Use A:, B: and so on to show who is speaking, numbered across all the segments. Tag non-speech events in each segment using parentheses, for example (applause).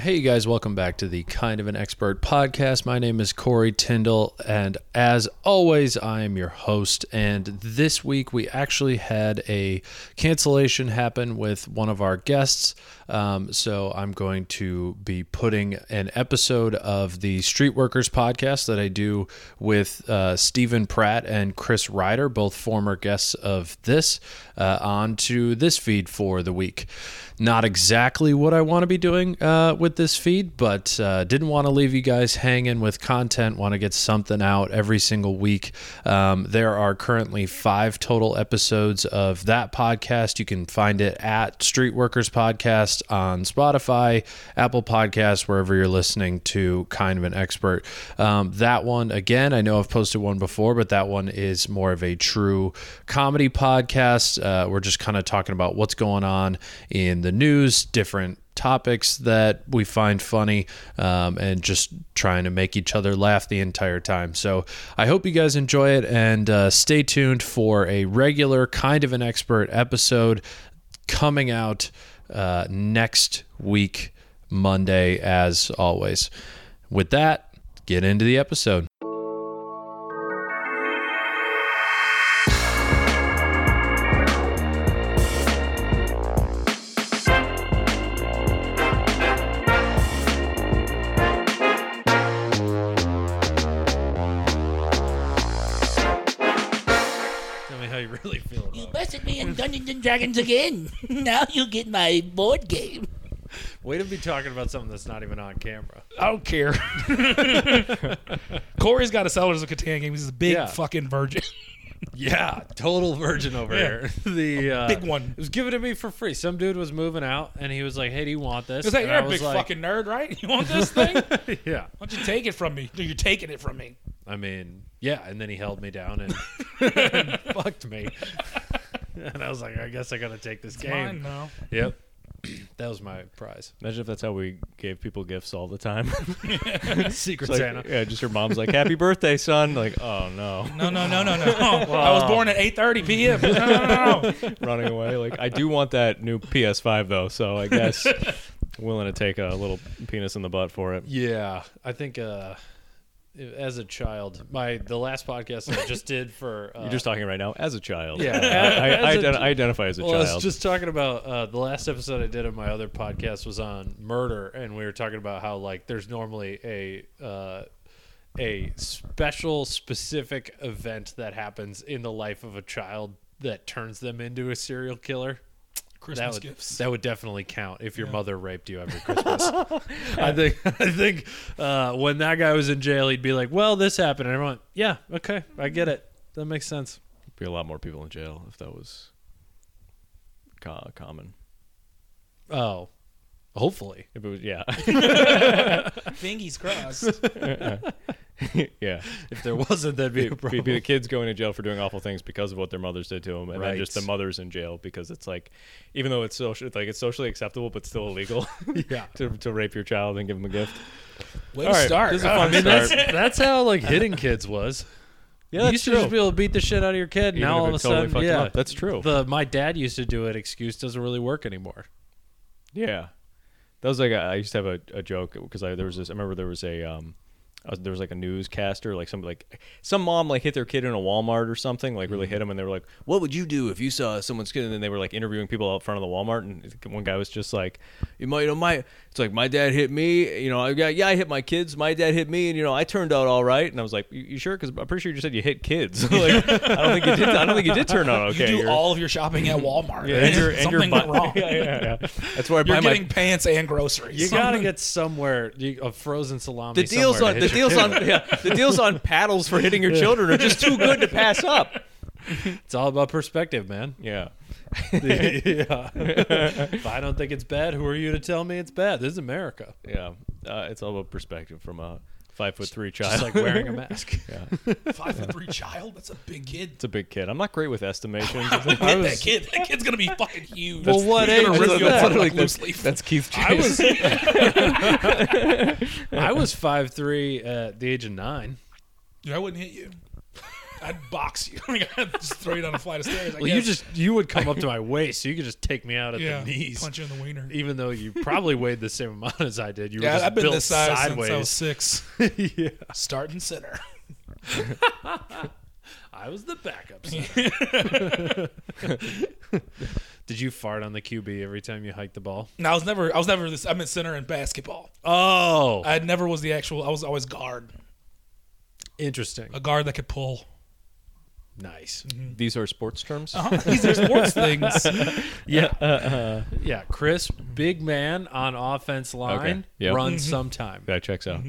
A: Hey, you guys, welcome back to the Kind of an Expert podcast. My name is Corey Tyndall, and as always, I am your host. And this week, we actually had a cancellation happen with one of our guests. Um, so I'm going to be putting an episode of the Street Workers podcast that I do with uh, Stephen Pratt and Chris Ryder, both former guests of this, uh, onto this feed for the week not exactly what I want to be doing uh, with this feed, but uh, didn't want to leave you guys hanging with content. Want to get something out every single week. Um, there are currently five total episodes of that podcast. You can find it at Street Workers Podcast on Spotify, Apple Podcasts, wherever you're listening to Kind of an Expert. Um, that one, again, I know I've posted one before, but that one is more of a true comedy podcast. Uh, we're just kind of talking about what's going on in the news, different topics that we find funny, um, and just trying to make each other laugh the entire time. So I hope you guys enjoy it and uh, stay tuned for a regular kind of an expert episode coming out uh, next week, Monday, as always. With that, get into the episode. Tell me how you really feel
B: You bested me in Dungeons and Dragons again. (laughs) now you get my board game.
A: Way to be talking about something that's not even on camera.
C: I don't
D: (laughs)
C: care. Corey's got to sell it as a Catan game. He's a big
A: Yeah.
C: fucking
D: (laughs)
C: virgin.
A: Yeah, total virgin over
C: Yeah.
A: here. (laughs) The uh,
C: big one.
A: It was given to me for free. Some dude was moving out, and he was like, "Hey, do you want this?"
C: It's like,
A: And
C: you're
A: I
C: a
A: was
C: big
A: like-
C: fucking nerd, right? You want this
D: (laughs)
C: thing? Why (laughs)
A: yeah.
C: don't you take it from me? Dude, you're taking it from me.
A: I mean, yeah. And then he held me down
C: (laughs)
A: and, and fucked me. (laughs) And I was like, I guess I gotta take this game.
C: Mine, no.
A: Yep. (clears throat) That was my
C: (laughs)
A: prize.
D: Imagine if that's how we gave people gifts all the time. (laughs)
A: Secret
D: It's like,
A: Santa.
D: yeah, just your mom's like, "Happy birthday, son!" Like, oh (laughs) no,
C: No, no, no, no, no. I was born at 8.30
D: (laughs)
C: p.m. No, no, no, no.
D: running away. Like, I do want that new PS5 though, so I (laughs) guess willing to take a little penis in the butt for it.
A: Yeah, I think uh, as a child, my the last podcast I just did
C: (laughs)
A: for uh,
D: You're just talking right now as a child.
A: Yeah.
D: (laughs) I, I, I,
A: As a
D: ident-
A: chi-
D: I identify as a
A: well, I
D: child.
A: was just talking about uh, the last episode I did of my other podcast was on murder, and we were talking about how like there's normally a uh, a special specific event that happens in the life of a child that turns them into a serial killer.
C: Christmas
A: That would,
C: gifts.
A: that would definitely count if your mother raped you every
C: (laughs)
A: Christmas. I think I think uh, when that guy was in jail, he'd be like, "Well, this happened," and everyone, "Yeah, okay, I get it. That makes sense."
D: be a lot more people in jail if that was co- common.
A: Oh, hopefully.
D: If it was, yeah, (laughs)
C: Fingers crossed.
D: (laughs) yeah.
A: If there wasn't, that'd (laughs) be a
D: be,
A: problem.
D: be the kids going to jail for doing awful things because of what their mothers did to them, and
A: Right.
D: then just the mothers in jail because it's like, even though it's social, it's like it's socially acceptable but still illegal
A: (laughs) yeah.
D: (laughs) to, to rape your child and give them a gift.
C: Way
D: All
C: to
D: right,
C: start.
D: this is a
C: Oh,
D: fun
C: I mean,
D: start.
A: That's, that's how like hitting kids was.
D: Yeah,
A: you used to just be able to beat the shit out of your kid.
D: Even
A: now all
D: if it
A: of a
D: totally
A: sudden,
D: fucked 'em
A: yeah,
D: up. That's true.
A: The my dad used to do it. Excuse doesn't really work anymore.
D: yeah, that was like a, I used to have a, a joke because I there was this. I remember there was a um, I was, there was like a newscaster, like some like some mom like hit their kid in a Walmart or something, like really hit him, and they were like, "What would you do if you saw someone's kid?" And then they were like interviewing people out front of the Walmart, and one guy was just like, "You might, you know, my it's like my dad hit me, you know, I got yeah, I hit my kids, my dad hit me, and you know, I turned out all right." And I was like, "You, you sure?" Because I'm pretty sure you just said you hit kids. (laughs) like, I don't think you did. I don't think you did turn out
C: You
D: (laughs) okay.
C: do
D: You're-
C: all of your shopping at Walmart.
D: yeah, and your, and your
C: Something
D: butt-
C: went wrong.
D: (laughs) Yeah, yeah, yeah. That's why I buy
C: You're
D: my
C: getting pants and groceries.
A: You gotta
C: Something-
A: get somewhere you, a frozen salami.
D: the deals
A: somewhere
D: on
A: to hit
D: the
A: your
D: deals
A: kid
D: on
A: with.
D: yeah, the deals on paddles for hitting your children are just too good to pass up.
A: It's all about perspective, man.
D: (laughs) Yeah,
A: (laughs) yeah. if I don't think it's bad, who are you to tell me it's bad? This is America.
D: yeah. Uh, it's all about perspective from a five foot three child.
A: Just like wearing a (laughs) mask.
D: yeah,
C: Five foot three child? That's a big kid.
D: (laughs) it's a big kid. I'm not great with estimations. (laughs)
C: Hit that kid. That kid's gonna be fucking huge.
A: Well, what
C: He's gonna
A: age
C: rip
A: is
C: you
A: that?
C: apart like
D: Like,
C: loose leaf.
D: That's Keith.
C: I was (laughs)
A: I was five three at the age of nine.
C: Dude, I wouldn't hit you. I'd box you. (laughs) Like, I'd just throw you down a flight of stairs. I
A: Well, you
C: guess.
A: just you would come up (laughs) to my waist, so you could just take me out at
C: yeah,
A: the knees.
C: punch you in the wiener.
A: Even though you probably weighed the same amount as I did, you were
C: Yeah,
A: just
C: I've been
A: built
C: this size
A: sideways.
C: since I was six.
A: (laughs) yeah,
C: Starting center.
A: I was the backup.
C: (laughs)
A: did you fart on the QB every time you hiked the ball?
C: No, I was never. I was never this. I meant center in basketball.
A: Oh,
C: I never was the actual. I was always guard,
A: interesting.
C: a guard that could pull.
A: Nice.
C: mm-hmm.
D: These are sports (laughs) terms.
C: These are sports
A: (laughs)
C: things.
A: Yeah, yeah. Chris, big man on offense line,
D: Yep.
A: run
C: Mm-hmm.
A: sometime.
D: That checks out.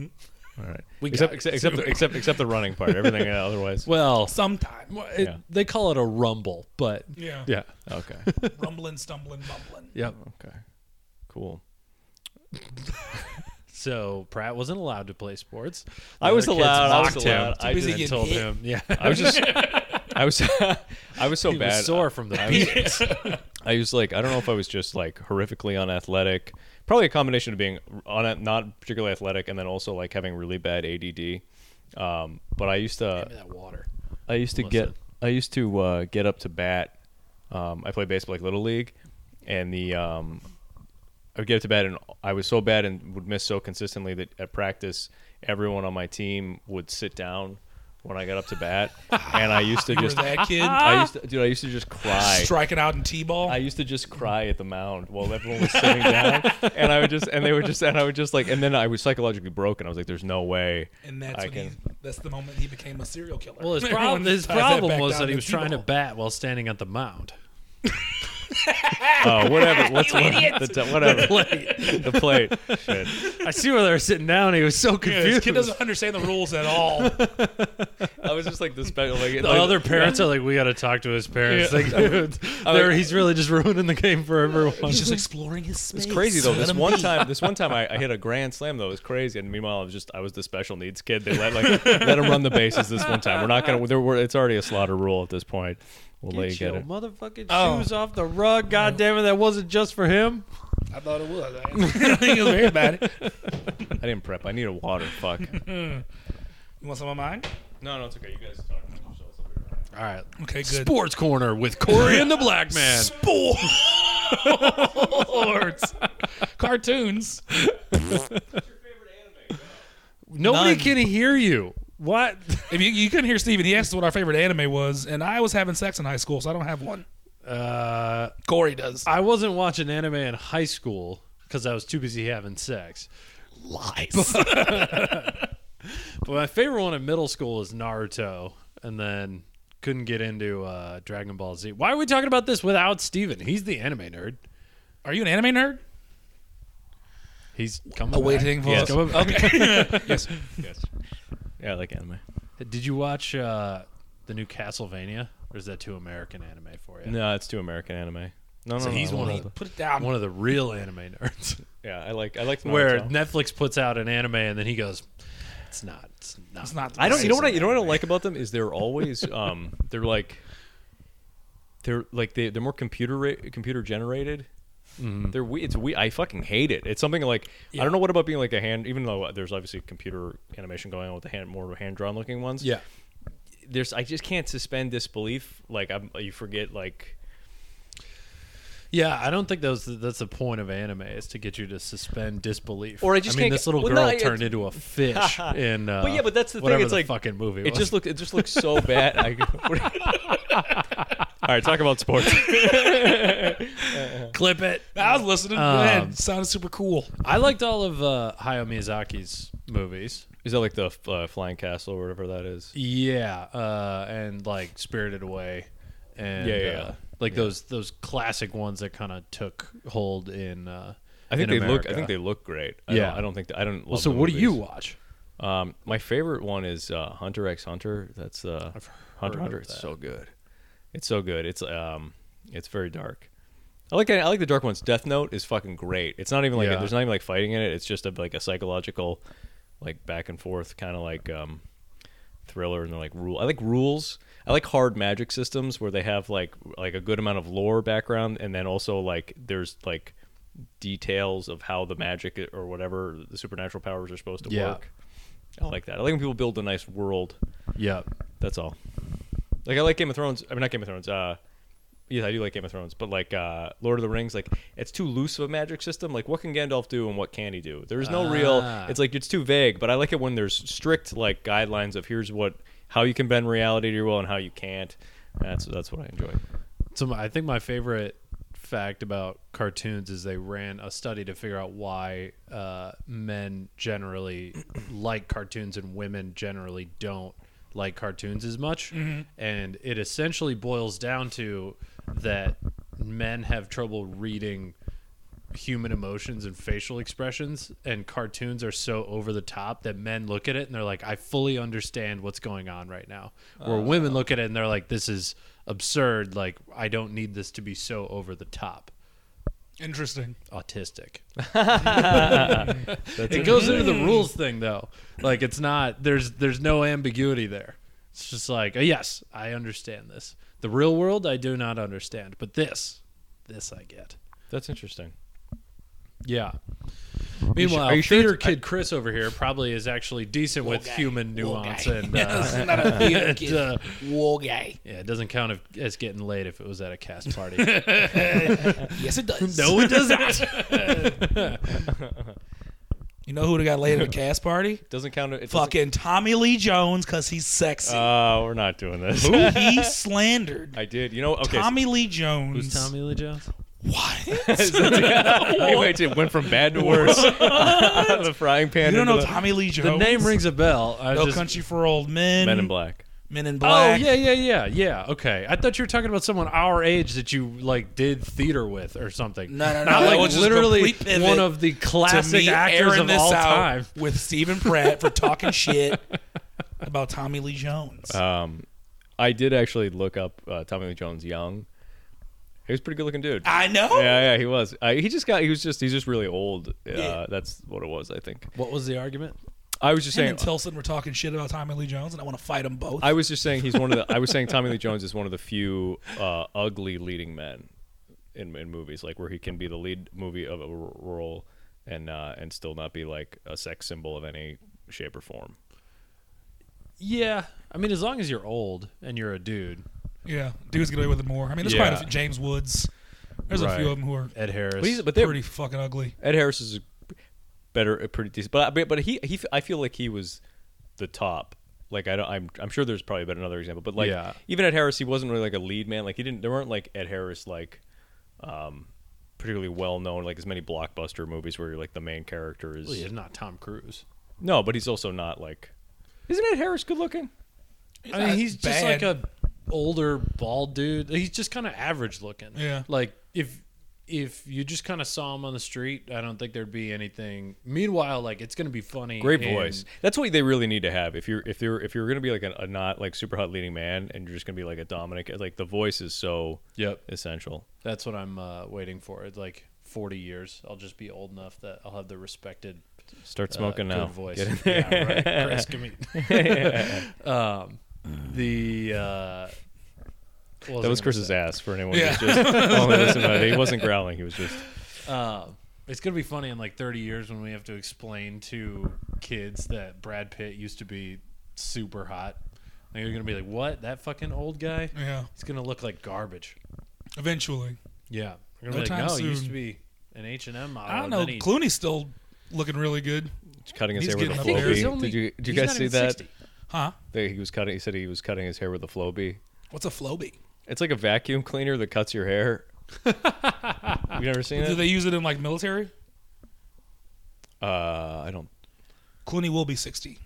D: All right.
A: We got it.
D: except except except the, except except the running part. (laughs) Everything otherwise.
A: Well,
C: Sometime,
A: it-
D: Yeah.
A: they call it a rumble, but
C: yeah.
A: yeah,
D: (laughs) Okay.
C: Rumbling, stumbling, bumbling.
A: yep.
D: Okay. Cool.
A: So Pratt wasn't allowed to play sports.
D: I was
A: other kids
D: allowed, I was
A: mocked him
D: allowed.
A: and
D: I Too busy
C: getting
A: told
C: hit.
A: him, yeah,
D: I was (laughs) just. I was. I was so
A: he
D: bad.
A: was sore from the
D: was-
A: beat.
D: I was like, I don't know if I was just like horrifically unathletic. Probably a combination of being on not particularly athletic and then also like having really bad ADD. Um, but I used to.
A: that water.
D: I used to
A: Melissa.
D: get I used to uh, get up to bat. Um, I played baseball like little league, and the um, I would get up to bat, and I was so bad and would miss so consistently that at practice, everyone on my team would sit down when I got up
C: (laughs)
D: to bat, and I used to
C: You were
D: just
C: that kid
D: I used to, dude, I used to just cry.
C: striking out in t-ball.
D: I used to just cry at the mound while everyone was sitting down, and I would just, and they would just, and I would just like, and then I was psychologically broken. I was like, "There's no way."
C: and that's
D: I
C: when he, that's the moment he became a serial killer.
A: Well,
C: (laughs)
A: (laughs) his
C: Everyone
A: problem, his
C: ties that
A: problem
C: back
A: was
C: down
A: that he was trying to
C: t-ball.
A: bat while standing at the mound.
D: Oh, whatever. What's
B: You
D: what-
B: idiot.
D: the t- whatever. the plate. Shit.
A: (laughs) I see where they were sitting down. He was so
C: Yeah, this
A: confused.
C: kid doesn't understand the rules at
A: (laughs)
C: all.
D: I was just like the special. Like,
A: the other parents are like, we got to talk to his parents.
C: Yeah.
A: (laughs) Like, dude, they're- he's really just ruining the game for everyone.
B: He's
A: (laughs)
B: just exploring his space.
D: It's crazy though. This
B: Let him
D: one
B: be.
D: time, this one time, I, I hit a grand slam though. It was crazy. And meanwhile, I was just I was the special needs kid. They let like let him run the bases this one time. We're not gonna. There were. It's already a slaughter rule at this point. We'll let you
A: Get
D: get
A: your
D: it.
A: motherfucking
C: Oh.
A: shoes off the rug. God damn it, that wasn't just for him.
C: I thought it was. eh? I (laughs) didn't think it was very bad.
D: I didn't prep. I need a water.
A: (laughs)
D: Fuck.
C: You want some of mine?
D: no, no, it's okay. You guys talk.
A: All right.
C: Okay, good.
A: Sports Corner with Corey and the Black (laughs) Man.
C: Sports, (laughs) cartoons.
A: Nobody
C: None.
A: can hear you. What? (laughs)
C: If you, you couldn't hear Steven, he asked what our favorite anime was, and I was having sex in high school, so I don't have one.
A: Uh,
C: Corey does.
A: I wasn't watching anime in high school because I was too busy having sex.
C: Lies.
A: But (laughs) my favorite one in middle school is Naruto, and then couldn't get into uh, Dragon Ball Z. Why are we talking about this without Steven? He's the anime nerd.
C: Are you an anime nerd?
A: He's coming.
C: Awaiting
A: back.
C: for
A: He's
C: us.
A: coming back.
D: Yes. Yes. Yeah, I like anime.
A: Did you watch uh, the new Castlevania? Or is that too American anime for you?
D: No, it's too American anime. No, no,
A: So
D: no,
A: he's
D: no,
A: one
D: no.
A: of the,
C: Put it down.
A: one of the real anime nerds.
D: Yeah, I like. I like Naruto.
A: where Netflix puts out an anime and then he goes, "It's not. It's not.
C: It's not.
D: I don't. You know what? I, you know what I don't like about them is they're (laughs) always. Um, they're like. They're like they they're more computer ra- computer generated. They're we it's we I fucking hate it. It's something like I don't know what about being like a hand even though there's obviously computer animation going on with the hand more hand drawn looking ones.
A: Yeah.
D: There's I just can't suspend disbelief like I'm, you forget like
A: Yeah. I don't think that's that's the point of anime is to get you to suspend disbelief.
D: Or I just
A: mean,
D: can't
A: this
D: get-
A: little
D: well,
A: girl
D: no, I-
A: turned
D: (laughs)
A: into a fish in. Uh,
D: But yeah, but that's the thing,
A: whatever
D: it's
A: the
D: like-
A: fucking movie.
D: it
A: was.
D: just look it just looks so bad. (laughs) I, All right, talk about (laughs) sports.
A: clip it.
C: I was listening. Go
A: Um,
C: ahead. Sounded super cool.
A: I liked all of uh, Hayao Miyazaki's movies.
D: Is that like the uh, flying castle or whatever that is?
A: Yeah, uh, and like Spirited Away, and
D: Yeah, yeah,
A: uh,
D: yeah.
A: like those those classic ones that kind of took hold in. Uh,
D: I think
A: in
D: they look. I
A: America.
D: think they look great. I
A: Yeah.
D: don't, I don't think I don't.
A: Well,
D: love
A: so
D: the
A: what do you
D: movies.
A: watch?
D: Um, my favorite one is uh, Hunter X Hunter. That's uh, Hunter
A: of
D: Hunter. It's
A: that.
D: so good. It's so good. It's um, it's very dark. I like I like the dark ones. Death Note is fucking great. It's not even like
A: Yeah.
D: there's not even like fighting in it. It's just a, like a psychological, like back and forth kind of like um, thriller and they're like rule. I like rules. I like hard magic systems where they have like like a good amount of lore background and then also like there's like details of how the magic or whatever the supernatural powers are supposed to
A: Yeah.
D: work. I like that. I like when people build a nice world.
A: Yeah.
D: That's all. Like I like Game of Thrones. I mean, not Game of Thrones. Uh, yeah, I do like Game of Thrones, but like uh, Lord of the Rings, like it's too loose of a magic system. Like, what can Gandalf do and what can he do? There's no
C: Ah.
D: real. It's like it's too vague. But I like it when there's strict like guidelines of here's what how you can bend reality to your will and how you can't. That's that's what I enjoy.
A: So my, I think my favorite fact about cartoons is they ran a study to figure out why uh, men generally like cartoons and women generally don't like cartoons as much, and it essentially boils down to that men have trouble reading human emotions and facial expressions and cartoons are so over the top that men look at it and they're like i fully understand what's going on right now where women look at it and they're like this is absurd like i don't need this to be so over the top
C: Interesting.
A: autistic
D: That's
A: it goes into the rules thing though like it's not there's there's no ambiguity there it's just like "Oh, yes i understand this the real world i do not understand but this this i get
D: That's interesting.
A: Yeah. Meanwhile,
D: are you sure
A: theater
D: it's-
A: kid Chris over here probably is actually decent with
B: guy.
A: human
B: War
A: nuance,
B: guy. (laughs)
C: (laughs)
A: and uh,
B: It's not a theater
A: it,
B: kid.
A: uh,
B: War guy.
A: yeah, it doesn't count if, as getting laid if it was at a cast
C: (laughs)
A: party.
B: Yes, it does.
A: no, it (laughs) does not.
C: You know who would have got laid at a
A: (laughs)
C: cast party?
D: Doesn't count. It doesn't-
C: Fucking Tommy Lee Jones because he's sexy.
D: Uh, we're not doing this.
C: Who he slandered.
D: (laughs) I did. You know. Okay. so-
C: Tommy Lee Jones.
A: Lee Jones? (laughs)
C: What?
D: (laughs) Anyways, it went from bad to
C: (laughs)
D: worse. (laughs) Out of the frying pan.
C: You don't
D: into
C: know
D: the-
C: Tommy Lee Jones?
A: The name rings a bell. I
C: No
A: just,
C: Country for Old Men.
D: Men in Black.
C: Men in
A: Oh
C: Black.
A: yeah, yeah, yeah, yeah. Okay, I thought you were talking about someone our age that you like did theater with or something.
B: No, no, no.
A: Not
B: That
A: like
C: was just
A: literally
C: complete pivot
A: one of the
C: To
A: classic
C: me,
A: actors
C: airing
A: of
C: this
A: all
C: out
A: time.
C: with Stephen Pratt
A: (laughs)
C: for talking shit about Tommy Lee Jones.
A: Uh,
D: Um, I did actually look up uh, Tommy Lee Jones young. He was a pretty good looking dude.
C: I know.
D: yeah, yeah, he was. Uh, he just got. He was just. He's just really old. Uh,
C: Yeah.
D: That's what it was. I think.
A: What was the argument?
D: I was just
C: Him
D: saying.
C: and Tilson were talking shit about Tommy Lee Jones, and I want to fight them both.
D: I was just saying he's one of the. I was saying Tommy Lee Jones is one of the few uh, ugly leading men in, in movies, like where he can be the lead movie of a r- role and uh, and still not be like a sex symbol of any shape or form.
A: Yeah, I mean, as long as you're old and you're a dude,
C: yeah, dudes get away with it more. I mean, there's
D: Yeah.
C: probably a few, James Woods. There's a few
D: Right.
C: of them who are
A: Ed Harris.
D: But he's but they're
C: pretty fucking ugly.
D: Ed Harris is a better, a pretty decent. But but but he he I feel like he was the top. Like I don't, I'm I'm sure there's probably been another example, but like
A: Yeah.
D: even Ed Harris, he wasn't really like a lead man. Like he didn't. There weren't like Ed Harris like, um, particularly well known like as many blockbuster movies where you're like the main character is.
A: Well, he's not Tom Cruise.
D: No, but he's also not like. Isn't Ed Harris good looking?
A: I mean,
C: not
A: he's just like
C: bad.
A: a older bald dude. He's just kind of average looking.
C: Yeah.
A: Like if if you just kind of saw him on the street, I don't think there'd be anything. Meanwhile, like it's gonna be funny.
D: Great
A: and-
D: voice. That's what they really need to have. If you're if you're if you're gonna be like a, a not like super hot leading man, and you're just gonna be like a Dominic, like the voice is so
A: Yep.
D: essential.
A: That's what I'm uh, waiting for. It's like 40 years. I'll just be old enough that I'll have the respected
D: Start
A: uh,
D: smoking
A: good
D: now.
A: voice.
D: Get in
A: Yeah, right. Chris, give me.
D: (laughs)
A: (laughs) um, the uh, what
D: That was
A: I gonna
D: Chris's
A: say?
D: ass for anyone
C: Yeah.
D: who's
A: (laughs)
D: just only listening to it. He wasn't growling. He was just.
A: Um, it's gonna be funny in like 30 years when we have to explain to kids that Brad Pitt used to be super hot. Like, they're gonna be like, "What? That fucking old guy?
C: Yeah,
A: He's gonna look like garbage."
C: eventually.
A: Yeah. They're gonna
C: No
A: be like,
C: time
A: "No, he used
C: soon.
A: to be an H and M
D: Oh,
A: model."
C: I don't
A: and
C: know.
A: then he- (laughs)
C: Clooney's still looking really good,
D: Cutting his
C: He's
D: hair with a
C: getting
A: I
D: flow
A: think
C: up there.
D: bee.
A: he's
C: Floby.
A: only.
D: Did you, did you
A: he's
D: guys
A: not
D: see
A: even
D: that?
A: 60.
C: huh?
D: That He was cutting. He said he was cutting his hair with a flow bee.
C: What's a flowbee?
D: It's like a vacuum cleaner that cuts your
A: (laughs)
D: hair. you never seen
C: Do
D: it?
C: they use it in like military?
D: Uh, I don't.
C: Clooney will be sixty.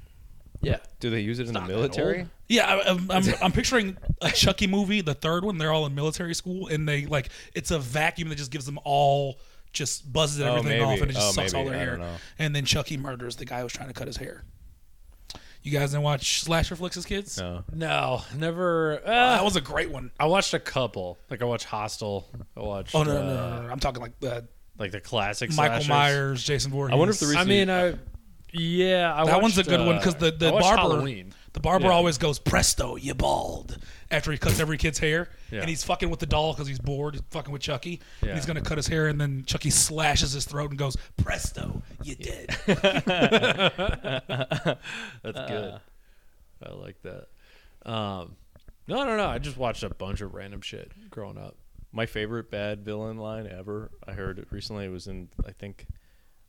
A: Yeah.
D: Do they use it in the
A: not that
D: military?
A: old.
C: Yeah, I, I'm, I'm, I'm picturing a Chucky movie, the third one. They're all in military school, and they like it's a vacuum that just gives them all just buzzes
D: Oh,
C: everything
D: maybe.
C: off, and it just
D: Oh,
C: sucks all
D: maybe.
C: their
D: I
C: hair.
D: don't know.
C: And then Chucky murders the guy who's trying to cut his hair. You guys didn't watch slasher flicks as kids?
D: No.
A: No, never.
C: That
A: Uh,
C: was a great one.
A: I watched a couple. Like I watched Hostel. I watched.
C: Oh no, no, no,
A: uh,
C: no, no. I'm talking like the
A: Like the classic
C: Michael
A: slashers.
C: Myers, Jason Voorhees.
D: I wonder if the reason-
A: I mean, I. Yeah, I
C: that one's a
A: watched,
C: good one
A: uh,
C: because the the
A: I watched
C: barber
A: Halloween.
C: the barber
A: Yeah.
C: always goes presto, you bald after he cuts every kid's hair,
A: Yeah.
C: and he's fucking with the doll because he's bored, he's fucking with Chucky. and
A: Yeah.
C: he's gonna cut his hair, and then Chucky slashes his throat and goes presto, you dead.
A: That's good. I like that. Um, No, no, no. I just watched a bunch of random shit growing up.
D: My favorite bad villain line ever. I heard it recently. It was in I think,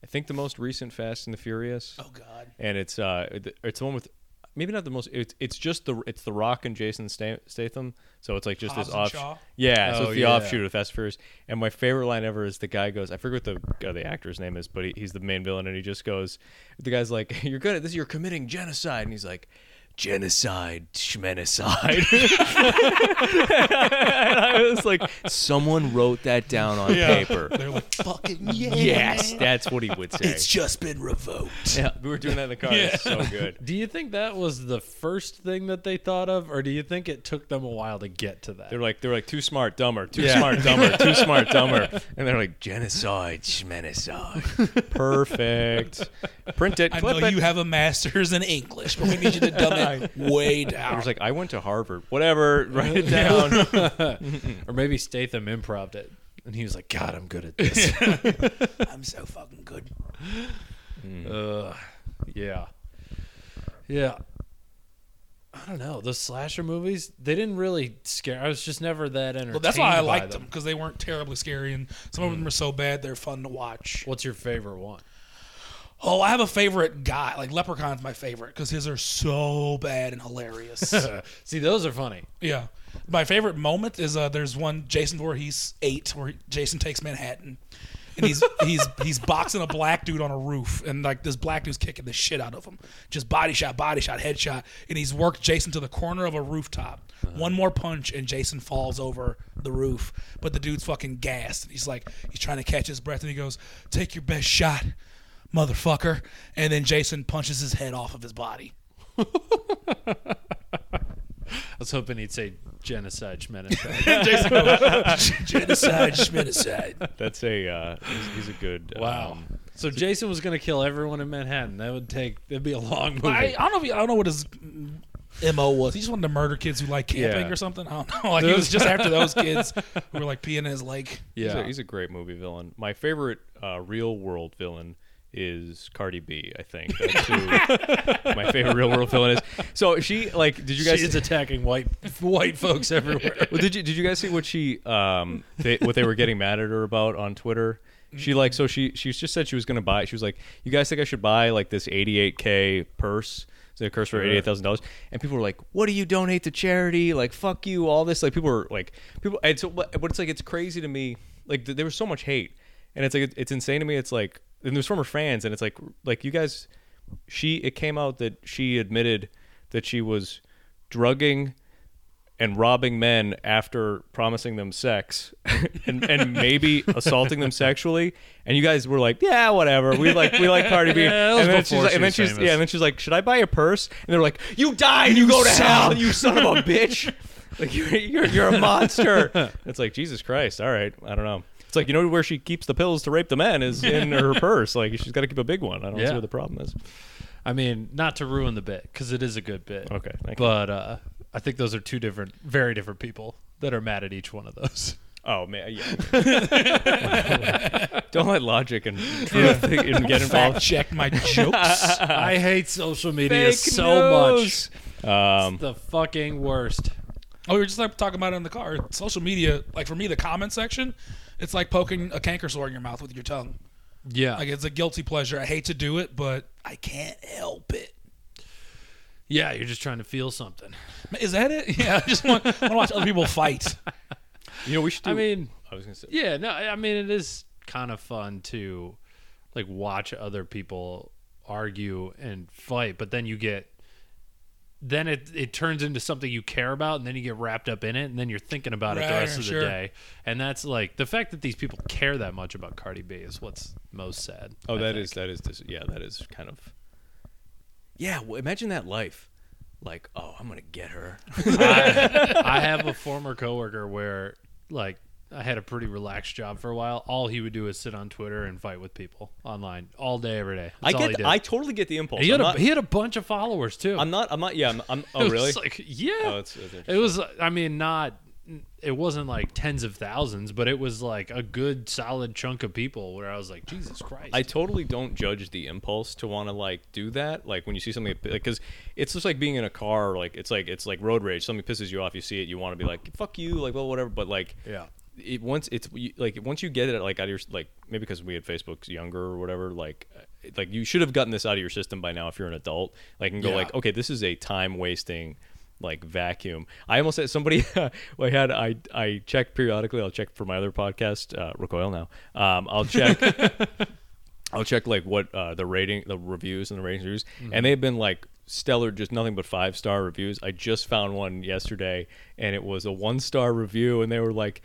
D: I think the most recent Fast and the Furious.
C: Oh God.
D: and it's uh it- it's the one with maybe not the most it's it's just the it's the Rock and Jason Sta- Statham so it's like just
C: Hobbs
D: this
C: and
D: off
C: Shaw?
D: yeah so
A: Oh,
D: it's the
A: yeah.
D: offshoot of Fast and Furious and my favorite line ever is the guy goes I forget what the uh, the actor's name is but he, he's the main villain and he just goes the guy's like (laughs) you're good at this you're committing genocide and he's like. Genocide, schmenicide. (laughs) and I was like, someone wrote that down on
C: Yeah. (laughs)
D: paper.
C: They're like fucking
D: Yes, that's what he would say.
C: just been revoked.
D: yeah, we were doing that in the car. It's so good.
A: Do you think that was the first thing that they thought of, or do you think it took them a while to get to that?
D: They're like they're like too smart, dumber, too
A: Yeah.
D: smart, dumber, too smart, dumber, and they're like genocide, schmenicide. Perfect. Print it.
C: I
D: Clip
C: know
D: it.
C: you have a master's in English, but we need you to dumb (laughs) it way
D: I
C: down.
D: was like, I went to Harvard. Whatever. (laughs) Write it down.
A: (laughs) or maybe Statham improv it, and he was like, "God, I'm good at this."
C: (laughs) I'm so fucking good.
A: Ugh. yeah, yeah. I don't know. Those slasher movies, they didn't really scare. I was just never that entertained.
C: Well, that's why I
A: by
C: liked them because they weren't terribly scary, and some
D: Hmm.
C: of them were so bad they're fun to watch.
A: What's your favorite one?
C: Oh, I have a favorite guy. Like Leprechaun's my favorite because his are so bad and hilarious.
A: See, those are funny.
C: yeah, my favorite moment is uh, there's one Jason Voorhees eight where Jason takes Manhattan, and he's (laughs) he's he's boxing a black dude on a roof, and like this black dude's kicking the shit out of him, just body shot, body shot, headshot, and he's worked Jason to the corner of a rooftop. One more punch and Jason falls over the roof, but the dude's fucking gassed. and He's like he's trying to catch his breath, and he goes, "Take your best shot." motherfucker. And then Jason punches his head off of his body. (laughs)
A: I was hoping he'd say genocide, schmenicide.
C: Jason goes, genocide, (laughs) schminicide.
D: That's a. Uh, he's, he's a good.
A: Wow.
D: um,
A: so Jason was going to kill everyone in Manhattan. That would take. That'd be a long movie. (laughs)
C: I, I don't know. If he, I don't know what his mo was. He just wanted to murder kids who like camping
D: Yeah.
C: or something. I don't know. (laughs) Like he was just
A: (laughs)
C: after those kids who were like peeing in his lake.
D: He's
A: yeah.
D: a, he's a great movie villain. My favorite uh, real world villain is Cardi B. I think that's who my favorite real world villain is. So she like, did you guys?
A: She is attacking white white folks everywhere.
D: (laughs) well, did you did you guys see what she um they, what they were getting mad at her about on Twitter? She like so she she just said she was gonna buy. She was like, "You guys think I should buy like this 88k purse?" So it curse for eighty eight thousand dollars, and people were like, "What do you donate to charity? Like fuck you, all this." Like people were like people, and so but, but it's like it's crazy to me. Like th- there was so much hate, and it's like it- it's insane to me. It's like and there's former fans, and it's like like you guys, she it came out that she admitted that she was drugging and robbing men after promising them sex (laughs) and, and maybe assaulting them sexually and you guys were like yeah whatever we like we like Cardi
A: (laughs)
D: B
A: Yeah, that was
D: and then
A: before she
D: she's like, and then
A: was
D: she's
A: famous.
D: yeah and then she's like should I buy a purse and they're like you die and you, go to hell you son
A: (laughs)
D: of a bitch like you're, you're you're a monster it's like Jesus Christ all right I don't know it's like you know where she keeps the pills to rape the men
A: (laughs)
D: is in her purse like she's got to keep a big one I don't
A: Yeah.
D: see what the problem is
A: (laughs) I mean, not to ruin the bit because it is a good bit.
D: Okay, thank you.
A: but uh, I think those are two different, very different people that are mad at each one of those.
D: Oh man, yeah. Don't let logic and truth and
C: Fact
D: get involved.
A: (laughs)
C: check my jokes.
A: (laughs) I hate social media
D: Fake
A: so
D: news.
A: much.
D: Um,
A: The fucking worst.
C: Oh, we were just like talking about it in the car. Social media, like for me, the comment section, it's like poking a canker sore in your mouth with your tongue.
A: Yeah,
C: Like it's a guilty pleasure. I hate to do it, but I can't help it.
A: yeah. You're just trying to feel something.
C: Is that it? (laughs) Yeah, I just want, want to watch other people fight.
D: you know, we should. Do,
A: I mean,
D: I was gonna say.
A: yeah. No, I I mean it is kind of fun to like watch other people argue and fight, but then you get. Then it, it turns into something you care about, and then you get wrapped up in it, and then you're thinking about it the
C: Right,
A: rest of
C: sure.
A: the day. And that's like the fact that these people care that much about Cardi B is what's most
C: (laughs)
A: sad.
D: Oh, that is that is dis- yeah, that is kind of. Yeah, well, imagine that life. Like, oh, I'm gonna get her.
A: I have a former coworker where, like, I had a pretty relaxed job for a while. All he would do is sit on Twitter and fight with people online all day, every day.
D: I
A: That's all he
D: get.
A: did.
D: I totally get the impulse.
A: And he,
D: I'm
A: had a,
D: not,
A: he had a bunch of followers too.
D: I'm not. I'm not. Yeah. I'm. I'm
A: (laughs) It
D: oh,
A: was
D: really?
A: Like, yeah.
D: Oh, that's- that's
A: it was. I mean, not it wasn't like tens of thousands, but it was like a good solid chunk of people where I was like, Jesus Christ.
D: I totally don't judge the impulse to want to like do that. Like when you see something, because it's just like being in a car. Like it's like it's like road rage. Something pisses you off. You see it. You want to be like fuck you. Like well whatever. But like
A: Yeah.
D: It once it's you- like once you get it like out of your like maybe because we had Facebook's younger or whatever. Like uh, like you should have gotten this out of your system by now if you're an adult. Like and go
A: Yeah.
D: like okay this is a time wasting. Like vacuum. I almost had somebody. (laughs) I had I I check periodically. I'll check for my other podcast, uh, Recoil. Now um, I'll check I'll check like what uh, the rating, the reviews, and the ratings reviews, and they've been like stellar, just nothing but five star reviews. I just found one yesterday, and it was a one star review, and they were like,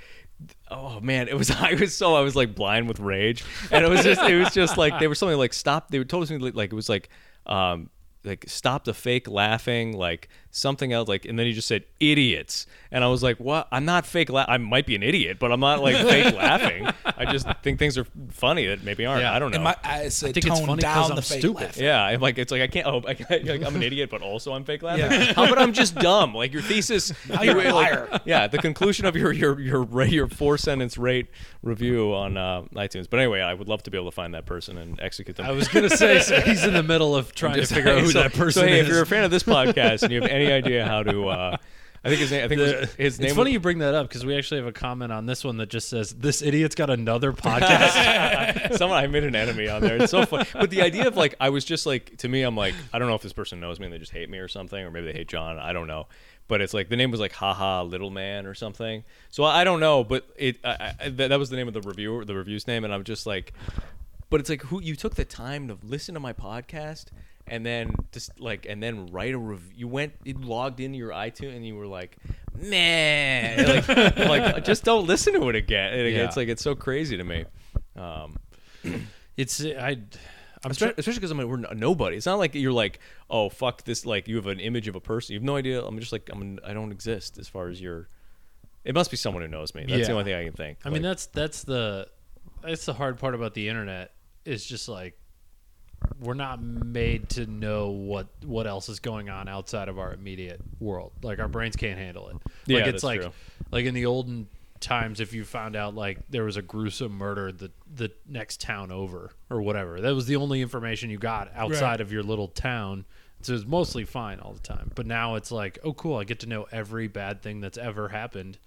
D: "Oh man, it was (laughs) I was so I was like blind with rage, and it was just it was just like they were something like stop. They told us something like it was like. Um, like stop the fake laughing, like something else, like and then he just said idiots, and I was like, what? I'm not fake. La- I might be an idiot, but I'm not like fake laughing. I just think things are funny that maybe aren't.
A: Yeah.
D: I don't know.
C: And my, I said,
A: think it's
C: tone
A: funny 'cause
C: down
A: I'm
C: the fake
A: stupid.
C: laugh.
D: Yeah, I'm like it's like I can't. Oh, (laughs) I, I, like, I'm an idiot, but also I'm fake laughing.
C: Yeah.
D: How about I'm just dumb? Like
A: (laughs)
D: your thesis.
C: you're
D: you-
C: a
D: like-
C: liar.
D: yeah, the conclusion of your your your ra- your four sentence rate review on uh, iTunes. But anyway, I would love to be able to find that person and execute them.
A: I
D: (laughs)
A: was gonna say so he's in the middle of trying to
D: Just-
A: figure out who
D: so-
A: that person
D: so, hey,
A: is.
D: If you're a fan of this podcast and you have any idea how to, uh, I think his name. I think it was- uh, his name.
A: it's funny you bring that up because we actually have a comment on this one that just says this idiot's got another
D: (laughs)
A: podcast.
D: Someone I made an enemy on there. It's so funny. But the idea of like I was just like to me, I'm like, I don't know if this person knows me and they just hate me or something, or maybe they hate John. I don't know. But it's like the name was like haha little man or something. So I, I don't know. But it I, I, that, that was the name of the reviewer, the review's name, and I'm just like, but it's like who you took the time to listen to my podcast and then just like and then write a review you went you logged into your itunes and you were like man like, like just don't listen to it again And
A: Yeah.
D: it's like it's so crazy to me um
A: it's I. I'm
D: Espe-
A: trying.
D: especially because I'm like, we're n- nobody. It's not like you're like, oh fuck this. Like you have an image of a person. You have no idea. I'm just like, I'm. I don't exist as far as your. It must be someone who knows me. That's the
A: Yeah.
D: only thing I can think.
A: I mean that's that's the that's the hard part about the internet is just like we're not made to know what what else is going on outside of our immediate world. Like our brains can't handle it.
D: Yeah,
A: like it's
D: that's
A: like
D: true.
A: like in the olden times if you found out like there was a gruesome murder the the next town over or whatever. That was the only information you got outside
C: Right.
A: of your little town. So it's mostly fine all the time. But now it's like, oh cool, I get to know every bad thing that's ever happened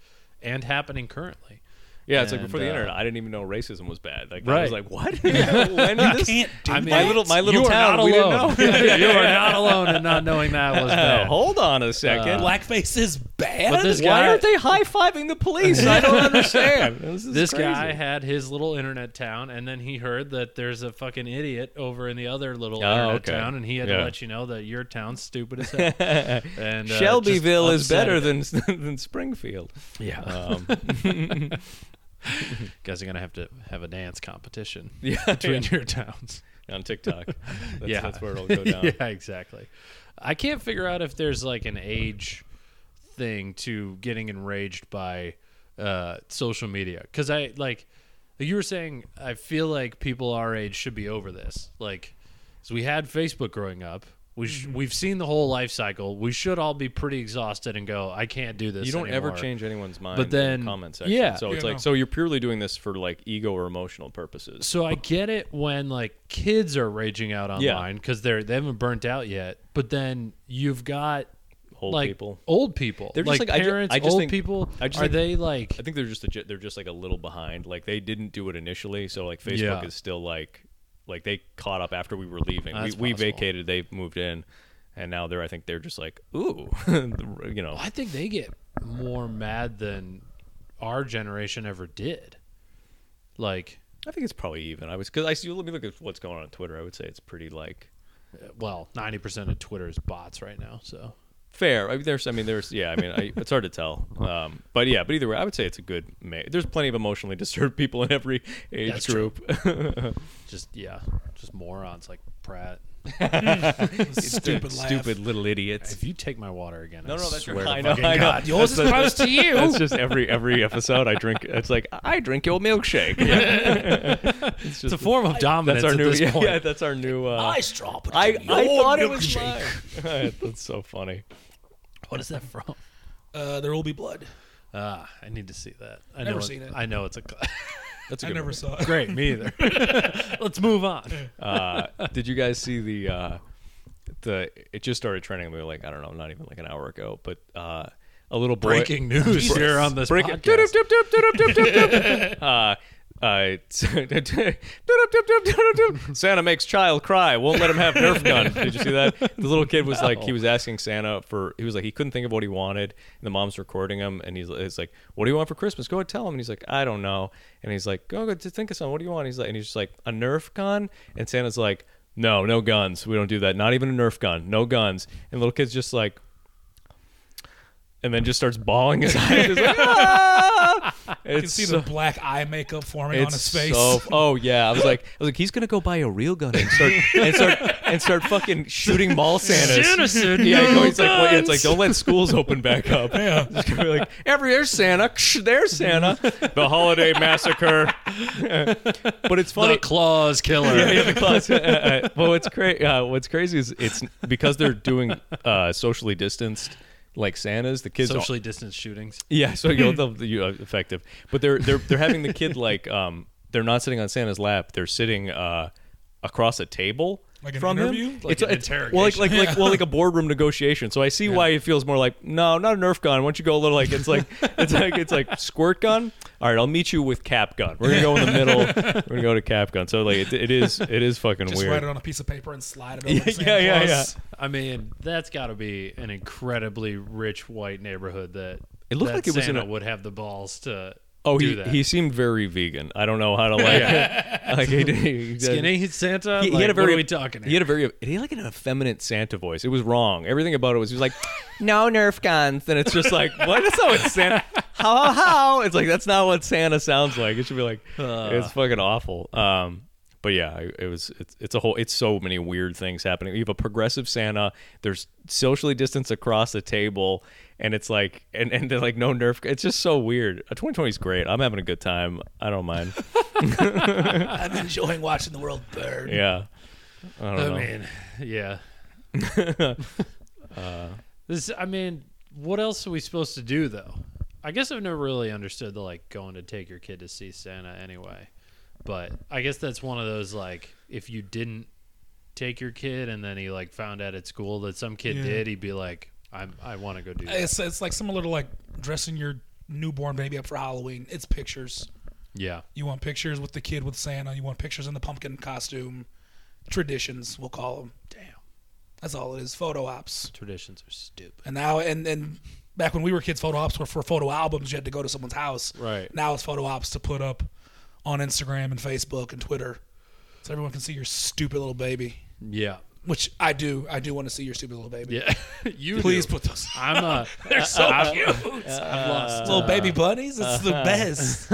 A: and happening currently.
D: yeah, it's like
A: and,
D: before the
A: uh,
D: internet, I didn't even know racism was bad. Like I
A: Right.
D: was
A: (laughs)
D: like, what? (laughs) when did
C: You
D: this?
C: can't do
A: I
C: that.
A: mean,
D: my little my little
A: you
D: town.
A: Are not
D: we
A: alone. (laughs)
D: didn't (laughs) know.
A: you are not alone in not knowing that was
D: Yeah,
A: bad.
D: hold on a
A: Uh,
D: second. Like,
C: Blackface is bad.
A: But this
D: why
A: guy-
D: aren't they high fiving the police? I
A: (laughs)
D: don't understand. This, is
A: This
D: crazy.
A: guy had his little internet town, and then he heard that there's a fucking idiot over in the other little
D: Oh,
A: internet
D: okay.
A: town, and he had
D: Yeah.
A: to let you know that your town's stupid as hell.
D: (laughs)
A: and uh, just
D: Shelbyville is
A: upset
D: better
A: him.
D: than than (laughs) Springfield.
A: yeah.
D: Um,
A: (laughs)
D: (laughs)
A: Guys are gonna have to have a dance competition
D: Yeah.
A: between your towns. (laughs)
D: on TikTok. That's,
A: yeah,
D: that's where it'll go down.
A: (laughs) yeah, exactly. I can't figure out if there's like an age thing to getting enraged by uh, social media because I like you were saying. I feel like people our age should be over this. Like, so we had Facebook growing up. We
D: Mm-hmm.
A: sh- We've seen the whole life cycle. We should all be pretty exhausted and go, I can't do this.
D: You don't ever
A: anymore."
D: change anyone's mind.
A: But
D: in
A: then-
D: comment section.
A: yeah.
D: So it's
C: Yeah,
D: like
C: no.
D: so you're purely doing this for like ego or emotional purposes.
A: So I get it when like kids are raging out
D: Yeah.
A: online because they're they haven't burnt out yet. But then you've got
D: Old
A: like
D: people.
A: old people.
D: They're just
A: like,
D: like- I ju-
A: parents,
D: I just
A: old
D: think-
A: people.
D: I just
A: are
D: think-
A: they like?
D: I think they're just a, they're just like a little behind. Like they didn't do it initially, so like Facebook
A: Yeah.
D: is still like like they caught up after we were leaving.
A: That's
D: we, we
A: possible.
D: vacated, they moved in, and now they're I think they're just like ooh, (laughs) you know.
A: I think they get more mad than our generation ever did. Like,
D: I think it's probably even. I was because I see. Let me look at what's going on on Twitter. I would say it's pretty like
A: well, ninety percent of Twitter is bots right now. So
D: Fair. I mean, there's. I mean, there's. Yeah. I mean, I, it's hard to (laughs) tell. Um, but yeah. But either way, I would say it's a good. Ma- there's plenty of emotionally (laughs) disturbed people in every age
A: That's true.
D: group.
A: just yeah, just morons like Pratt.
D: (laughs)
C: stupid laugh.
D: (laughs) Stupid little idiots.
A: If you take my water again,
D: (laughs) No,
A: I
D: no, that's
A: swear
D: your.
A: to
D: I know.
A: fucking
D: I know.
A: God.
D: (laughs)
C: Yours is close to you.
D: That's just every every episode I drink. It's like I drink your milkshake. (laughs) it's
A: It's
D: just
A: a form of dominance
D: that's our
A: at
D: new.
A: this
D: (laughs) Yeah,
A: point.
D: yeah, that's our new. (laughs) Uh,
B: I straw put
D: I,
B: it in
D: I
B: your
D: thought it was
B: milkshake.
D: mine. (laughs) that's so funny.
A: What is that from?
C: Uh, there will be blood.
A: Ah, I need to see that. I know
C: Never seen it.
A: I know it's a (laughs) cla-
D: That's a
C: I
D: good
C: never
D: movie.
C: saw (laughs) it.
A: great. Me either. (laughs) Let's move on.
D: uh, did you guys see the uh, the? It just started trending. We were like, I don't know, not even like an hour ago, but uh, a little boy,
A: Breaking news here on this
D: Break it.
A: podcast.
D: (laughs) Uh, uh, Santa makes child cry. Won't let him have Nerf (laughs) gun. Did you see that? The little kid was like, he was asking Santa for. He was like, he couldn't think of what he wanted. And the mom's recording him, and he's it's like, "What do you want for Christmas? Go and tell him." And he's like, "I don't know." And he's like, "Go, go to think of something. What do you want?" He's like, and he's just like, "A Nerf gun." And Santa's like, "No, no guns. We don't do that. Not even a Nerf gun. No guns." And the little kid's just like, and then just starts bawling his eyes. He's like,
C: (laughs)
D: "Ah!"
C: You can see the black eye makeup forming on his face.
D: so- oh yeah, I was like, I was like, he's gonna go buy a real gun and start and start and start fucking shooting mall Santas.
A: Citizen,
D: yeah,
A: no
D: no, it's like, well, yeah, it's like
A: guns.
D: don't let schools open back up.
C: Yeah.
D: (laughs) Just gonna be like every year's Santa, Ksh, there's Santa, the holiday massacre. but it's funny.
A: The Claws Killer.
D: Yeah, yeah, the claws. (laughs) Uh, well, what's crazy? Uh, what's crazy is it's because they're doing uh, socially distanced like Santas. The kids don't-
A: Socially distanced shootings.
D: yeah, so you'll they'll- you uh, effective, but they're they're they're having the kid like (laughs) um they're not sitting on Santa's lap. They're sitting uh across a table
C: Like an
D: from
C: interview?
D: him.
A: Like an
D: well, like like,
A: (laughs)
D: like well like a boardroom negotiation. So I see why it feels more like no, not a Nerf gun. Why don't you go a little like it's like it's like it's like squirt gun. All right, I'll meet you with cap gun. We're gonna go in the
A: (laughs)
D: middle. We're gonna go to cap gun. So like it, it is it is fucking
C: (laughs) Just
D: weird.
C: write it on a piece of paper and
D: (laughs)
C: slide it over. to Santa
D: yeah, yeah, yeah.
C: (laughs) Claus.
A: I mean, that's got to be an incredibly rich white neighborhood that
D: It looked
A: that
D: like it was in
A: Santa
D: a-
A: would have the balls to
D: Oh,
A: do
D: he,
A: that.
D: he seemed very vegan. I don't know how to like, (laughs) like he, did- he did-
A: skinny Santa.
D: he, he
A: Like,
D: had a very
A: what are we talking
D: he had a very he had like an effeminate Santa voice. It was wrong. Everything about it was
A: (laughs)
D: he was like, no Nerf guns, and it's just like what? That's not what
A: (laughs)
D: Santa. How how how? It's like that's not what Santa sounds like. It should be like it's fucking awful. Um, but yeah, it- it was it's, it's a whole it's so many weird things happening. You have a progressive Santa. There's socially distanced across the table, and it's like and and they're like no Nerf. It's just so weird. 2020 is great. I'm having a good time. I
A: (laughs)
D: don't mind.
B: I'm enjoying watching the world burn.
D: Yeah. I don't
A: I
D: know.
A: mean,
C: (laughs)
A: yeah. Uh, this, I mean, what else are we supposed to do though? I guess I've never really understood the like going to take your kid to see Santa anyway. But I guess that's one of those like if you didn't take your kid and then he like found out at school that some kid
C: Yeah.
A: did, he'd be like, I'm, I want to go do that.
C: It's it's like similar to like dressing your newborn baby up for Halloween. It's pictures.
A: yeah.
C: You want pictures with the kid with Santa. You want pictures in the pumpkin costume. Traditions, we'll call them. Damn, that's all it is. Photo ops.
A: Traditions are stupid.
C: And now and and back when we were kids, photo ops were for photo albums. You had to go to someone's house.
A: Right.
C: Now it's photo ops to put up on Instagram and Facebook and Twitter, so everyone can see your stupid little baby.
A: Yeah.
C: Which I do. I do want to see your stupid little baby.
A: Yeah. (laughs) you
C: Please
A: do.
C: put those. (laughs)
A: I'm a.
C: They're so
A: I- I-
C: cute.
A: I've lost.
C: little baby bunnies. It's
A: Uh-huh.
C: the
A: (laughs)
C: best.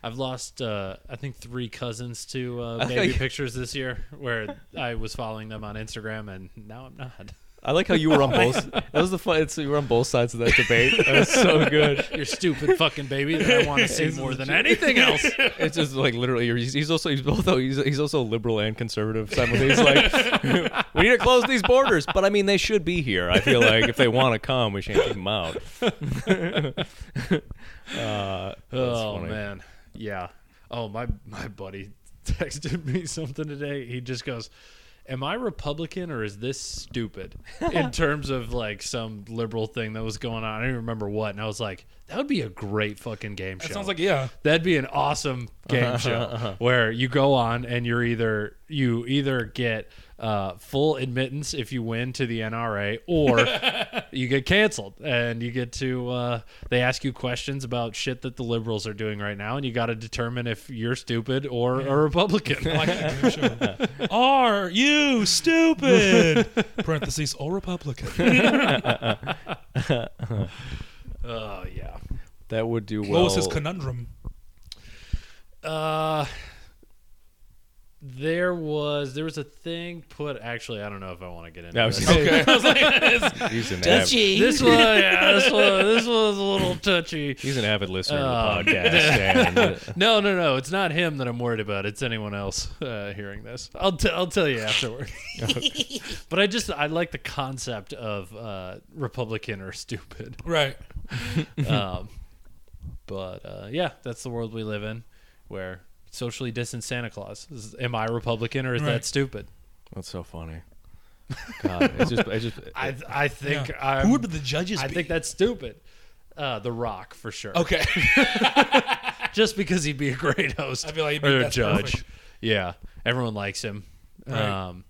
A: I've lost, uh, I think, three cousins to
D: (laughs)
A: uh,
D: Oh,
A: baby pictures this year, where I was following them on Instagram, and now I'm
D: (laughs)
A: not.
D: I like how you were
A: (laughs)
D: on both. That was the fun. It's, you were on both sides of that debate. That was so good.
A: Your stupid fucking baby that I
D: (laughs)
A: want to see more than anything else.
D: It's just like literally. you're- He's, he's also he's both. He's, he's also liberal and conservative simultaneously. Like (laughs) we need to close these borders, but I mean they should be here. I feel like if they want to come, we shouldn't keep them out. uh, (laughs) that's
A: Oh
D: funny.
A: man, yeah. Oh my, my buddy texted me (laughs) something today. He just goes. Am I Republican or is this
D: (laughs)
A: stupid in terms of like some liberal thing that was going on? I don't even remember what. And I was like, that would be a great fucking game show.
C: It sounds like yeah.
A: That'd be an awesome game show where you go on and you're either you either get uh, full admittance if you win to the NRA, or you get canceled and you get to uh, they ask you questions about shit that the liberals are doing right now, and you got to determine if you're stupid or a Republican.
C: (laughs) I like that game
A: (laughs)
C: show. Are you stupid? Parentheses
A: (laughs)
C: or Republican.
A: oh yeah.
D: that would do well.
C: what was his conundrum?
A: Uh, there was there was a thing put. Actually, I don't know if I want to get into.
D: I was
A: this.
D: gonna
A: (laughs)
D: say, (laughs) he's an avid,
B: Touchy.
A: This was yeah, this was this was a little touchy.
D: he's an avid listener
A: Um,
D: of the
A: (laughs)
D: podcast. and-
A: No, no, no. It's not him that I'm worried about. It's anyone else uh, hearing this. I'll, t- I'll tell you (laughs) afterward. but I just I like the concept of uh, Republican or stupid.
C: Right.
A: Um, But uh, yeah, that's the world we live in, where socially distanced Santa Claus. Is, am I Republican or is
C: Right.
A: that stupid?
D: That's so funny. God, it's just, it's just.
A: (laughs) I I think
C: Yeah.
A: I'm,
C: Who would the judges
A: I
C: be?
A: think that's stupid. Uh, the Rock for sure.
C: okay. (laughs)
A: just because he'd be a great host.
C: I feel like he'd be
A: or a (laughs)
C: best
A: judge.
C: perfect.
A: Yeah, everyone likes him.
C: Right.
A: Um,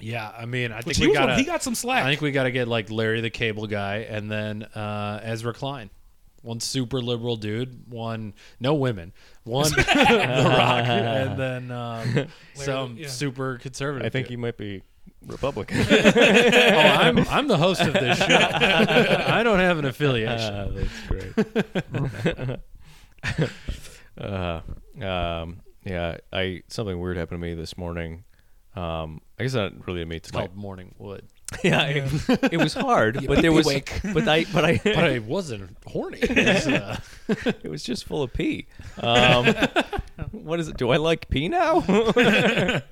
A: yeah, I mean, I think
C: Which he,
A: we
C: was one-
A: gotta,
C: he got some slack.
A: I think we got to get like Larry the Cable Guy, and then uh, Ezra Klein, one super liberal dude, one no women, one (laughs)
C: (laughs)
A: The Rock, and then um, some
C: yeah.
A: super conservative.
D: I think
A: dude.
D: you might be Republican.
A: oh, I'm I'm the host of
C: (laughs)
A: this show. I don't have an affiliation.
D: Ah, that's great. (laughs) uh, um, yeah, I something weird happened to me this morning. Um, I guess not really to me.
A: it's
D: It's
A: called Morning Wood,
D: (laughs) yeah, It, it was hard, but
C: kept
D: there
C: me
D: was,
C: awake.
D: (laughs) but I, but I,
A: but I wasn't horny. It's, uh,
D: (laughs) it was just full of pee. Um, (laughs) what is it? Do I like pee now? (laughs)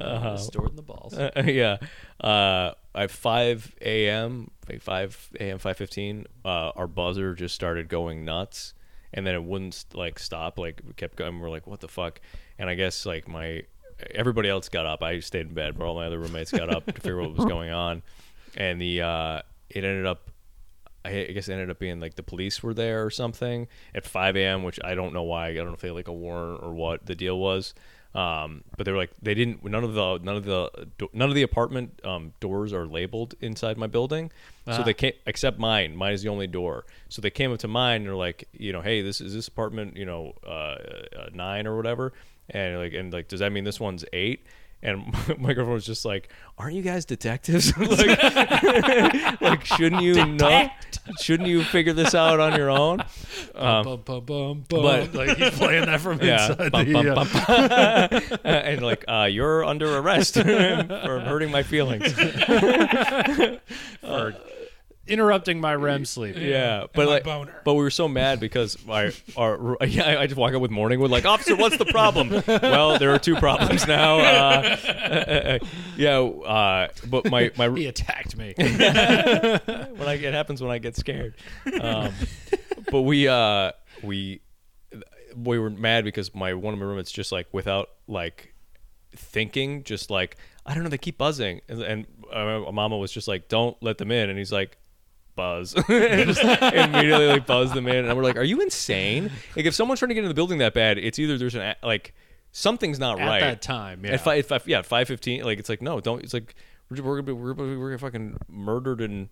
D: Oh.
A: stored in the balls.
D: Uh, (laughs) yeah. Uh, at 5 a.m., like 5 a.m., 5.15, uh, our buzzer just started going nuts. And then it wouldn't, like, stop. Like, we kept going. We're like, what the fuck? And I guess, like, my... Everybody else got up. I stayed in bed, but all my other roommates got up to figure out what was going on. And the... Uh, it ended up... I I guess it ended up being like the police were there or something at 5 a.m., which I don't know why. I don't know if they had like a warrant or what the deal was. Um, but they were like they didn't. None of the none of the do- none of the apartment um, doors are labeled inside my building, so they can't except mine. Mine is the only door. So they came up to mine and they're like, you know, hey, this is this apartment, you know, uh, uh, nine or whatever, and like and like, does that mean this one's eight? And (laughs) my girlfriend was just like, "Aren't you guys detectives? (laughs) like, like, shouldn't you know? Shouldn't you figure this out on your own?"
A: bum, bum, bum, bum.
D: but-
A: (laughs) like he's playing that from
D: (laughs) Yeah.
A: inside
D: Bum,
A: the
D: bum,
A: uh,
D: bum, bum. and like, (laughs) uh, you're under arrest (laughs) for hurting my feelings. (laughs)
A: for interrupting my REM sleep.
D: Yeah,
C: my
D: but like,
C: boner.
D: but we were so mad because I, our, (laughs) yeah, I- I just walk up with Morningwood like, officer, what's the (laughs) problem? well, there are two problems now. Uh, (laughs) uh, uh, yeah, uh, but my my
A: He attacked (laughs) me.
D: (laughs) when I it happens when I get scared. Um, but we uh we we were mad because my one of my roommates just like without like thinking just like I don't know they keep buzzing and, and uh, Mama was just like don't let them in and he's like buzz (laughs) and just immediately like buzz them in and we're like are you insane like if someone's trying to get into the building that bad it's either there's an a- like something's not
A: At
D: right
A: that time, yeah.
D: At fi- if I- yeah, five fifteen. Like it's like no, don't. It's like we're we're gonna be we're, gonna be- we're gonna fucking murdered and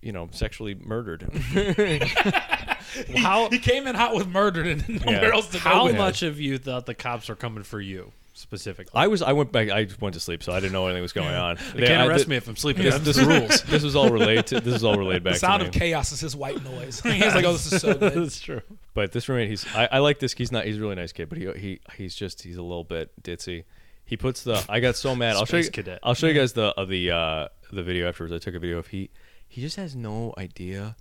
D: you know sexually murdered.
A: (laughs) how
C: he came in hot with murdered and (laughs) nowhere
D: Yeah.
C: else to go.
A: how
C: with.
A: much of you thought the cops were coming for you specifically?
D: I was I went back. I went to sleep, so I didn't know anything was going on.
A: they can't
D: I
A: arrest
D: did-
A: me if I'm sleeping.
D: This,
A: I'm (laughs)
D: this rules. This was all related. This is all related back
C: The sound
D: to me.
C: of chaos is his white
A: (laughs)
C: noise. He's like, oh, this is so good.
A: That's true.
D: But this roommate, he's I, I like this. He's not. He's a really nice kid, but he he he's just he's a little bit ditzy. He puts the. I got so mad. I'll show you.
A: Space cadet.
D: I'll show you guys the of the uh, the video afterwards. I took a video of he. He just has no idea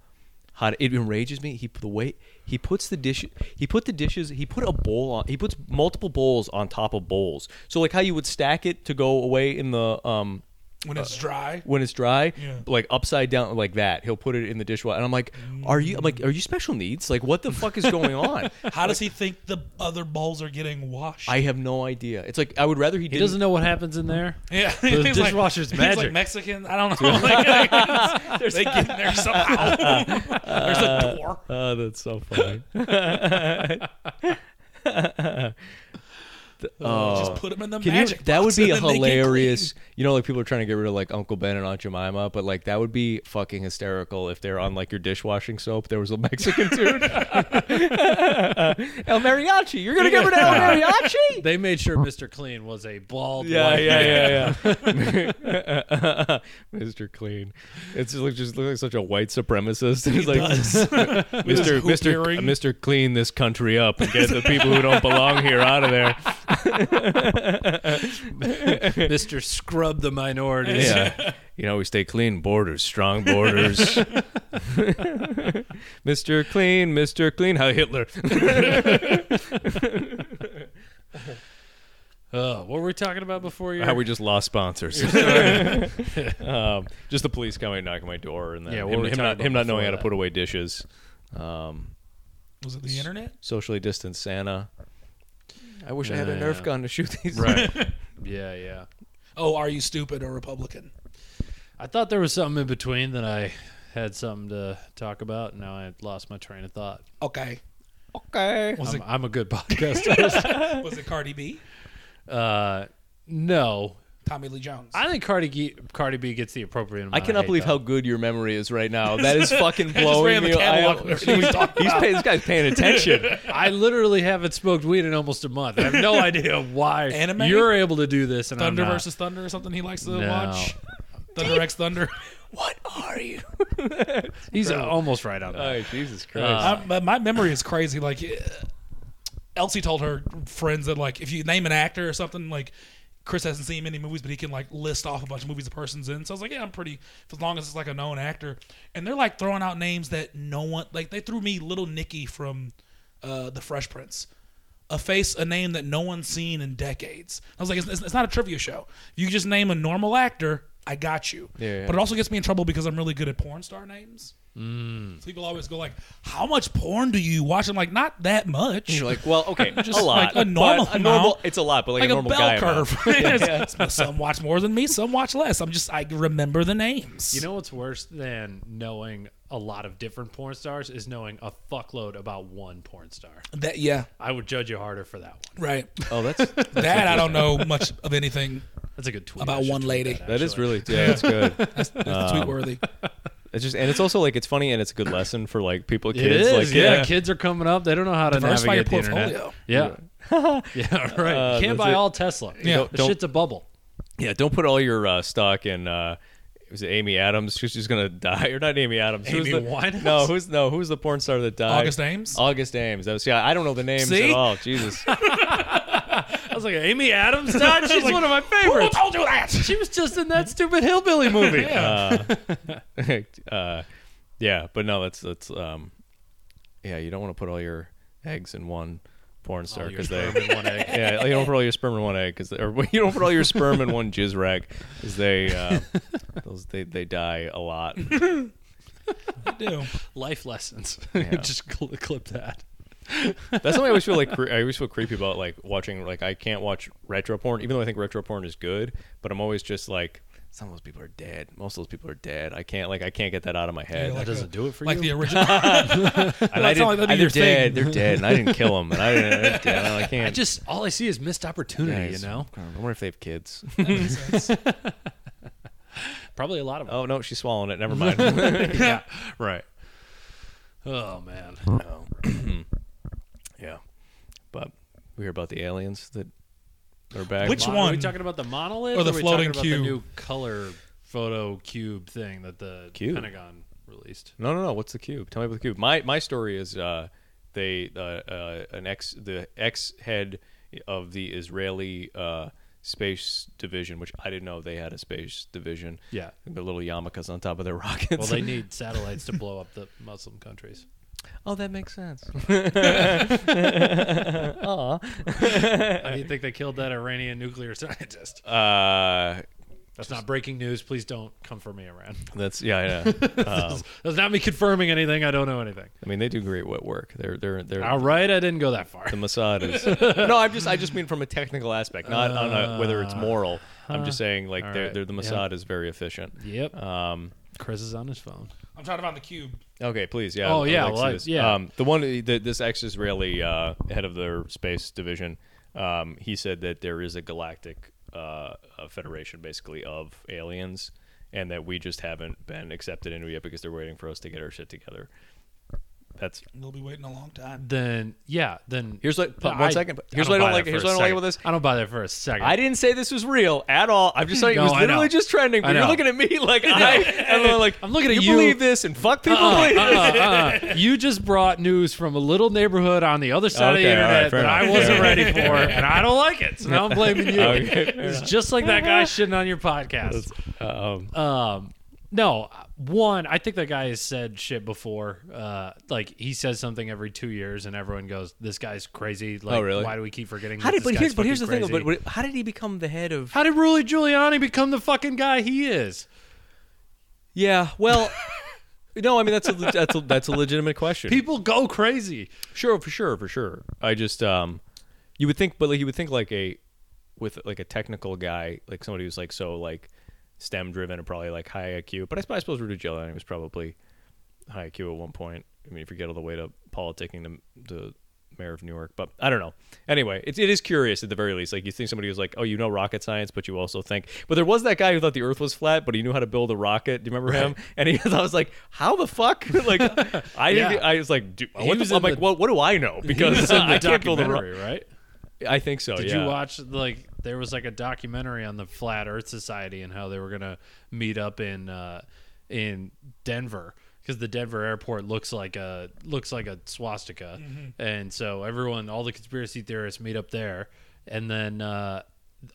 D: how to, it enrages me. He the way he puts the dish. He put the dishes. He put a bowl on. He puts multiple bowls on top of bowls. So like how you would stack it to go away in the um
C: When it's dry,
D: when it's dry,
C: Yeah.
D: like upside down, like that. He'll put it in the dishwasher, and I'm like, "Are you? I'm like, are you special needs? Like, what the fuck is going
C: (laughs)
D: on?
C: how does he think the other balls are getting washed?
D: I have no idea. It's like I would rather he,
A: He doesn't know what happens in there.
C: (laughs) yeah,
A: The
C: (laughs) He's like-
A: dishwasher's
C: he's
A: magic.
C: like Mexican.
A: (laughs)
C: I don't know. (laughs) Like, like, (laughs) they get in there somehow.
A: Uh,
C: There's a door.
D: Oh, that's so funny.
A: uh,
C: Just put them in the
D: (laughs) Can you,
C: magic.
D: that would
C: box
D: be
C: and
D: a
C: then they get
D: hilarious. You know, like people are trying to get rid of like Uncle Ben and Aunt Jemima, but like that would be fucking hysterical if they're on like your dishwashing soap. There was a Mexican
C: (laughs)
D: dude. (laughs) El Mariachi, you're gonna get rid of El Mariachi?
A: (laughs) They made sure Mr. Clean was a bald.
D: Yeah,
A: white man.
D: yeah, yeah, yeah. (laughs) Mr. Clean. It's just like just looks like such a white supremacist. (laughs) He's like (laughs) Mr.
C: With his
D: Mr.
C: hoop earring.
D: Mr. Clean this country up and get the people who don't belong here out of
A: (laughs)
D: there.
A: Mr. Scrub the minorities. (laughs)
D: Yeah. You know, we stay clean borders, strong borders. Mr. Clean, Mr. Clean, how Hitler. (laughs)
A: Uh, what were we talking about before you?
D: how we just lost sponsors. (laughs) um, just the police coming knocking my door and then
A: Yeah, what
D: him,
A: were we
D: him
A: talking
D: not
A: about
D: him not
A: before
D: knowing how to
A: that?
D: put away dishes. Um,
C: Was it the internet?
D: socially distanced Santa. I wish I had a
A: Yeah,
D: Nerf
A: yeah.
D: gun to shoot these. (laughs)
A: Right. yeah, yeah.
C: Oh, are you stupid or Republican?
A: I thought there was something in between that I had something to talk about. and Now I lost my train of thought.
C: Okay.
D: Okay.
C: Was
A: I'm, I'm a good (laughs) podcaster.
C: it was it Cardi B?
A: uh, no,
C: Tommy Lee Jones.
A: I think Cardi G, Cardi B gets the appropriate. Amount
D: I cannot
A: of hate,
D: believe
A: though.
D: how good your memory is right (laughs) now. That is fucking
C: I just
D: blowing
C: ran
D: me.
C: the
D: (laughs)
C: catalog of
D: I-
C: everything we talked
D: he's
C: about.
D: paying, this guy's paying attention. (laughs)
A: I literally haven't smoked weed in almost a month. I have no idea why
C: Anime?
A: you're able to do this and
C: Thunder
A: I'm not.
C: versus Thunder or something he likes to
A: No.
C: watch. Thunder X Thunder.
D: what are you?
A: He's uh, almost right on that.
D: Oh, Jesus
A: Uh,
D: Christ.
C: I- my- my memory is crazy. Like, eh, Elsie told her friends that like if you name an actor or something, like Chris hasn't seen many movies, but he can like list off a bunch of movies the person's in. So I was like, yeah, I'm pretty as long as it's like a known actor. And they're like throwing out names that no one like. They threw me Little Nicky from uh, The Fresh Prince. A face, a name that no one's seen in decades. I was like, it's, it's it's not a trivia show. You just name a normal actor, I got you.
D: Yeah, yeah.
C: But it also gets me in trouble because I'm really good at porn star names. So people always go like, "How much porn do you watch?" I'm like, "Not that much."
D: You're like, well, (laughs) okay,
C: Just
D: a lot.
C: like a normal
D: but a normal
C: amount.
D: (laughs) it's a lot, but like,
C: like
D: a
C: a,
D: normal guy
C: bell
D: amount.
C: curve. (laughs) some watch more than me, some watch less. I'm just I remember the names.
A: You know what's worse than knowing a lot of different porn stars is knowing a fuckload about one porn star.
C: that yeah,
A: I would judge you harder for that one.
C: right.
D: (laughs) Oh, (laughs) that's
C: That I don't know much of anything.
A: That's a good tweet.
C: About
A: I should
C: one
A: tweet
C: lady.
A: That,
D: that is
A: actually.
D: really yeah, that's good. (laughs)
C: That's tweet worthy.
D: It's just and it's also like it's funny and it's a good lesson for like people
A: It
D: kids
A: is,
D: like
A: yeah.
D: yeah.
A: kids are coming up. They don't know how to
C: Diversify your
A: navigate the internet.
C: portfolio.
A: Yeah,
D: (laughs)
A: yeah, (laughs) right.
D: Uh,
A: you can't
D: that's
A: buy
D: it.
A: all Tesla.
C: Yeah.
A: Don't-
D: don't-
A: shit's a bubble.
D: Yeah, don't put all your uh, stock in. Uh, was it Amy Adams? Who's just gonna (laughs) die? Or not Amy Adams? who's
A: Amy
D: the,
A: Winehouse?
D: No, who's no? Who's the porn star that died?
C: August Ames?
D: August Ames. That was yeah. I don't know the names
C: See?
D: at all. Jesus.
A: I was like, Amy Adams (laughs) died. She's one of my
C: Who
A: favorites.
C: told you that?
A: She was just in that stupid hillbilly
C: (laughs)
A: movie.
D: Uh, (laughs) uh, yeah, but no, that's that's um, yeah. You don't want to put all your eggs in one porn star because they. (laughs) Yeah, you don't put all your sperm in one egg, cause they, or (laughs) you don't put all your sperm in one jizz rag, because
A: (laughs)
D: they uh, those they, they die a lot.
C: do.
A: Life lessons. (laughs) just cl- clip that.
D: That's something I always feel like cre- I always feel creepy about like watching like I can't watch retro porn even though I think retro porn is good, but I'm always just like some of those people are dead. Most of those people are dead. I can't like I can't get that out of my
C: Yeah,
D: head.
A: That
C: Like
A: doesn't
C: a-
A: do it for
C: Like
A: you.
C: the original.
D: and I
C: that's not like
D: didn't-
C: that'd be
D: I-
C: your
D: they're dead.
C: thing.
D: They're dead. And I didn't kill them. And I didn't. they're dead. I can't.
A: I just all I see is missed opportunity.
D: Guys,
A: You know,
D: I wonder if they have kids. (laughs)
A: probably a lot of them.
D: oh no, she's swallowing it. Never
A: (laughs)
D: mind. (laughs)
A: yeah, right. Oh man,
D: yeah, but we hear about the aliens that are back.
C: Which
A: Mon- Are we
C: one?
A: talking about the monolith
C: Or the
A: are we
C: floating
A: talking About
C: cube?
A: the new color photo cube thing that the
D: Cube?
A: Pentagon released.
D: No, no, no. What's the cube? Tell me about the cube. My my story is uh, they uh, uh, an ex the ex head of the Israeli uh, space division, which I didn't know they had a space division.
A: Yeah.
D: the little yarmulkes on top of their (laughs) rockets.
A: Well, they need satellites to blow up the Muslim (laughs) countries.
D: oh, that makes sense.
A: (laughs) How do you think they killed that Iranian nuclear (laughs) scientist?
D: Uh,
A: That's not breaking news. Please don't come for me, Iran. (laughs)
D: that's yeah, I know.
A: That's- That's not me confirming anything. I don't know anything.
D: I mean, they do great wet work. They're they're they're.
A: (laughs) All right, I didn't go that far.
D: the Mossad
A: (laughs)
D: is no. I'm just I just mean from a technical aspect, not on a, whether it's moral. I'm just saying like
A: all
D: they're,
A: right.
D: they're the
A: Uh, Yeah.
D: Mossad is very efficient.
A: Yep.
D: Um,
A: Chris is on his phone.
C: I'm trying to find the cube.
D: Okay, please. Yeah.
A: Oh,
D: I'd
A: yeah,
D: like to see
A: well, I-
D: this.
A: yeah.
D: Um, the one the, this ex-Israeli uh, head of their space division, um, he said that there is a galactic uh, a federation, basically, of aliens, and that we just haven't been accepted into it yet because they're waiting for us to get our shit together. That's
C: We'll be waiting a long time.
A: Then yeah, then
D: Here's what-
A: But
D: one
A: I-
D: second, but
A: I
D: here's
A: don't
D: what I don't
A: buy
D: like-
A: that
D: here's
A: for a
D: what I don't like
A: second.
D: with this.
A: I don't buy that for a second.
D: I didn't say this was real at all. I'm just
A: (laughs)
D: saying
A: No,
D: it was
A: I
D: literally
A: know.
D: just
A: (laughs)
D: trending.
A: I
D: But you're
A: know.
D: looking at me (laughs) like I, and
A: (laughs)
D: I'm like
A: I'm looking at you.
D: believe this and fuck people believe (laughs)
A: Uh,
D: this.
A: uh, uh. You just brought news from a little neighborhood on the other side
D: Okay,
A: of the
D: all right,
A: internet
D: fair
A: that I
D: enough.
A: wasn't
D: Yeah.
A: ready for, and I don't like it. So now
D: (laughs)
A: I'm blaming you.
D: Okay, fair
A: it's just like that
D: (laughs)
A: guy shitting on your podcast.
D: Um,
A: Um, no, one, I think that guy has said shit before. Uh, like he says something every two years, and everyone goes, "This guy's crazy." Like,
D: Oh, really?
A: Why do we keep forgetting?
D: how
A: that
D: did?
A: this
D: But
A: guy's
D: here's but here's the
A: fucking
D: thing. But,
A: crazy?
D: but how did he become the head of?
A: how did Rudy Giuliani become the fucking guy he is?
D: Yeah, well, (laughs) No, I mean that's a le- that's a, that's a legitimate question.
A: People go crazy.
D: Sure, for sure, for sure. I just um, you would think, but like you would think like a with like a technical guy, like somebody who's like so like STEM driven and probably like high IQ. But I, sp- I suppose Rudy Giuliani was probably high IQ at one point. I mean, if you get all the way to politicking the the mayor of Newark, but I don't know. Anyway, it, it is curious at the very least. Like you think somebody who's like, oh, you know rocket science, but you also think. But there was that guy who thought the Earth was flat, but he knew how to build a rocket. Do you remember him? And he, (laughs) I was like, how the fuck? (laughs) like I didn't,
A: Yeah.
D: I was like, dude,
A: He
D: what the,
A: was
D: I'm
A: in
D: like,
A: the-
D: what, what do I know?
A: He
D: (laughs) Because
A: was in
D: I
A: the
D: can't build a
A: documentary,
D: rocket.
A: right?
D: I think so.
A: Did
D: yeah.
A: you watch like there was like a documentary on the Flat Earth Society and how they were gonna meet up in uh, in Denver because the Denver airport looks like a looks like a swastika, and so everyone, all the conspiracy theorists, meet up there, and then. Uh,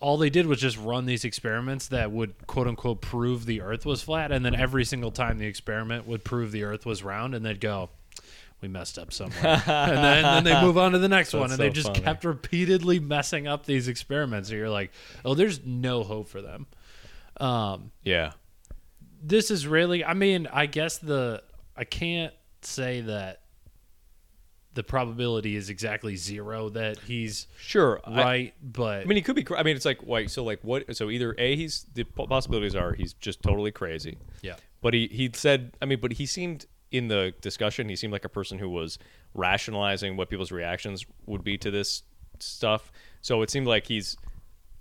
A: all they did was just run these experiments that would quote unquote prove the earth was flat and then every single time the experiment would prove the earth was round and they'd go we messed up (laughs) somewhere and then, then they move on to the next one and
D: That's
A: they
D: so
A: just
D: funny.
A: kept repeatedly messing up these experiments and you're like oh there's no hope for them um,
D: Yeah.
A: this is really i mean i guess the i can't say that the probability is exactly zero that he's
D: Sure. I-
A: right but
D: I mean, he could be. cra- I mean, it's like wait. So like what? So either a he's the po- possibilities are he's just totally crazy.
A: Yeah.
D: But he he said. I mean, but he seemed in the discussion. He seemed like a person who was rationalizing what people's reactions would be to this stuff. So it seemed like he's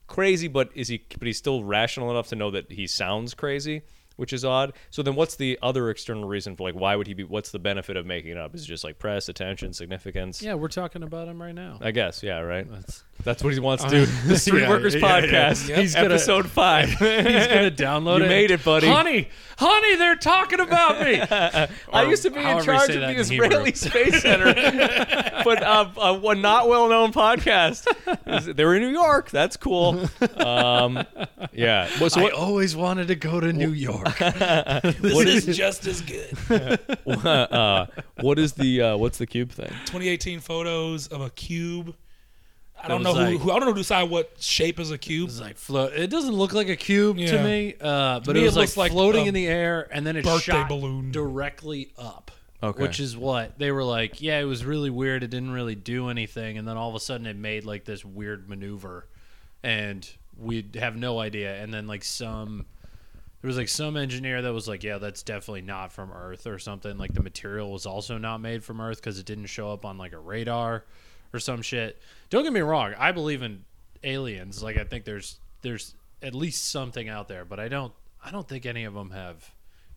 D: crazy, but is he? But he's still rational enough to know that he sounds crazy. Which is odd. So then, what's the other external reason for like why would he be? What's the benefit of making it up? Is it just like press, attention, significance?
A: yeah we're talking about him right now
D: I guess. Yeah. Right.
A: That's-
D: That's what
A: (laughs)
D: he wants to do. The Street
A: yeah,
D: Workers
A: yeah, yeah.
D: Podcast,
A: Yep. He's gonna-
D: episode (laughs) five.
A: He's gonna (laughs) download
D: You
A: it.
D: made it, buddy.
A: Honey, honey, they're talking about (laughs) me.
D: I
A: Or
D: used to be in
A: however you
D: charge
A: say
D: of
A: that
D: the
A: in Hebrew.
D: Israeli Space (laughs) Center, but uh, a, a not well-known podcast. Is- They're in New York. That's cool. Um, yeah. Well, so
A: I
D: what-
A: always wanted to go to New York.
C: This is just as good.
D: (laughs) uh, what is the uh, what's the cube thing?
C: 2018 photos of a cube. I don't
A: was
C: know who,
A: like-
C: who. I don't know who decided what shape is a cube.
A: It's like float. It doesn't look like a cube to
C: Yeah.
A: me, uh, but
C: me,
A: it
C: it
A: was like,
C: looks like
A: floating
C: a
A: in the air, and then it
C: birthday
A: shot
C: balloon.
A: directly up.
D: Okay.
A: Which is what they were like. Yeah, it was really weird. It didn't really do anything, and then all of a sudden it made like this weird maneuver, and we have no idea. And then like some, there was like some engineer that was like, yeah, that's definitely not from Earth or something. Like the material was also not made from Earth because it didn't show up on like a radar or some shit. Don't get me wrong, I believe in aliens. Like I think there's there's at least something out there, but I don't I don't think any of them have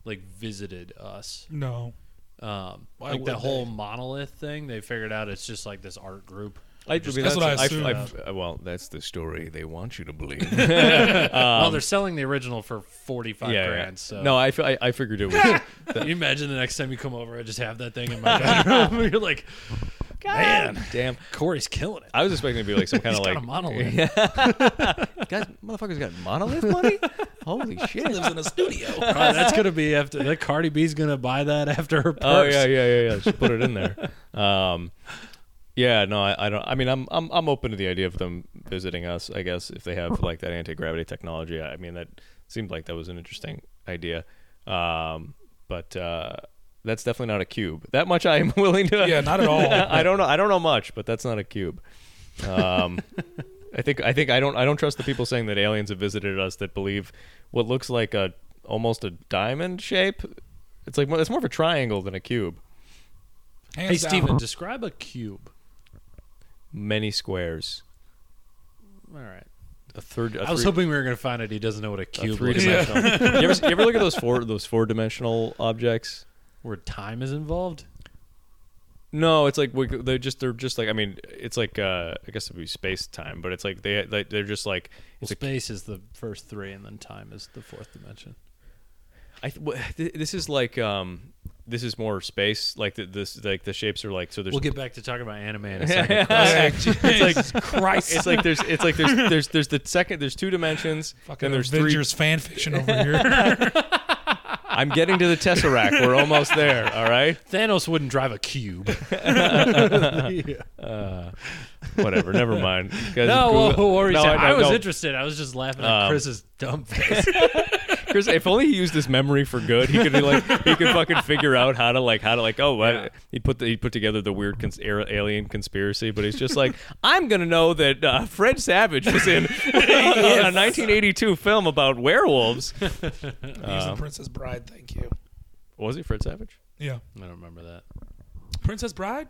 A: like visited us.
C: No.
A: Um,
C: Why
A: like
C: would
A: the
C: they?
A: whole monolith thing, they figured out it's just like this art group.
D: I, I mean,
C: That's what I assumed.
D: Uh, well, that's the story they want you to believe.
A: well, they're selling the original for forty five
D: um, yeah.
A: grand.
D: yeah.
A: So
D: No, I, fi- I I figured it was.
A: Can (laughs) you imagine the next time you come over, I just have that thing in
D: (laughs)
A: my bedroom. (laughs) You're like, man,
D: Damn.
A: Corey's killing it.
D: I was expecting it to
A: (laughs)
D: be like some kind
A: He's got
D: of like
A: a
D: (laughs)
A: monolith.
D: guys, motherfuckers got monolith money. Holy shit!
C: Lives in a studio.
A: Oh, that's gonna be after that. Cardi B's gonna buy that after her purse.
D: Oh yeah, yeah, yeah, yeah. Just put it in
A: (laughs)
D: there. Um, yeah, no, I, I don't. I mean, I'm, I'm I'm open to the idea of them visiting us. I guess if they have like that anti gravity technology. I mean, that seemed like that was an interesting idea. Um, but uh, that's definitely not a cube. That much I am (laughs) willing to.
C: Yeah, not at all.
D: (laughs) I don't know. I don't know much, but that's not a cube. Um, I think I think I don't I don't trust the people saying that aliens have visited us that believe what looks like a almost a diamond shape. It's like it's more of a triangle than a cube.
C: Hands
A: Hey
C: down.
A: Steven, describe a cube.
D: Many squares.
A: All right.
D: A third. I
A: I was hoping we were gonna find out he doesn't know what a cube
D: three
A: looks like
D: dimensional.
A: (laughs)
D: you, ever, you ever look at those four those four dimensional objects?
A: where time is involved.
D: No, it's like we- they're just they're just like I mean it's like uh, I guess it'd be space time, but it's like they they- they're just like
A: Well,
D: it's a
A: space is the first three, and then time is the fourth dimension.
D: I th- wha- th- this is like um this is more space like the, this like the shapes are like so there's
A: We'll get back to talking about anime in a second. (laughs)
C: Yeah, Jesus Christ.
D: (laughs) it's like there's it's like there's there's there's the second there's two dimensions
C: Fucking
D: and there's
C: Avengers fan fiction over here.
D: three I'm getting to the tesseract we're almost
A: (laughs)
D: there all right
A: Thanos wouldn't drive a cube.
D: Whatever. Never mind. You guys
A: No,
D: are
A: whoa,
D: cool.
A: whoa,
D: No,
A: I,
D: I- no,
A: was
D: no.
A: interested. I was just laughing at
D: Um,
A: Chris's
D: (laughs)
A: dumb face.
D: Chris, if only he used his memory for good, he could like he could fucking figure out how to like how to like oh what he put the, he put together the weird cons- air- alien conspiracy, but he's just like I'm gonna know that uh, Fred Savage was (laughs) in a 1982 film about werewolves.
C: Using Princess Bride, thank you.
D: Was it Fred Savage?
C: Yeah.
A: I don't remember that.
C: Princess Bride?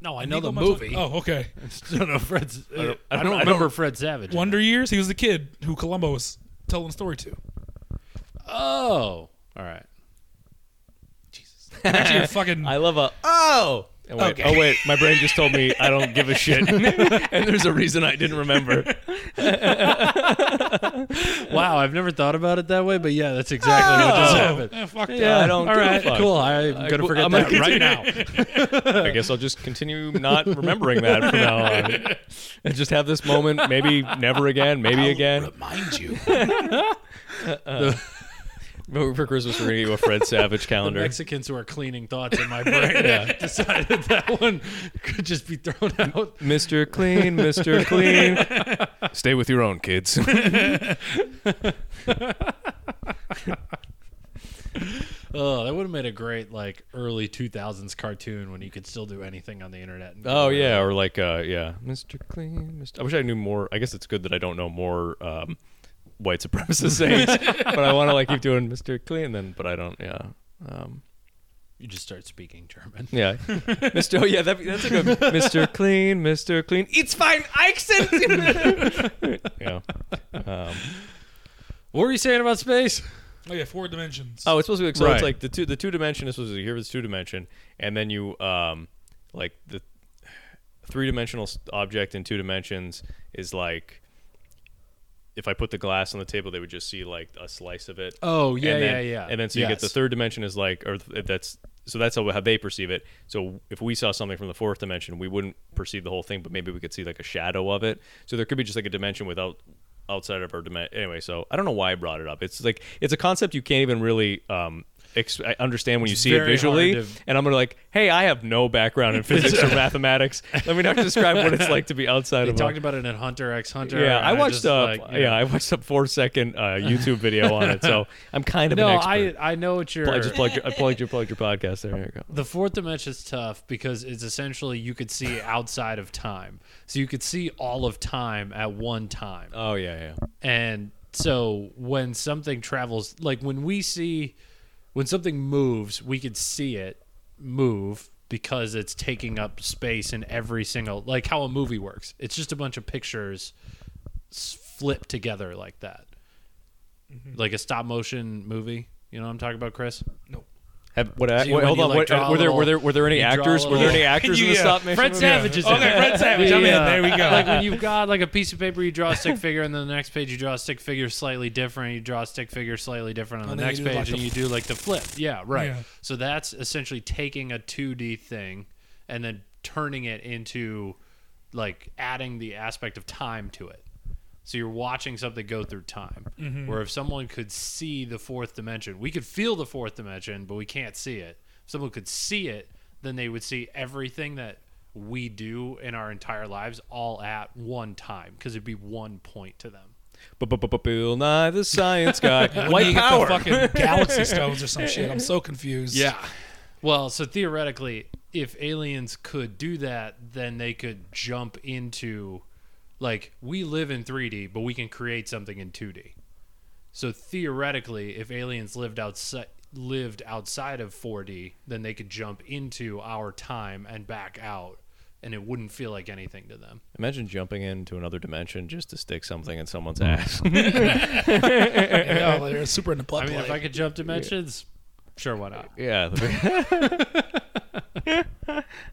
A: No, I know the
C: Nico Montoya-
A: movie.
C: Oh, okay.
A: no, no, Fred's. (laughs) I don't,
D: I don't- I don't-
A: remember Fred Savage. in
C: Wonder Years? He was the kid who Columbo was telling the story to.
A: it. Oh, all right.
C: Actually, a fucking.
D: I love a oh. Oh wait,
C: Okay.
D: oh wait, my brain just told me I don't give a (laughs) shit, and there's a reason I didn't remember.
A: Wow, I've never thought about it that way, but yeah, that's exactly what just
D: Oh.
A: happened.
C: Eh, fuck
D: Yeah, I don't.
A: All
D: give a
A: right,
D: fuck.
A: cool. I'm
D: I-
A: gonna forget
D: I'm
A: that
D: gonna
A: right now.
D: (laughs) I guess I'll just continue not remembering that from now (laughs) on. And just have this moment, maybe never again, maybe again.
C: Remind
D: (laughs)
C: you.
D: But (laughs) For Christmas, we're going to get you a Fred Savage calendar.
A: Mexicans who are cleaning thoughts
D: (laughs)
A: in my brain (laughs) decided that one could just be thrown out.
D: Mr. Oh, Clean, Mr. Clean. (laughs) Stay with your own kids.
A: Oh, that would have made a great like early 2000s cartoon when you could still do anything on the internet. and-
D: (laughs) oh, yeah. Or like, uh, yeah. Mr. Clean, Mr. I wish I knew more. I guess it's good that I don't know more um, white supremacist sayings. (laughs) but I want to like keep doing Mr. Clean then, but I don't, yeah. Um,
A: you just start speaking German. (laughs)
D: Yeah, Mr. Oh yeah, that, that's a good Mr. Clean, Mr. Clean. It's fine, Eichsen. yeah. Um,
A: What were you saying about space?
C: Oh, yeah, four dimensions.
D: oh, it's supposed to be like so.
A: Right.
D: It's like the two the two dimension is supposed to be here with two dimension, and then you um like the three dimensional object in two dimensions is like if I put the glass on the table, they would just see like a slice of it.
A: Oh, yeah,
D: and then,
A: yeah, yeah.
D: And then so you get the
A: Yes.
D: third dimension is like, or th- that's so that's how, how they perceive it. So if we saw something from the fourth dimension, we wouldn't perceive the whole thing, but maybe we could see like a shadow of it. So there could be just like a dimension without outside of our dimension. Anyway, so I don't know why I brought it up. It's like it's a concept you can't even really. Um, ex- I understand when you see it
A: very
D: visually,
A: hard to-
D: and I'm gonna like, hey, I have
A: (laughs)
D: no background in physics or mathematics. Let me not describe what it's like to be outside
A: They
D: of. a-
A: talked about it in Hunter X Hunter.
D: yeah,
A: and
D: I watched
A: just,
D: a
A: like, you
D: yeah,
A: know.
D: I watched a four second uh, YouTube video on it, so I'm kind of
A: no,
D: an expert.
A: I I know what you're.
D: I just plugged your, I
A: (laughs)
D: plugged your, plugged your podcast there. There you go.
A: The fourth dimension's tough because it's essentially you could see (laughs) outside of time. So you could see all of time at one time.
D: Oh yeah, yeah.
A: And so when something travels, like when we see, when something moves, we could see it move because it's taking up space in every single, like how a movie works. It's just a bunch of pictures s- flipped together like that. Like a stop motion movie. You know what I'm talking about, Chris?
C: no.
D: Have, what, uh,
A: So you-
D: wait,
A: when
D: hold
A: you,
D: on.
A: like,
D: what-
A: draw a
D: were there
A: little-
D: were there were there any
A: you draw a
D: actors? Were there (laughs)
A: little-
D: any actors in the
C: Yeah.
D: stop motion?
A: Fred
D: movie?
A: Savage is in
C: Okay,
A: it.
C: Fred Savage. I'm
A: Yeah.
C: in. There we go.
A: like when you've got like a piece of paper, you draw a stick figure, and then the next page you draw a stick figure slightly different. You draw a stick figure slightly different on
C: And
A: the
C: Oh, then
A: next
C: you do,
A: page,
C: like, the
A: and you
C: f-
A: do like the flip. Yeah, right.
C: Yeah.
A: So that's essentially taking a 2D thing and then turning it into like adding the aspect of time to it. So you're watching something go through time.
C: Mm-hmm.
A: Where if someone could see the fourth dimension, we could feel the fourth dimension, but we can't see it. If someone could see it, then they would see everything that we do in our entire lives all at one time because it'd be one point to them.
D: B-b-b-b- Bill Nye the Science (laughs) Guy.
C: When
D: White
C: you
D: power.
C: Get the
D: (laughs)
C: fucking galaxy stones or some shit. I'm so confused.
A: Well, so theoretically, if aliens could do that, then they could jump into like we live in 3D, but we can create something in 2D. So theoretically, if aliens lived outside lived outside of 4D, then they could jump into our time and back out and it wouldn't feel like anything to them.
D: Imagine jumping into another dimension just to stick something in someone's (laughs) ass.
C: Yeah, they're super into butt
A: I mean,
C: play.
A: if I could jump dimensions, sure why not?
D: yeah.
A: (laughs)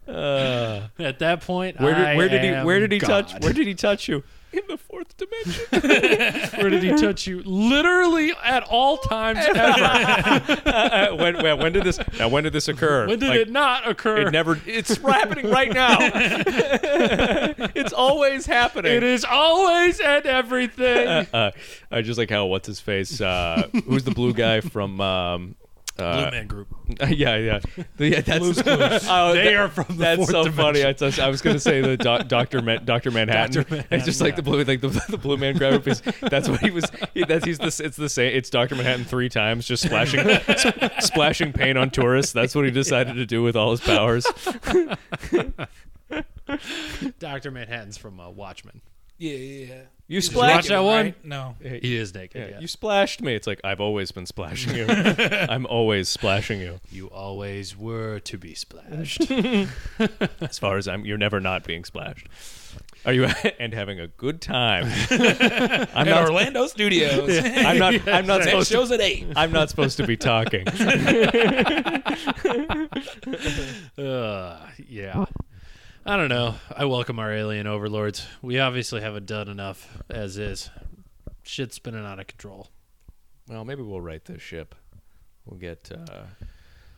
A: At that point,
D: Where did, where did he
A: I
D: where did he
A: am
D: touch
A: God.
D: where did he touch you? (laughs) In the fourth dimension. (laughs)
A: where did he touch you? Literally (laughs) at all times ever.
D: Uh, when, when, when did this now when did this occur?
A: When did
D: Like,
A: it not occur?
D: it never it's happening right now. (laughs) it's always happening.
A: It is always and
D: (laughs)
A: everything.
D: uh, I just like how what's his face? Uh, who's the blue guy from um, Uh,
C: Blue Man Group.
D: (laughs) yeah, yeah, yeah. That's
C: Blue's Clues.
D: (laughs) Oh,
C: They are from the
D: That's
C: fourth
D: so funny.
C: dimension.
D: I, just- I was going to say the doc, Doctor Man, Doctor Manhattan.
C: Dr.
D: (laughs) It's just like the blue, like the, the blue man grab is. That's what he was. He, that's he's the. It's the same. It's Doctor Manhattan three times, just splashing, (laughs) sp- splashing paint on tourists. That's what he decided to do with all his
A: (laughs)
D: powers.
A: Doctor Manhattan's from uh, Watchmen.
C: Yeah, yeah, yeah.
D: You
C: Did
D: splashed-
A: Watch that one?
C: right? No.
A: He is naked.
D: Yeah,
A: yeah.
D: You splashed me. It's like I've always been splashing you. I'm always splashing you.
A: You always were to be (laughs) splashed.
D: As far as I'm, you're never not being splashed. Are you (laughs) and having a good time?
C: At
D: I'm not.
C: Orlando (laughs) Studios.
D: I'm not. I'm not
C: Next
D: supposed to.
C: show's at eight.
D: I'm not supposed to be talking.
A: uh, yeah. I don't know. I welcome our alien overlords. We obviously haven't done enough as is. Shit's spinning out of control.
D: Well, maybe we'll right this ship. We'll get. Uh,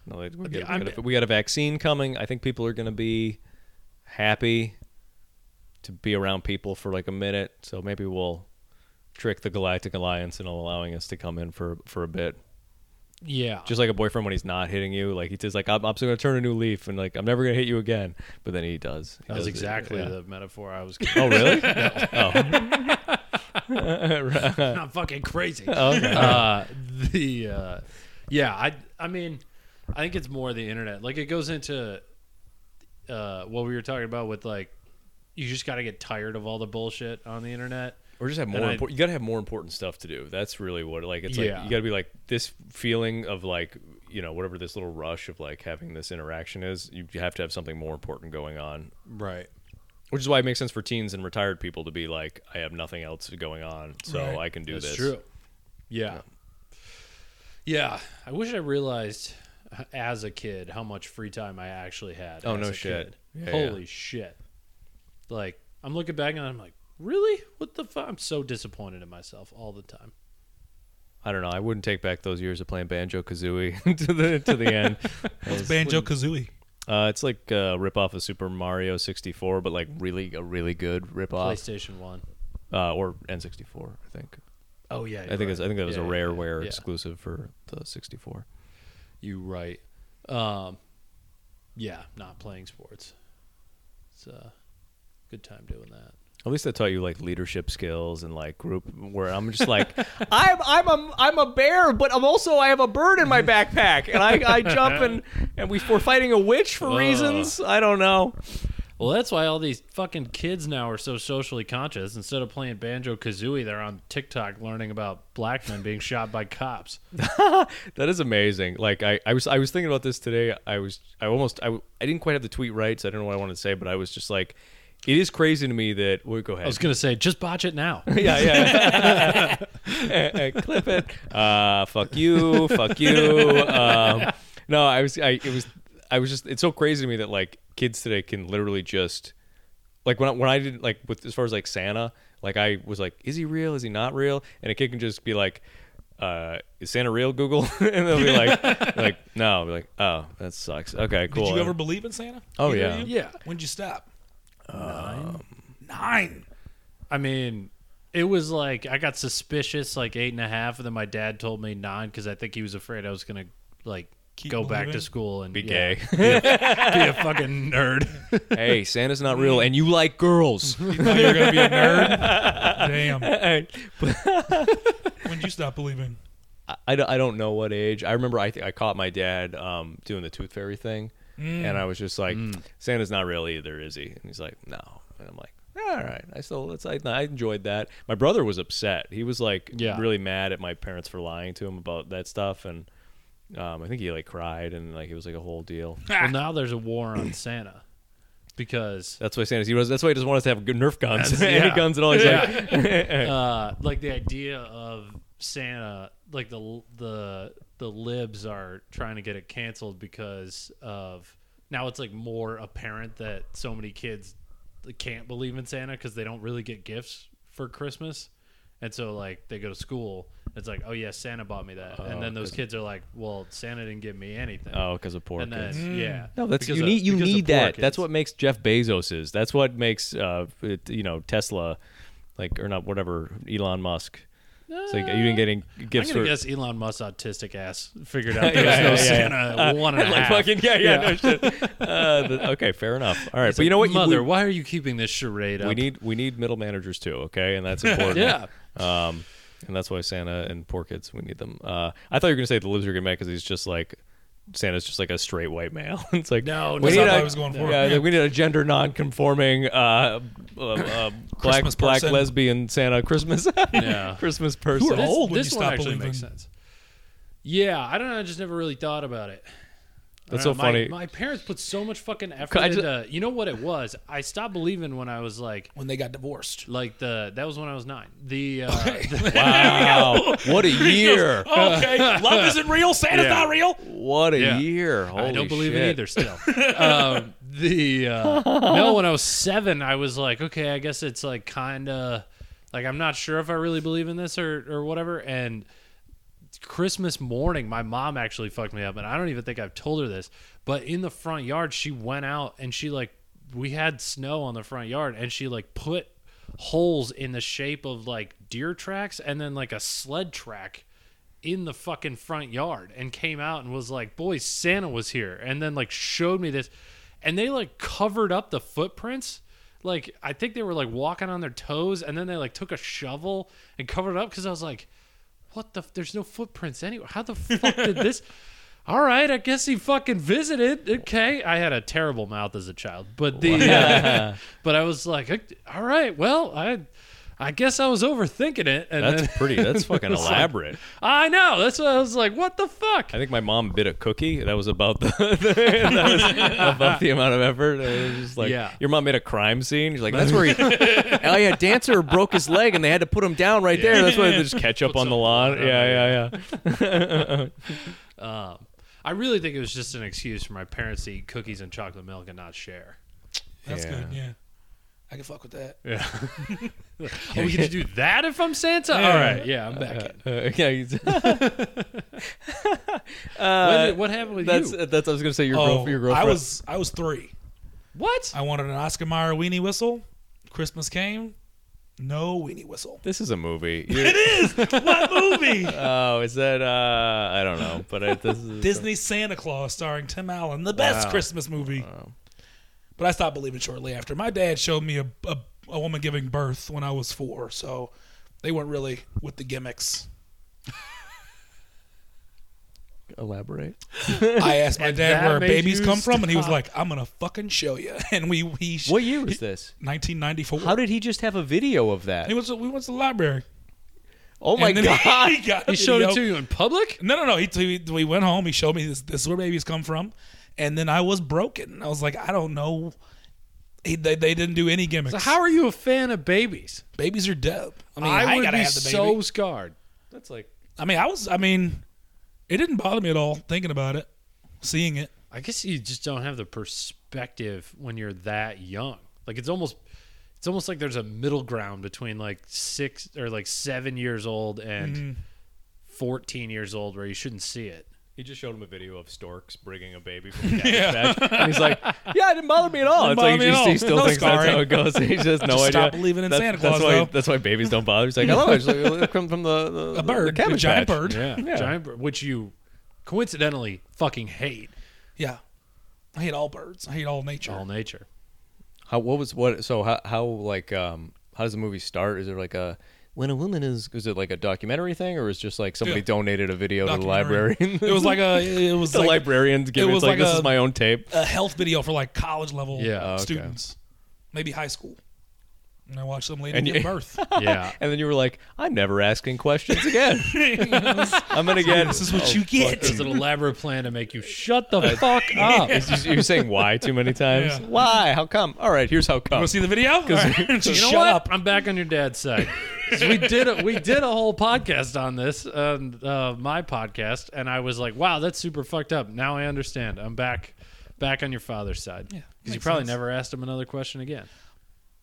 D: no, like, we,
A: Yeah,
D: get,
A: I'm-
D: we, got a, we got a vaccine coming. I think people are going to be happy to be around people for like a minute. So maybe we'll trick the Galactic Alliance into allowing us to come in for for a bit.
A: Yeah.
D: Just like a boyfriend when he's not hitting you, like he's just like, "I'm, I'm going to turn a new leaf," and like, "I'm never going to hit you again." But then he does. He
A: that was
D: does it.
A: exactly
D: Yeah.
A: the metaphor I was
D: (laughs)
A: (laughs)
D: Oh really?
A: (laughs) not fucking crazy.
D: Oh, okay.
A: uh, the uh, yeah, I I mean, I think it's more the internet. Like it goes into uh, what we were talking about with like you just got to get tired of all the bullshit on the internet.
D: Or just have
A: And
D: more.
A: I-
D: Impor- you gotta have more important stuff to do. That's really what. Like it's
A: Yeah.
D: like you gotta be like this feeling of like you know whatever this little rush of like having this interaction is. You you have to have something more important going on,
A: Right.
D: which is why it makes sense for teens and retired people to be like, I have nothing else going on, so
C: Right.
D: I can do
A: That's
D: this.
A: true. Yeah. yeah. I wish I realized uh, as a kid how much free time I actually had.
D: Oh,
A: as
D: no
A: a
D: shit.
A: kid.
D: Yeah,
A: Holy shit. Like, I'm looking back and I'm like, really? What the fuck? I'm so disappointed in myself all the time.
D: I don't know. I wouldn't take back those years of playing banjo kazooie (laughs) to the to the end.
C: It's Banjo Kazooie.
D: Uh, it's like a rip off of Super Mario sixty four, but like really a really good rip off,
A: PlayStation 1.
D: uh, or N sixty four, I think.
A: Oh, yeah.
D: I think it's, I think that was
A: Yeah,
D: a
A: yeah,
D: rareware
A: yeah.
D: exclusive for the 64.
A: You right. Um, yeah, not playing sports. It's a good time doing that.
D: At least that taught you like leadership skills and like group. Where I'm
A: (laughs)
D: just like, I'm I'm a I'm a bear, but I'm also I have a bird
A: (laughs)
D: in my backpack, and I, I jump and and we we're fighting a witch for reasons I don't know.
A: Well, that's why all these fucking kids now are so socially conscious. Instead of playing banjo kazooie, they're on TikTok learning about black men being shot by
D: (laughs)
A: cops.
D: That is amazing. Like I, I was I was thinking about this today. I was I almost I, I didn't quite have the tweet right, so I don't know what I wanted to say, but I was just like, it is crazy to me that well, go ahead.
A: I was gonna say, just botch it
D: (laughs)
A: now.
D: yeah, yeah. (laughs) Eh, eh, clip it. Uh, fuck you. Fuck you. Um, no, I was. I it was. I was just. It's so crazy to me that like kids today can literally just like when I, when I did like with as far as like Santa, like I was like, is he real? Is he not real? And a kid can just be like. Uh, is Santa real? Google, (laughs) and they'll be
C: (laughs)
D: like, like no, I'll be like, oh, that sucks. Okay, cool.
C: Did you ever believe in Santa?
D: Oh,
C: Either
D: yeah.
C: of you?
A: Yeah.
C: When'd you stop? Nine.
A: I mean, it was like I got suspicious like eight and a half, and then my dad told me nine because I think he was afraid I was gonna like
C: Keep
A: go back to
C: believing?
A: school and
D: be
A: yeah,
C: (laughs)
D: gay?
A: be a fucking nerd.
D: hey, Santa's not real, and you
C: (laughs)
D: like girls. (laughs)
C: Nine. Thought you were gonna be a nerd. Damn.
D: Hey,
C: When'd you stop believing?
D: I- I, don't- I don't know what age. I remember I think I caught my dad um, doing the tooth fairy thing,
A: Mm.
D: and I was just like, "Santa's not real either, is he?" And he's like, "No," and I'm like, "All right." I still that's I, I enjoyed that. My brother was upset. He was like
A: Yeah.
D: really mad at my parents for lying to him about that stuff, and um, I think he like cried and like it was like a
A: (laughs)
D: whole deal.
A: well, now there's a war on Santa because
D: That's why Santa's he was, that's why he doesn't want us to have good Nerf guns,
A: That's-
D: (laughs) any
A: yeah.
D: guns at all. He's like,
A: uh, like the idea of Santa, like the the the libs are trying to get it canceled because of now it's like more apparent that so many kids can't believe in Santa because they don't really get gifts for Christmas, and so like they go to school. It's like, oh yeah, Santa bought me that, and then those kids are like, well, Santa didn't give me anything.
D: (laughs) oh, because of poor
A: and then
D: kids.
A: yeah,
D: No, that's
A: because
D: you
A: of-
D: need you
A: because of
D: need
A: poor
D: that.
A: kids.
D: That's what makes Jeff Bezos is. That's what makes uh it- you know Tesla, like or not whatever Elon Musk. So you didn't get any
A: Uh, I'm
D: gifts
A: gonna
D: for
A: guess Elon Musk's autistic ass
D: (laughs)
A: figured out there
D: Yeah,
A: was no
D: yeah, yeah,
A: Santa one and a
D: (laughs) like
A: half.
D: fucking yeah yeah, no shit. Uh, the- okay, fair enough. All right, but you know what,
A: mother?
D: We,
A: why are you keeping this charade up?
D: we need we need middle managers too. Okay, and that's
A: (laughs)
D: important.
A: yeah.
D: Um, and that's why Santa and poor kids, we need them. Uh, I thought you were gonna say the libs are getting mad because he's just like Santa's just like a straight white male. (laughs) it's like
A: No,
D: we
A: that's
D: need
A: not
D: a,
A: what
C: I was going for.
D: Yeah,
C: Yeah.
D: we need a gender non-conforming uh,
A: (coughs)
D: uh, uh, black
C: Christmas
D: black
C: person.
D: lesbian Santa Christmas (laughs)
A: Yeah.
D: Christmas person.
C: Who are all- old when
A: this
C: you
A: one
C: stop
A: actually
C: believing.
A: makes sense. Yeah, I don't know. I just never really thought about it. I
D: That's
A: don't know,
D: so
A: my-
D: funny.
A: My, parents put so much fucking effort
D: I just-
A: into. You know what it was? I stopped believing when I was like,
C: when they got divorced.
A: like the that was when I was nine.
D: (laughs)
A: The, uh, the- (laughs)
D: wow, what a year!
C: Okay, love isn't real. Santa's
A: Yeah.
C: not real.
D: What a
A: "Oh." Yeah.
D: year!
A: I
D: Holy
A: don't believe
D: shit.
A: it either.
D: (laughs)
A: Still, um, the uh, no. When I was seven, I was like, okay, I guess it's like kind of like I'm not sure if I really believe in this or or whatever. And Christmas morning, my mom actually fucked me up, and I don't even think I've told her this. But in the front yard, she went out and she like we had snow on the front yard, and she like put holes in the shape of like deer tracks and then like a sled track in the fucking front yard and came out and was like, "Boy, Santa was here," and then like showed me this, and they like covered up the footprints. Like I think they were like walking on their toes, and then they like took a shovel and covered it up because I was like, "What the? F- There's no footprints anywhere. How the fuck did
D: (laughs)
A: this?" All right, I guess he fucking visited. Okay, I had a terrible mouth as a child, but the
D: (laughs)
A: uh, but I was like, all right, well, I I guess I was overthinking it. And then- (laughs)
D: That's pretty. That's fucking
A: It's like-
D: elaborate.
A: I know. That's what I was like. What the fuck?
D: I think my mom bit a cookie. That was about the (laughs) that was about the amount of effort. It was just like
A: Yeah.
D: your mom made a crime scene. She's like, that's where he. (laughs) oh yeah, dancer broke his leg and they had to put him down right there. That's why they just catch up on the lawn. Yeah, yeah, yeah.
A: Um, I really think it was just an excuse for my parents to eat cookies and chocolate milk and not share.
C: That's
D: Yeah.
C: good. Yeah, I can fuck with that.
A: Oh, we get to
D: (laughs)
A: do that if I'm Santa. All right, yeah, I'm back. in.
D: Uh, yeah. he's- (laughs)
A: When
D: Uh,
A: did- what happened with
D: that's
A: you?
D: that's. I was gonna say your girl, your girlfriend.
C: Oh, I was I was three.
A: what?
D: (laughs)
C: I wanted an Oscar Mayer weenie whistle. Christmas came, no weenie whistle.
D: This is a (laughs) movie.
C: It is what (laughs) movie?
D: oh, is that? Uh, I don't know, but it, this is
C: Disney Santa Claus starring Tim Allen, the best
D: Wow.
C: Christmas movie. But I stopped believing shortly after. My dad showed me a, a a woman giving birth when I was four, so they weren't really with the gimmicks.
D: Elaborate.
C: I asked my dad
A: that
C: where
A: made
C: babies
A: you
C: come from, and he was
A: stop.
C: like, "I'm gonna fucking show you." (laughs) And we he
D: What year was this?
C: 1994.
D: How did he just have a video of that?
C: he was we went to the library?
D: Oh my
C: and then
D: god!
C: He, (laughs) got a
A: He showed it
C: video.
A: to you in public?
C: No, no, no. He, he we went home. He showed me this. This is where babies come from, and then I was broken. I was like, I don't know. He, they, they didn't do any gimmicks.
A: So how are you a fan of babies?
C: babies are dope. I mean,
A: I
C: I,
A: would
C: gotta
A: be
C: have the baby.
A: so scarred.
D: That's like
C: I mean, I was. I mean, it didn't bother me at all thinking about it, seeing it.
A: I guess you just don't have the perspective when you're that young. Like it's almost it's almost like there's a middle ground between like 6 or like 7 years old and
C: Mm-hmm.
A: 14 years old where you shouldn't see it.
D: He just showed him a video of storks bringing a baby (laughs) from the yeah. patch, and he's like, (laughs) "Yeah, it didn't bother me at all." It's
C: Didn't bother
D: like
C: me at
D: he,
C: all.
D: he still
C: No
D: thinks that's
C: scarring.
D: how it goes. (laughs) He just has no
C: Just
D: idea.
C: stop believing in
D: That's-
C: Santa Claus,
D: That's why,
C: though.
D: that's why babies don't bother. He's like, "I love it. It's like, it come from the, the
C: (laughs) A bird,
D: the
C: a
D: cabbage
C: giant
D: patch."
C: bird.
A: Yeah.
D: Yeah.
A: Giant bird, which you coincidentally fucking hate
C: Yeah, I hate all birds. I hate all nature.
A: all nature.
D: How what was what? So how how like um how does the movie start? Is there like a when a woman is is it like a documentary thing or is just like somebody
C: Yeah.
D: donated a video to the
C: Documentary.
D: library?
C: it was like
D: (laughs)
C: a. It was
D: the
C: like
D: librarians giving
C: it
D: it
C: was
D: like,
C: like
D: this
C: a-
D: is my own tape.
C: a health video for like college level
A: Yeah, oh, okay.
C: students, maybe high school. And I watched some lady
D: And
C: give
D: you-
A: (laughs)
C: birth.
A: (laughs) Yeah.
D: And then you were like, I'm never asking
C: (laughs)
D: questions again. I'm gonna get Oh,
C: this is what you get.
A: There's an elaborate plan to make you shut the (laughs) fuck up.
D: It's- You're saying why too many
C: (laughs)
D: times.
C: Yeah.
D: Why? How come? All right, here's how come.
C: Want to see
A: (laughs)
C: the video? All (laughs) right.
A: You know
C: shut
A: what?
C: up.
A: I'm back on your dad's side. 'Cause we did a, we did a whole podcast on this, um, uh, my podcast, and I was like, "Wow, that's super fucked up." Now I understand. I'm back, back on your father's side.
C: Yeah,
A: because you
C: makes
A: probably
C: sense.
A: never asked him another question again.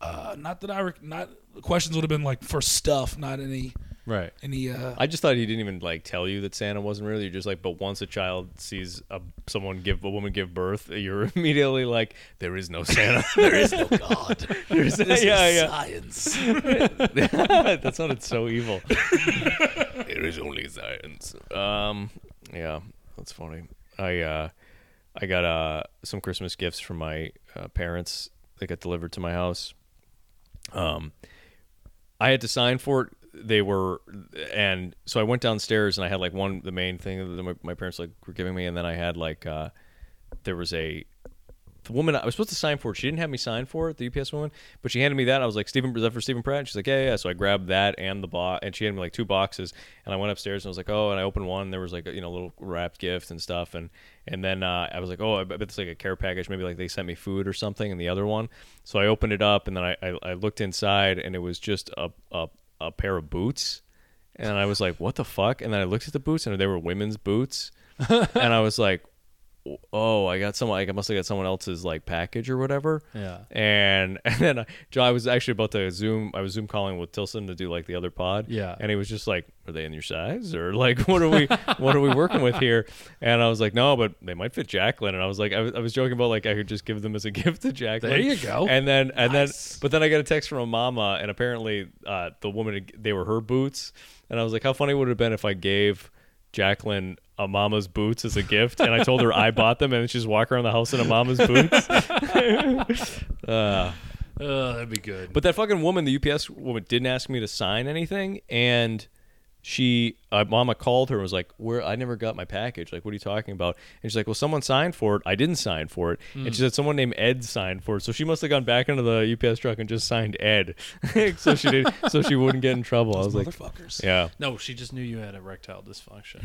C: Uh, not that I rec- not the questions would have been like for stuff, not any
A: Right.
C: any. Uh,
D: I just thought he didn't even like tell you that Santa wasn't real. You're just like, but once a child sees a someone give a woman give birth, you're (laughs) immediately like, there is no Santa. (laughs) there is no (laughs) God. There's,
B: This
D: yeah,
B: is
D: yeah.
B: science.
D: (laughs) that sounded so (laughs) evil. there is only science. Um, yeah, that's funny. I uh, I got uh some Christmas gifts from my uh, parents. that got delivered to my house. Um, I had to sign for it. They were, and so I went downstairs and I had like one the main thing that my, my parents like were giving me, and then I had like uh, there was a the woman I was supposed to sign for it. She didn't have me sign for it, the UPS woman, but she handed me that. I was like, Stephen, is that for Stephen Pratt? And she's like, yeah, yeah. So I grabbed that and the box, and she handed me like two boxes. And I went upstairs and I was like, oh, and I opened one. And there was like a, you know little wrapped gift and stuff, and and then uh, I was like, oh, I bet it's like a care package. Maybe like they sent me food or something. And the other one, so I opened it up and then I I, I looked inside and it was just a, a a pair of boots. And I was like, what the fuck? And then I looked at the boots and they were women's boots. and I was like, oh, I got someone. Like, I must have got someone else's like package or whatever.
A: Yeah.
D: And (laughs) and then I, Joe, I was actually about to zoom. I was zoom calling with Tilson to do like the other pod.
A: Yeah.
D: And he was just like, "Are they in your size or like (laughs) what are we what are we working with here?" And I was like, "No, but they might fit Jacqueline." And I was like, I was, I was joking about like I could just give them as a (laughs) gift to Jacqueline.
A: There you go.
D: And then and then but then I got a text from a mama, and apparently uh, the woman they were her boots, and I was like, "How funny would it have been if I gave." Jacqueline a mama's boots as a gift, and I told her I bought them, and she's walking around the house in a mama's boots. uh,
A: Oh, that'd be good.
D: but that fucking woman, the UPS woman, didn't ask me to sign anything, and she, uh, mama called her and was like, "Where? I never got my package. Like, what are you talking about?" And she's like, "Well, someone signed for it. I didn't sign for it." And she said, "Someone named Ed signed for it." So she must have gone back into the UPS truck and just signed Ed, (laughs) so she did, so she wouldn't get in trouble. I was like,
C: motherfuckers.
D: "Yeah."
A: no, she just knew you had erectile dysfunction.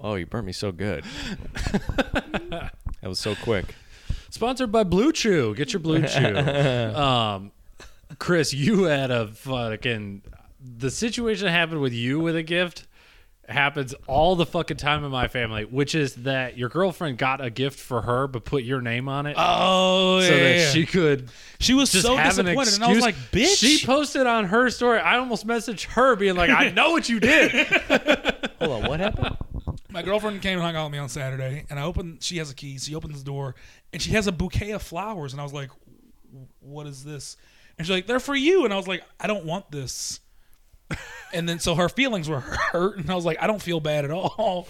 D: Oh, you burnt me so good. that was so quick.
A: Sponsored by Blue Chew. Get your Blue
C: (laughs)
A: Chew. um, Chris, you had a fucking. The situation that happened with you with a gift happens all the fucking time in my family, which is that your girlfriend got a gift for her but put your name on it
C: Oh yeah.
A: so that
C: yeah.
A: she could
C: She was
A: just
C: so
A: have an
C: disappointed,
A: excuse.
C: and I was like, "Bitch,
A: She posted on her story. I almost messaged her being like, I know what you
C: (laughs)
A: did.
D: Hold on, what happened?
C: My girlfriend came and hung out with me on Saturday, and I opened. She has a key. She opens the door, and she has a bouquet of flowers, and I was like, "What is this?" And she's like, "They're for you," and I was like, "I don't want this." and then so her feelings were (laughs) hurt, and I was like, "I don't feel bad at (laughs) all."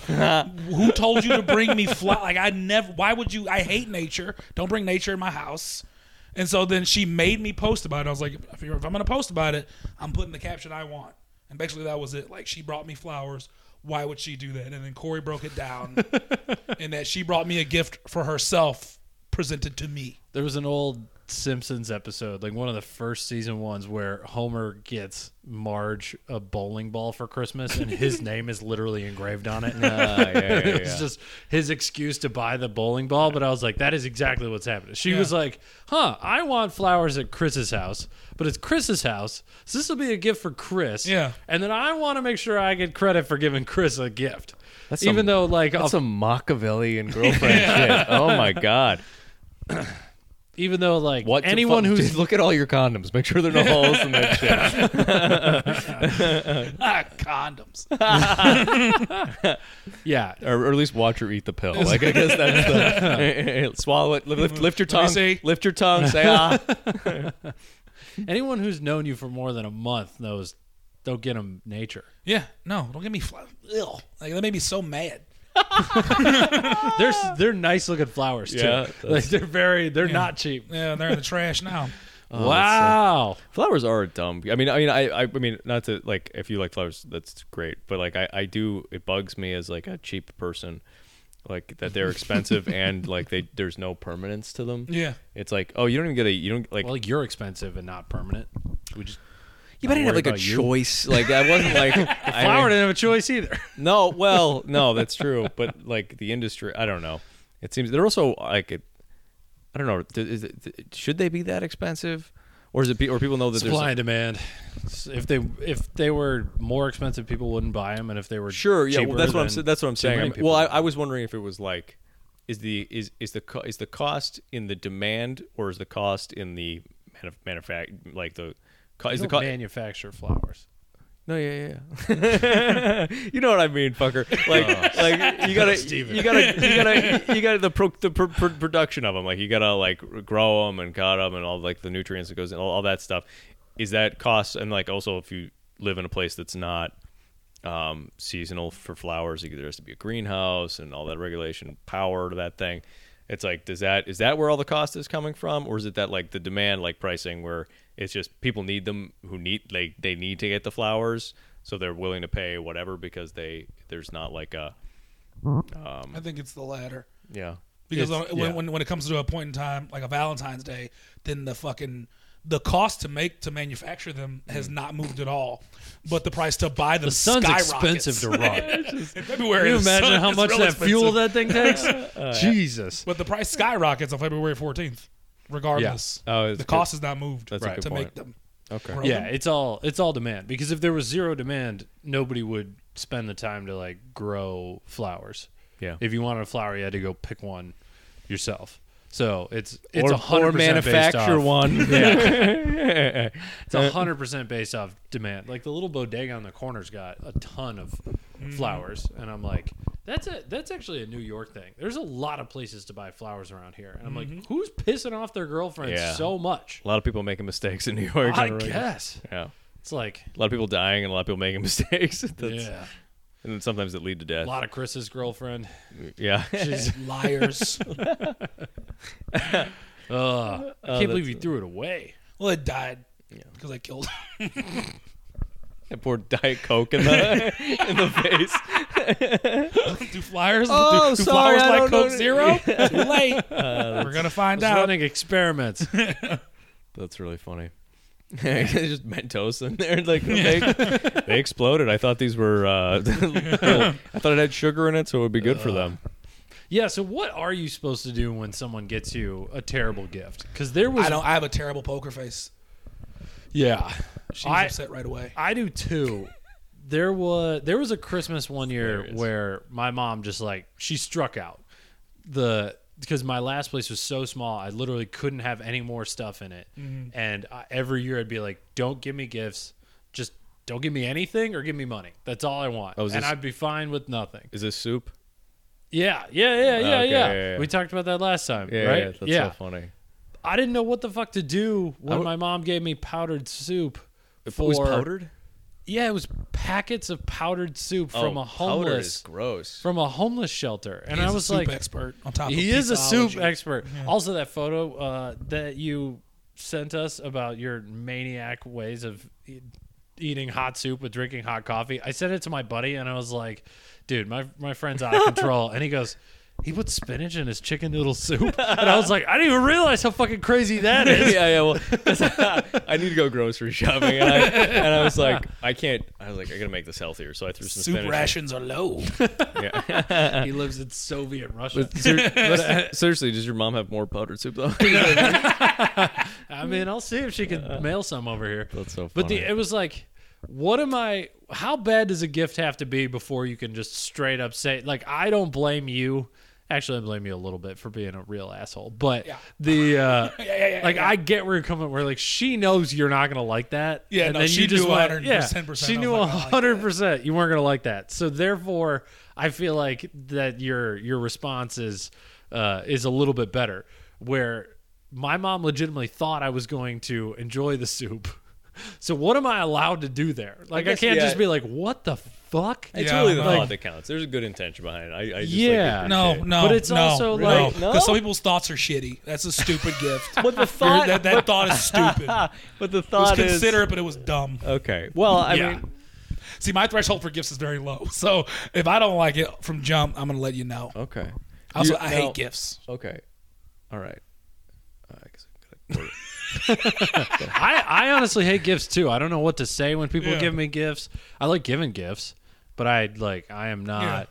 C: Who told you to bring me flowers? Like I never. Why would you? I hate nature. Don't bring nature in my house. And so then she made me post about it. I was like, if, you're, if I'm gonna post about it, I'm putting the caption I want. And basically that was it. Like she brought me flowers. Why would she do that? And then Corey broke it (laughs) down, and that she brought me a gift for herself presented to me.
A: There was an old Simpsons episode, like one of the first season ones, where Homer gets Marge a bowling ball for Christmas, and
D: (laughs)
A: his name is literally engraved on (laughs) it.
D: Uh, (laughs) yeah, yeah, yeah.
A: it's just his excuse to buy the bowling ball. But I was like, that is exactly what's happening. She
C: Yeah.
A: was like, huh, I want flowers at Chris's house, but it's Chris's house. So this will be a gift for Chris.
C: Yeah.
A: And then I want to make sure I get credit for giving Chris a gift.
D: That's
A: Even
D: some-
A: though, like, a
D: That's some Machiavellian (laughs) girlfriend shit. Oh my god!
A: even though, like,
D: What? to
A: anyone
D: fu-
A: who's
D: Dude, look at all your condoms. Make sure there are no holes in that shit.
C: Ah, condoms.
A: (laughs) yeah,
D: Or, or at least watch her eat the pill. Like I guess that's the (laughs) swallow it. Lift, lift your
C: me
D: tongue.
C: see.
D: Lift your tongue. Say ah.
A: Anyone who's known you for more than a month knows don't get them nature.
C: Yeah. No, don't get me flowers. Ill. Like that made me so mad.
A: They're they're nice looking flowers too.
D: Yeah,
A: (laughs)
D: Oh,
A: like they're very they're not cheap.
C: Yeah, they're in the trash now.
A: wow.
D: flowers are dumb. I mean, I mean, I, I, I mean, not to like, if you like flowers, that's great. But like, I, I do. It bugs me as like a cheap person, like that they're expensive and like they there's no permanence to them.
C: Yeah.
D: It's like, oh, you don't even get a, you don't like.
A: well, you're expensive and not permanent. We just
D: you better
A: not worry
D: have like a
A: about you.
D: choice. (laughs) Like I wasn't like I
A: flower
D: mean-
A: didn't have a choice
D: (laughs)
A: either.
D: No, well, no, that's true. But like the industry, I don't know. It seems they're also like, it, I don't know. th- Is it, th- should they be that expensive, or is it? Be, or people know that there's
A: Supply and demand. If they if they were more expensive, people wouldn't buy them, and if they were
D: sure, yeah. Well,
A: cheaper,
D: that's what I'm.
A: then
D: sa- That's what I'm
A: too
D: saying.
A: many
D: I'm-
A: people
D: well, I,
A: would buy
D: I was wondering if it was like, is the is is the co- is the cost in the demand or is the cost in the manuf- manufact like the co- is
A: You
D: the
A: don't
D: co-
A: manufacture flowers.
D: no, yeah, yeah. (laughs) yeah. you know what I mean, fucker. Like, like you gotta,
A: Steven.
D: you gotta, you gotta, you gotta the pro, the pr- pr- production of them. Like, you gotta like grow them and cut them and all like the nutrients that goes in, all, all that stuff. Is that cost? And like, also, if you live in a place that's not um, seasonal for flowers, like, there has to be a greenhouse and all that regulation, power to that thing. It's like, does that is that where all the cost is coming from, or is it that like the demand, like pricing, where it's just people need them who need like they need to get the flowers, so they're willing to pay whatever because they there's not like a
C: I think it's the latter.
D: yeah
C: Because
A: It's-
C: when,
A: yeah.
C: when when it comes to a point in time like a Valentine's Day, then the fucking the cost to make to manufacture them has not moved at all, but the price to buy them
A: Mm. The sun's
C: skyrockets.
A: expensive
C: (laughs)
D: (laughs)
A: to run.
C: in February.
A: Can you
C: the sun
A: imagine how
C: is
A: much
C: real
A: that fuel
C: expensive.
A: that thing takes?
D: (laughs) Oh,
A: Jesus.
C: But the price skyrockets on February 14th, regardless.
D: Yeah. Oh, it's
C: the
D: good.
C: cost has not moved
D: That's a good
C: to
D: point.
A: (laughs)
C: make them.
D: okay
C: Grow
A: Yeah,
C: them.
A: it's all it's all demand because if there was zero demand, nobody would spend the time to like grow flowers.
D: Yeah.
A: If you wanted a flower, you had to go pick one yourself. So it's it's
D: or,
A: a hundred
D: or
A: percent based
D: manufacture
A: off, (laughs)
D: one yeah
A: It's a hundred percent based off demand. Like the little bodega on the corner's got a ton of
D: Mm-hmm.
A: flowers, and I'm like, that's a that's actually a New York thing. There's a lot of places to buy flowers around here, and I'm like, who's pissing off their girlfriends
D: Mm-hmm. Yeah.
A: so much?
D: a lot of people making mistakes in New York
A: I
D: on a regular-
A: guess
D: yeah
A: it's like
D: a lot of people dying and a lot of people making (laughs) mistakes That's-
A: yeah,
D: and then sometimes that lead to
A: a
D: death
A: lot of Chris's girlfriend.
D: yeah
C: (laughs)
A: (laughs)
C: Liars.
A: Ugh, I can't believe you threw it away. (laughs)
C: well, it died because I killed it.
D: I poured Diet Coke in the in the face.
A: (laughs)
C: Do flyers?
D: Oh,
C: do, do
D: sorry,
C: flowers
D: I
C: like
D: don't know-
C: Coke Zero? Too late. We're going to find
A: I was
C: out.
A: Uh, running (laughs) experiments.
D: That's really funny. (laughs) There's just Mentos in there, like they, they exploded. I thought these were. Uh, (laughs) I thought it had sugar in it, so it would be good for them.
A: Uh, yeah. So what are you supposed to do when someone gets you a terrible gift? Because there was
C: I don't. I have a terrible poker face.
A: yeah.
C: She's
A: I-
C: upset right away.
A: I do too. There was there was a Christmas one year where my mom just like she struck out the because my last place was so small I literally couldn't have any more stuff in it,
D: Mm-hmm.
A: and I, every year I'd be like, "Don't give me gifts, just don't give me anything or give me money. That's all I want,
D: Oh,
A: and
D: is this-
A: I'd be fine with nothing."
D: Is this soup?
A: Yeah, yeah, yeah, yeah,
D: Okay,
A: yeah.
D: yeah, yeah.
A: We talked about that last time,
D: Yeah,
A: right?
D: yeah that's so funny.
A: I didn't know what the fuck to do when
D: I-
A: my mom gave me powdered soup.
D: If
A: for
D: it was powdered
A: yeah, it was packets of powdered soup from
D: Oh,
A: a
D: powder is
A: homeless
D: gross.
A: from a homeless shelter, and
C: He's
A: I
C: a
A: was
C: soup
A: like,
C: expert on top of
A: he is a soup
C: pizzaology.
A: expert. Also, that photo uh, that you sent us about your maniac ways of e- eating hot soup with drinking hot coffee, I sent it to my buddy, and I was like, dude, my my friend's out of control, and he goes. He put spinach in his chicken noodle soup, and I was like, I didn't even realize how fucking crazy that is.
D: (laughs) (laughs) yeah, yeah. Well, 'cause I need to go grocery shopping, and I, and I was like, I can't. I was like, I gotta make this healthier, so I threw some
C: Soup
D: spinach.
C: rations are low.
D: Yeah.
A: he lives in Soviet Russia.
D: Ser- but, uh, seriously, does your mom have more powdered soup though?
A: (laughs)
D: (laughs)
A: I mean, I'll see if she can mail some over here.
D: That's so
A: But the,
D: funny.
A: it was like, what am I? How bad does a gift have to be before you can just straight up say, like, I don't blame you. Actually, I blame you a little bit for being a real asshole. But
C: Yeah.
A: the, uh,
C: (laughs) yeah, yeah,
A: like, I get where you're coming. Where like she knows you're not gonna like that.
C: Yeah,
A: and
C: no,
A: then
C: she
A: you just
C: knew
A: went-
C: 110%
A: yeah,
C: I
A: She
C: was
A: knew
C: not gonna like that.
A: hundred percent you weren't gonna like that. So therefore, I feel like that your your response is uh, is a little bit better. Where my mom legitimately thought I was going to enjoy the soup. (laughs) So what am I allowed to do there? Like I,
D: guess,
A: can't
D: yeah.
A: just be like, what the fuck?
D: It's
C: Yeah,
D: really the
C: no.
D: thought that counts. There's a good intention behind it. I, I just,
A: Yeah.
D: Like,
C: No,
D: appreciate it.
C: no.
A: But it's
C: no,
A: also
C: no,
A: like-
D: No?
C: some people's thoughts are shitty. That's
A: (laughs)
C: a stupid gift.
D: But the
C: You're-
D: thought,
C: that, that thought is stupid. It
D: but the
C: was
D: thought is
C: considerate, but it was dumb.
D: okay. Well, I
A: Yeah.
D: mean,
C: See, my threshold for gifts is very low. (laughs) So if I don't like it from jump, I'm gonna let you know.
D: okay.
C: Also,
D: You-
C: I
D: now-
C: hate gifts.
D: Okay, all right. Uh, I guess I'm gonna-
A: I, I honestly hate gifts too. I don't know what to say when people
C: Yeah.
A: give me gifts. I like giving gifts, but I like I am not.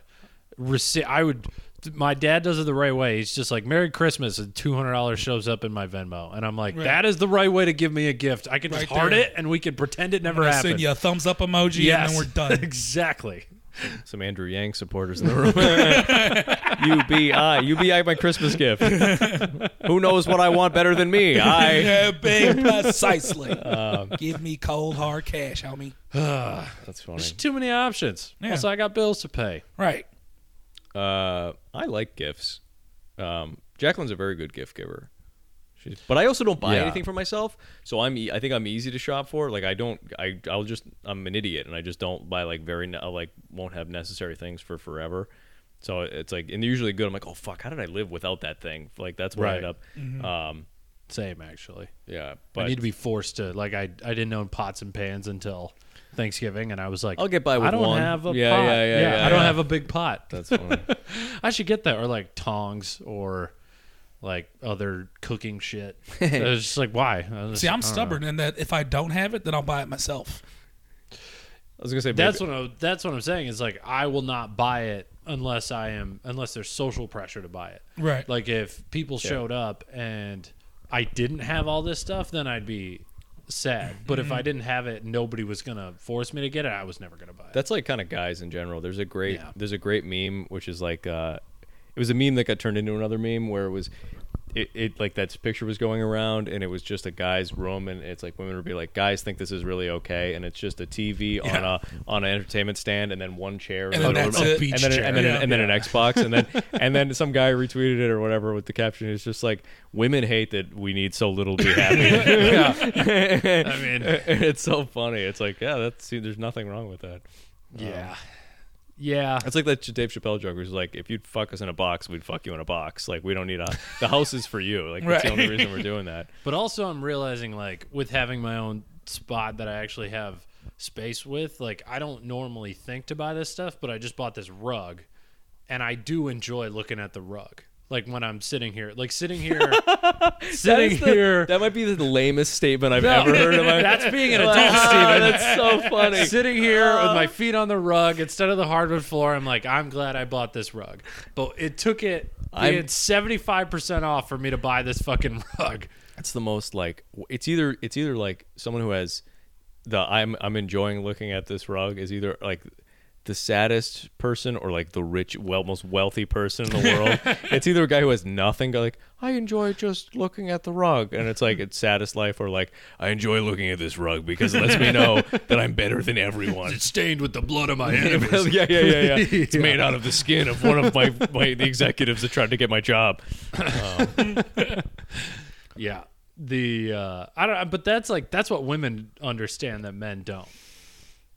A: Rece- I would. My dad does it the right way. He's just like "Merry Christmas" and two hundred dollars shows up in my Venmo, and I'm like,
C: Right.
A: "That is the right way to give me a gift. I can just
C: Right
A: heart
C: there.
A: it, and we can pretend it never
C: I
A: happened."
C: send you a thumbs up emoji,
A: yes,
C: and then we're
A: (laughs)
C: done.
A: exactly.
D: Some Andrew Yang supporters in the room. (laughs) UBI, UBI, my Christmas gift. (laughs) Who knows what I want better than me? I.
C: Yeah,
A: (laughs)
C: big precisely.
A: Um,
C: Give me cold hard cash, homie.
D: That's funny.
A: There's too many options.
C: Yeah.
A: Plus, I got bills to pay.
C: Right.
D: Uh, I like gifts. Um, Jacqueline's a very good gift giver. She's, but I also don't buy
A: Yeah.
D: anything for myself, so I'm. e- I think I'm easy to shop for. Like I don't. I I'll just. I'm an idiot, and I just don't buy like very. ne- I like won't have necessary things for forever. So it's like, and they're usually good. I'm like, oh fuck, how did I live without that thing? Like that's where I end
A: Right.
D: up. Um,
A: Same, actually.
D: yeah, but
A: I need to be forced to like I I didn't own pots and pans until Thanksgiving, and I was like,
D: I'll get by with
A: I don't
D: one.
A: have a
D: Yeah,
A: pot.
D: yeah, yeah, yeah,
A: I don't
D: yeah.
A: have a big pot.
D: that's funny.
A: (laughs) I should get that, or like tongs, or like other cooking
D: (laughs)
A: shit. I was just like, why? I was just-
C: See, I'm
A: I don't know.
C: stubborn in that if I don't have it, then I'll buy it myself.
D: I was gonna say
A: That's
D: maybe-
A: what I, that's what I'm saying is like I will not buy it unless I am unless there's social pressure to buy it.
C: Right.
A: Like if people showed up and I didn't have all this stuff, then I'd be sad. But if I didn't have it, nobody was gonna force me to get it. I was never gonna buy it.
D: That's like kind of guys in general. There's a great
A: Yeah.
D: there's a great meme which is like uh, it was a meme that got turned into another meme where it was it, it like that picture was going around and it was just a guy's room and it's like women would be like guys think this is really okay and it's just a TV on
C: Yeah.
D: a on an entertainment stand and then one chair in
C: And
D: the
C: then
D: middle of
C: that's it.
D: the room, and then
C: Beach
D: and then,
C: chair.
D: and then an Xbox and then and then some guy retweeted it or whatever with the caption it's just like women hate that we need so little to
C: (laughs)
D: be happy. (laughs)
A: I mean,
D: it's so funny. It's like yeah, that's see, there's nothing wrong with that.
A: yeah, yeah.
D: It's like that Dave Chappelle joke where he's like, if you'd fuck us in a box, we'd fuck you in a box. Like, we don't need a. The house is for you. Like, that's the
C: Right.
D: only reason we're doing that.
A: But also, I'm realizing like with having my own spot that I actually have space with, like I don't normally think to buy this stuff, but I just bought this rug, and I do enjoy looking at the rug. Like when I'm sitting here, like sitting here, (laughs) sitting here.
D: That might be the lamest statement I've
A: No,
D: ever heard
A: (laughs)
D: of.
A: that's being an adult,
D: Ah,
A: Steven.
D: that's
A: (laughs)
D: so funny.
A: Sitting here with my feet on the rug instead of the hardwood floor, I'm like, I'm glad I bought this rug. But it took it
D: I'm-
A: being 75% off for me to buy this fucking (laughs) rug.
D: That's the most like w- it's either it's either like someone who has the I'm I'm enjoying looking at this rug is either like the saddest person or like the rich well most wealthy person in the (laughs) world. it's either a guy who has nothing go like I enjoy just looking at the rug and it's like it's saddest life or like I enjoy looking at this rug because it lets me know (laughs) that I'm better than everyone.
A: It's stained with the blood of (laughs) my
D: yeah,
A: enemies.
D: (laughs) yeah, yeah, yeah.
A: (laughs)
D: It's made out of the skin of one of my, my the executives that tried to get my job.
A: Yeah. The uh I don't but that's like that's what women understand that men don't.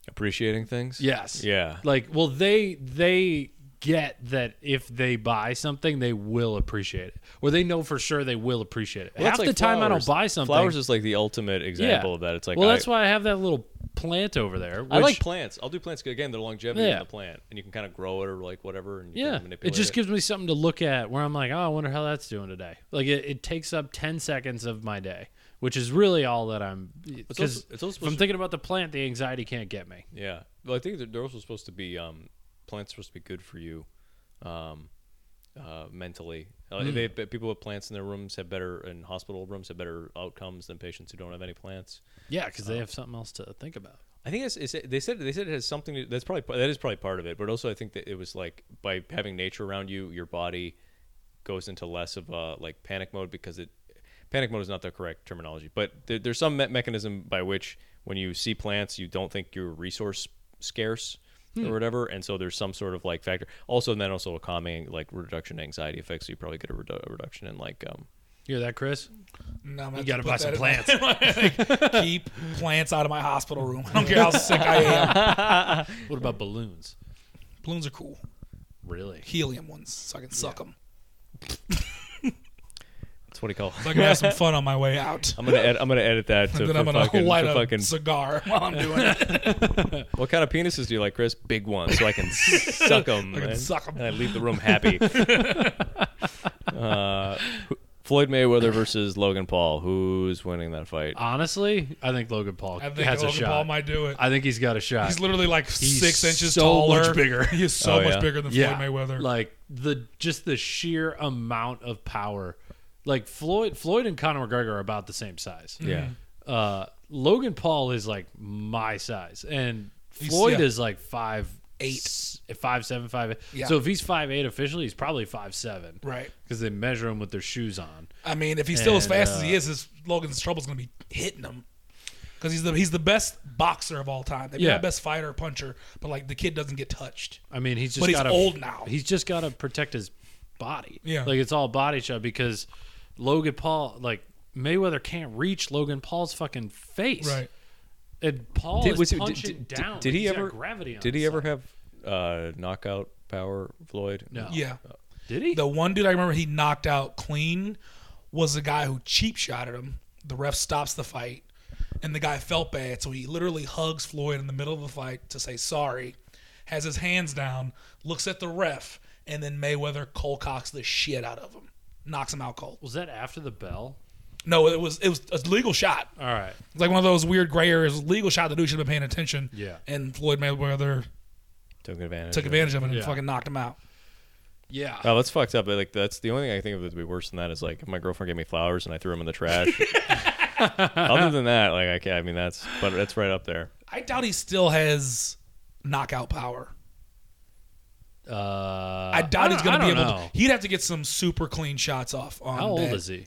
D: Appreciating things.
A: Yes.
D: Yeah.
A: Like well they they get that if they buy something they will appreciate it. Or they know for sure they will appreciate it.
D: Well,
A: Half
D: that's
A: the
D: like
A: time I don't
D: flowers.
A: buy something.
D: Flowers is like the ultimate example
A: yeah.
D: of that. It's like
A: Well,
D: I,
A: that's why I have that little plant over there.
D: I like
A: which-
D: plants. I'll do plants 'cause, again. The longevity
A: Yeah.
D: of the plant, and you can kind of grow it or like whatever, and you
A: yeah,
D: can
A: it
D: manipulate
A: just gives me something to look at where I'm like, oh, I wonder how that's doing today. Like it, it takes up ten seconds of my day, which is really all that I'm. Because
D: also- it's
A: if I'm
D: also supposed to-
A: thinking about the plant, the anxiety can't get me.
D: Yeah. Well, I think that they're also supposed to be um, plants are supposed to be good for you, um, uh, mentally. Uh,
A: Hmm.
D: they, but people with plants in their rooms have better, in hospital rooms have better outcomes than patients who don't have any plants.
A: Yeah, because they have something else to think about.
D: I think it's, it's, they said they said it has something. To, that's probably that is probably part of it, but also I think that it was like by having nature around you, your body goes into less of a like panic mode because it panic mode is not the correct terminology, but there, there's some me- mechanism by which when you see plants, you don't think you're resource scarce
C: Hmm.
D: or whatever, and so there's some sort of like factor. Also, and then also a calming like reduction in anxiety effects. So you probably get a, redu- a reduction in like um
A: You hear that, Chris?
C: No, I'm gonna
A: You got to
C: have to
A: buy
C: put
A: some
C: that
A: plants.
C: (laughs) in- Keep plants out of my hospital room. I don't care
A: (laughs)
C: how sick I am.
A: what about balloons?
C: Balloons are cool.
A: Really?
C: Helium ones, so I can suck them.
D: that's what he call.
C: So I can have some fun on my way out.
D: I'm gonna ed- I'm gonna
C: (laughs)
D: edit that to
C: And then
D: for
C: I'm gonna
D: fucking,
C: light
D: for
C: a
D: fucking
C: cigar while I'm doing it.
D: What kind of penises do you like, Chris? Big ones, so I
A: (laughs)
D: can suck them.
C: I can
D: and,
C: suck 'em.
D: and I leave the room happy. uh, who- Floyd Mayweather versus Logan Paul. Who's winning that fight?
A: Honestly, I think Logan Paul
C: I think
A: has
C: Logan
A: a shot.
C: Paul might do it.
A: I think he's got a shot.
C: He's literally like six inches
A: so
C: taller.
A: much bigger.
C: (laughs) He is so
D: Oh,
C: much
D: yeah.
C: bigger than
A: yeah,
C: Floyd Mayweather.
A: Like the just the sheer amount of power. Like Floyd, Floyd and Conor McGregor are about the same size.
D: yeah.
A: Uh, Logan Paul is like my size, and Floyd
C: yeah.
A: is like five
C: eight.
A: s- five seven five eight.
C: Yeah.
A: So if he's five eight officially, he's probably five seven.
C: Right.
A: Because they measure him with their shoes on.
C: I mean, if he's still as
A: And,
C: fast as
A: uh,
C: he is, his Logan's trouble's gonna be hitting him because he's the he's the best boxer of all time. Maybe
A: Yeah.
C: not best fighter or puncher, but like the kid doesn't get touched.
A: I mean, he's just
C: But he's
A: gotta,
C: old now.
A: He's just got to protect his body.
C: Yeah.
A: like it's all body shot because Logan Paul, like Mayweather, can't reach Logan Paul's fucking face.
C: Right.
A: And Paul
D: Did-
A: is
D: was he- did-
A: punching
D: did-
A: down.
D: did he
A: He's got
D: ever-
A: Gravity on
D: Did he
A: his
D: ever
A: side.
D: have uh, knockout power, Floyd?
A: No.
C: Yeah.
A: Did he?
C: The one dude I remember he knocked out clean was the guy who cheap shotted him. The ref stops the fight, and the guy felt bad, so he literally hugs Floyd in the middle of the fight to say sorry, has his hands down, looks at the ref, and then Mayweather cold cocks the shit out of him, knocks him out cold.
A: was that after the bell?
C: No, it was it was a legal shot.
A: All right.
C: It's like one of those weird gray areas. Legal shot the dude should have been paying attention.
A: Yeah.
C: And Floyd Mayweather
D: Took advantage.
C: took
D: of it.
C: advantage of it and
A: Yeah.
C: fucking knocked him out.
A: Yeah.
D: Oh, that's fucked up. but, Like that's the only thing I think of that would be worse than that is like if my girlfriend gave me flowers and I threw them in
A: (laughs)
D: the trash. Other than that, like I can't. I mean, that's but that's right up there.
C: I doubt he still has knockout power.
A: Uh,
C: I doubt he's
A: don't-
C: going to
A: I
C: be
A: don't
C: able
A: know.
C: to. He'd have to get some super clean shots off. On
A: How old
C: that.
A: is he?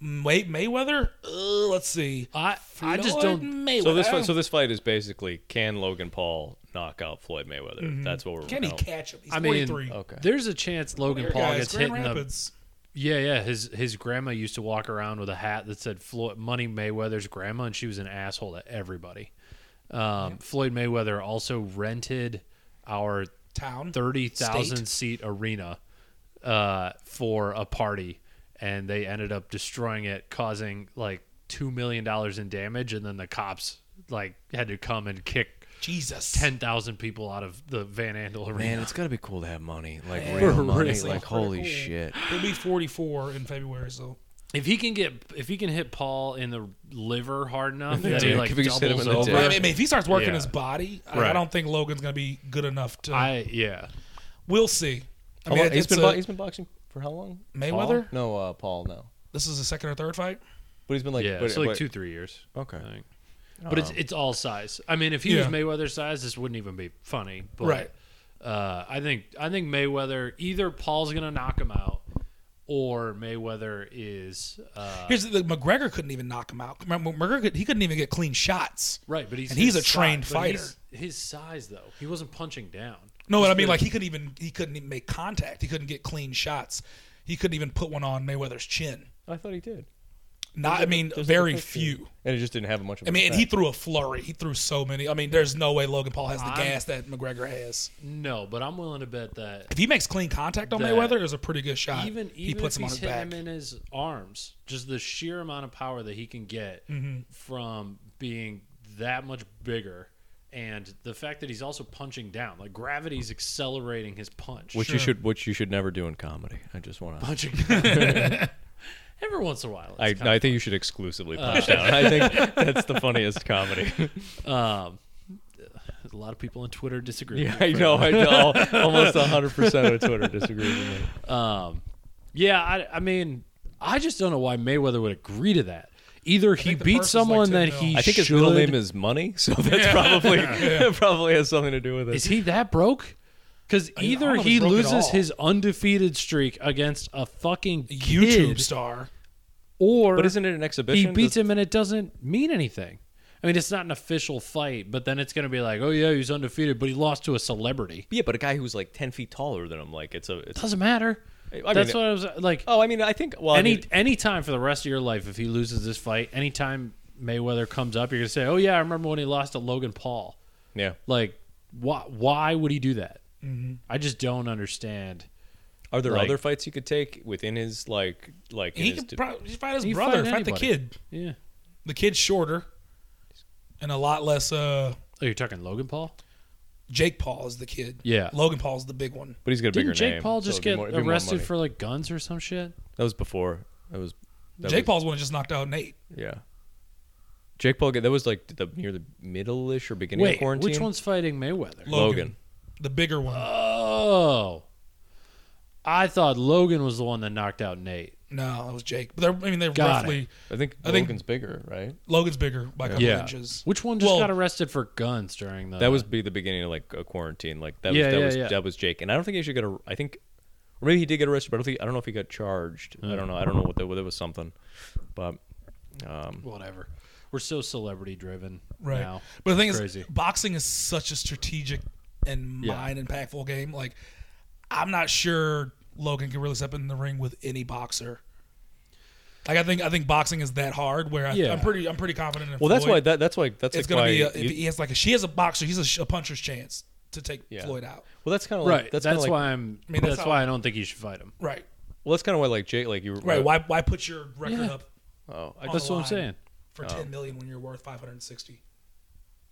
C: May- Mayweather? Uh, let's see.
A: I I just
C: Floyd
A: don't.
B: Mayweather.
D: So this fight, so this fight is basically can Logan Paul knock out Floyd Mayweather? That's what we're.
C: Mm-hmm. Can he
D: no.
C: catch him? He's
A: I mean,
C: 43.
D: Okay.
A: there's a chance Logan
C: Here,
A: Paul
C: guys,
A: gets hit
C: Grand
A: in the
C: Rapids.
A: Yeah, yeah. His his grandma used to walk around with a hat that said Floyd Money Mayweather's grandma, and she was an asshole to everybody. Um, Floyd Mayweather also rented our
C: town.
A: thirty thousand
C: State.
A: seat arena uh, for a party, and they ended up destroying it, causing like two million dollars in damage, and then the cops like had to come and kick
C: Jesus.
A: ten thousand people out of the Van Andel arena.
D: Man, it's gotta be cool to have money, like
C: Yeah. (laughs)
D: real
A: For
D: money.
A: real.
D: Like holy shit.
C: He'll be 44 in February, so.
A: If he can get if he can hit Paul in the liver hard enough that he
D: Dude,
A: like
D: if he just
A: doubles
D: hit him in the
A: over.
D: dick.
C: I mean, if he starts working
A: Yeah.
C: his body, I- I
A: Right.
C: don't think Logan's going to be good enough to.
A: I yeah.
C: We'll see. I
D: How
C: mean,
D: long- he's
C: it's
D: been
C: a-
D: bo- he's been boxing for how long?
C: Mayweather?
D: Paul? No, uh, Paul. No,
C: this is the second or third fight.
D: but he's been like
A: yeah,
D: but-
A: it's like
D: but-
A: two three years.
D: Okay.
A: I think. But it's it's all size. I mean, if he
C: Oh. Yeah.
A: was Mayweather size, this wouldn't even be funny. But
C: Right.
A: uh, I think I think Mayweather either Paul's gonna knock him out, or Mayweather is uh,
C: Here's the McGregor couldn't even knock him out. Remember, McGregor could, he couldn't even get clean shots.
A: right. But he's
C: And he's
A: his
C: a trained
A: size- but
C: fighter.
A: he's- His size though, he wasn't punching down.
C: No, what I mean,
A: been-
C: like he couldn't even he couldn't even make contact. He couldn't get clean shots. He couldn't even put one on Mayweather's chin.
D: I thought he did.
C: Not, I mean,
D: There's a
C: very
D: picture.
C: few.
D: And he just didn't have much of.
C: I
D: an
C: mean, and he
D: effect.
C: threw a flurry. He threw so many. I mean, there's no way Logan Paul has the
A: I'm-
C: gas that McGregor has.
A: No, but I'm willing to bet that
C: If he makes clean contact on
A: That-
C: Mayweather, there's a pretty good shot.
A: even even
C: he puts
A: if
C: him on
A: he's
C: his
A: hitting
C: back.
A: him in his arms, just the sheer amount of power that he can get
C: Mm-hmm.
A: from being that much bigger, and the fact that he's also punching down, like gravity's accelerating his punch.
D: which you should which you should never do in comedy. I just want
A: (laughs)
D: to. (laughs)
A: punching every once in a while. it's Uh,
D: I,
A: kind
D: no, I think you should exclusively punch down. I think that's the
A: (laughs)
D: funniest comedy.
A: of- a lot of people on Twitter disagree.
D: yeah,
A: with me
D: (laughs) I
A: for
D: know. I know.
A: (laughs)
D: Almost 100% of Twitter disagrees with me.
A: Um, yeah, I, I mean, I just don't know why Mayweather would agree to that. Either he
C: the
A: beat
C: purse is like
A: someone
C: 10
A: that he
D: I think his
A: should.
D: middle name is Money, so (laughs) that's probably (laughs) probably has something to do with it.
A: Is he that broke? Because
C: don't know
A: either
C: if
A: he
C: he's broke at
A: loses
C: all.
A: his undefeated streak against a fucking
C: YouTube
A: kid,
C: star.
A: or
D: but isn't it an
A: he
D: exhibition?
A: beats
D: Does-
A: him and it doesn't mean anything. I mean, it's not an official fight, but then it's going to be like, oh yeah, he's undefeated, but he lost to a celebrity.
D: Yeah, but a guy who's like 10 feet taller than him, like it's a. It's,
A: Doesn't matter.
D: I
A: That's
D: mean-
A: what I was like.
D: oh, I mean, I think. Well, I
A: any
D: mean,
A: any time for the rest of your life, if he loses this fight, anytime Mayweather comes up, you're going to say, oh yeah, I remember when he lost to Logan Paul.
D: yeah.
A: Like, why why would he do that?
D: Mm-hmm.
A: I just don't understand.
D: Are there
A: like-
D: other fights he could take within his like like? in
C: He
D: his
C: could
D: di-
C: probably just fight his
A: He'd
C: brother,
A: fight
C: fight, the
A: anybody.
C: kid.
A: Yeah.
C: The kid's shorter and a lot less. Uh,
A: Oh, you're talking Logan Paul?
C: Jake Paul is the kid.
A: Yeah.
C: Logan Paul's the big one.
D: but he's got a bigger
A: Didn't Jake
D: name,
A: Paul
D: so
A: just
D: it'd be
A: get
D: more- it'd be more
A: arrested
D: money.
A: for like guns or some shit?
D: That was before. That was. That
C: Jake
D: was,
C: Paul's one that just knocked out Nate.
D: Yeah. Jake Paul. That was like the near the middle-ish or beginning of
A: Wait,
D: quarantine.
A: which one's fighting Mayweather?
C: Logan.
D: Logan.
C: The bigger one.
A: oh, I thought Logan was the one that knocked out Nate.
C: No, that was Jake. But they're, I mean, they're
A: Got
C: roughly.
D: I think
C: I think-
D: Logan's bigger, right?
C: Logan's bigger by a couple
A: Yeah.
C: inches.
A: Which one just
C: Well-
A: got arrested for guns during the?
D: That was be the beginning of like a quarantine. Like that was
A: Yeah,
D: that
A: yeah,
D: was
A: yeah.
D: that was Jake, and I don't think he should get a. I think or maybe he did get arrested, but I don't think I don't know if he got charged. I
A: Mm.
D: don't know. I don't know what that whether it was something, but um,
A: whatever. We're so celebrity driven
C: right?
A: now.
C: But the thing
A: Crazy.
C: is, boxing is such a strategic and
A: Yeah.
C: mind impactful game. Like, I'm not sure Logan can really step in the ring with any boxer. Like, I think I think boxing is that hard. Where I,
A: Yeah.
C: I'm pretty I'm pretty confident. In
D: well, that's
C: Floyd.
D: why that, that's why that's
C: it's
D: like
C: gonna
D: why
C: be a, if
D: you-
C: he has like a, she has a boxer, he's a, sh- a puncher's chance to take
D: Yeah.
C: Floyd out.
D: well, that's kind of
A: right.
D: Like,
A: that's
D: that's, kinda like-
A: why I'm.
C: I mean,
A: that's
C: that's how-
A: why I don't think you should fight him.
C: Right,
D: Well, that's kind of why like Jake, like you uh, were-
C: right. Why why put your record
A: Yeah.
C: up
D: Oh, I,
C: On
A: That's
C: the
A: what I'm
C: line.
A: saying.
C: for 10 million when you're worth 560?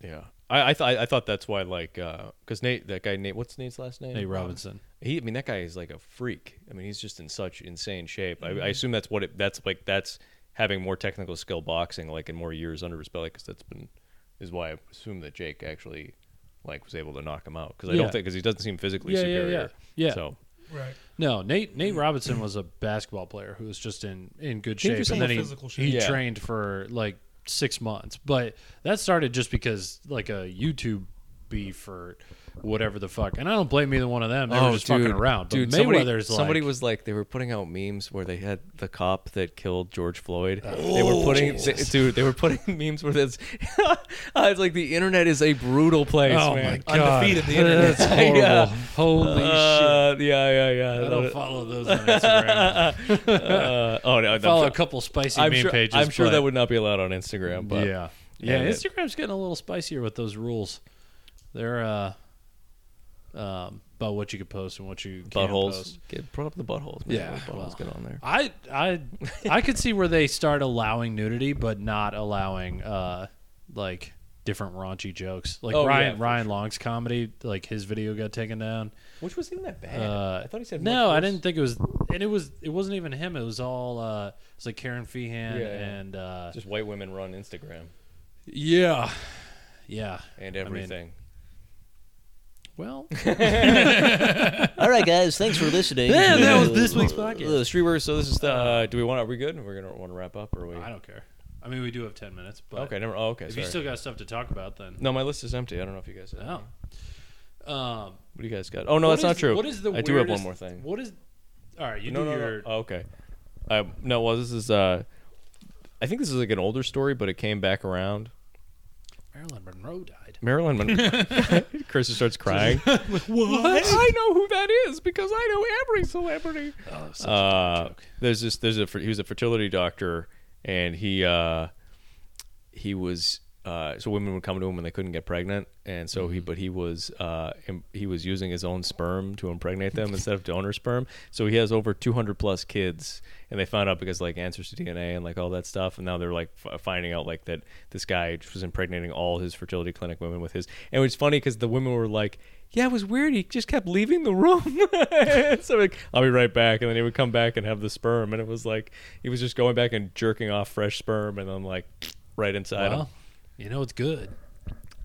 D: yeah. I I, th- I thought that's why like because Nate that guy Nate what's Nate's last name
A: Nate Robinson.
D: He, I mean, that guy is like a freak. I mean, he's just in such insane shape.
A: Mm-hmm.
D: I, I assume that's what it. That's like that's having more technical skill boxing, like and more years under his belt, because that's been is why I assume that Jake actually like was able to knock him out because I
A: Yeah.
D: don't think because he doesn't seem physically
A: Yeah, yeah,
D: superior.
A: yeah. Yeah.
D: So
C: Right.
A: No, Nate Nate Robinson was a basketball player who was just in in good shape,
D: was
A: and
D: in
A: then he
C: physical shape.
A: he
D: Yeah.
A: trained for like six months. But that started just because like a YouTube beef or whatever the fuck. And I don't blame either one of them. They were just fucking around. But
D: Oh, dude, somebody,
A: Mayweather's like
D: somebody was like they were putting out memes where they had the cop that killed George Floyd.
A: Oh,
D: they were putting, they- dude, they were putting (laughs) memes where this. it's like the internet is a brutal place.
A: Oh
D: man.
A: my god!
C: Undefeated, the internet.
A: That's horrible.
D: (laughs) Yeah.
A: Holy shit!
D: Uh, yeah, yeah, yeah.
A: I
D: (laughs)
A: don't follow those on Instagram.
D: Uh, oh no, (laughs) I'm
A: follow a
D: sure-
A: couple spicy
D: I'm
A: meme
D: sure,
A: pages.
D: I'm sure
A: but-
D: that would not be allowed on Instagram. But
A: yeah. Yeah,
D: Yeah, it-
A: Instagram's getting a little spicier with those rules. They're uh um about what you could post and what you can't
D: buttholes.
A: post.
D: Get put up the buttholes. Man.
A: Yeah,
D: buttholes
A: well.
D: get on there.
A: I I I could see where they start allowing nudity but not allowing uh like different raunchy jokes. Like
D: Oh,
A: Ryan
D: yeah, for
A: Ryan Long's comedy, like his video got taken down.
D: Which wasn't even that bad.
A: Uh,
D: I thought he said
A: No, I didn't think it was and it was it wasn't even him. It was all uh it's like Karen Feehan
D: Yeah, yeah.
A: and uh
D: Just white women run Instagram
A: Yeah. Yeah.
D: and
A: I mean,
D: everything. (laughs)
A: well, (laughs)
E: All right, guys. Thanks for listening.
A: Yeah,
E: to
A: that was this week's
D: Uh,
A: podcast.
D: Streetwear. So this is the. Uh, do we want? Are we good? We're gonna want to wrap up, or are we?
A: I don't care. I mean, we do have ten minutes, but
D: okay. Never. Oh, okay.
A: if
D: sorry.
A: you still got stuff to talk about, then
D: no, my list is empty. I don't know if you guys. Have any.
A: no. Um,
D: What do you guys got? Oh no, that's not true.
A: What is the?
D: I do have
A: weirdest-
D: one more thing.
A: What is? All right, you
D: no,
A: do
D: no, no.
A: your.
D: Oh, okay. Uh, no, well, this is. Uh, I think this is like an older story, but it came back around.
A: Marilyn Monroe died.
D: Marilyn Monroe.
A: (laughs)
D: Chris just starts crying. what? I know who that is because I know every celebrity.
A: Oh, such a
D: Uh,
A: joke.
D: there's this. There's a. fer- He was a fertility doctor, and he uh, he was. Uh, so women would come to him when they couldn't get pregnant, and so he, but he was, uh, im- he was using his own sperm to impregnate them instead of donor sperm. So he has over 200 plus kids, and they found out because like answers to DNA and like all that stuff, and now they're like f- finding out like that this guy just was impregnating all his fertility clinic women with his. And it was funny because the women were like, yeah, it was weird. He just kept leaving the room. (laughs) so like, I'll be right back, and then he would come back and have the sperm, and it was like he was just going back and jerking off fresh sperm, and then like right inside him.
A: Well, you know it's good.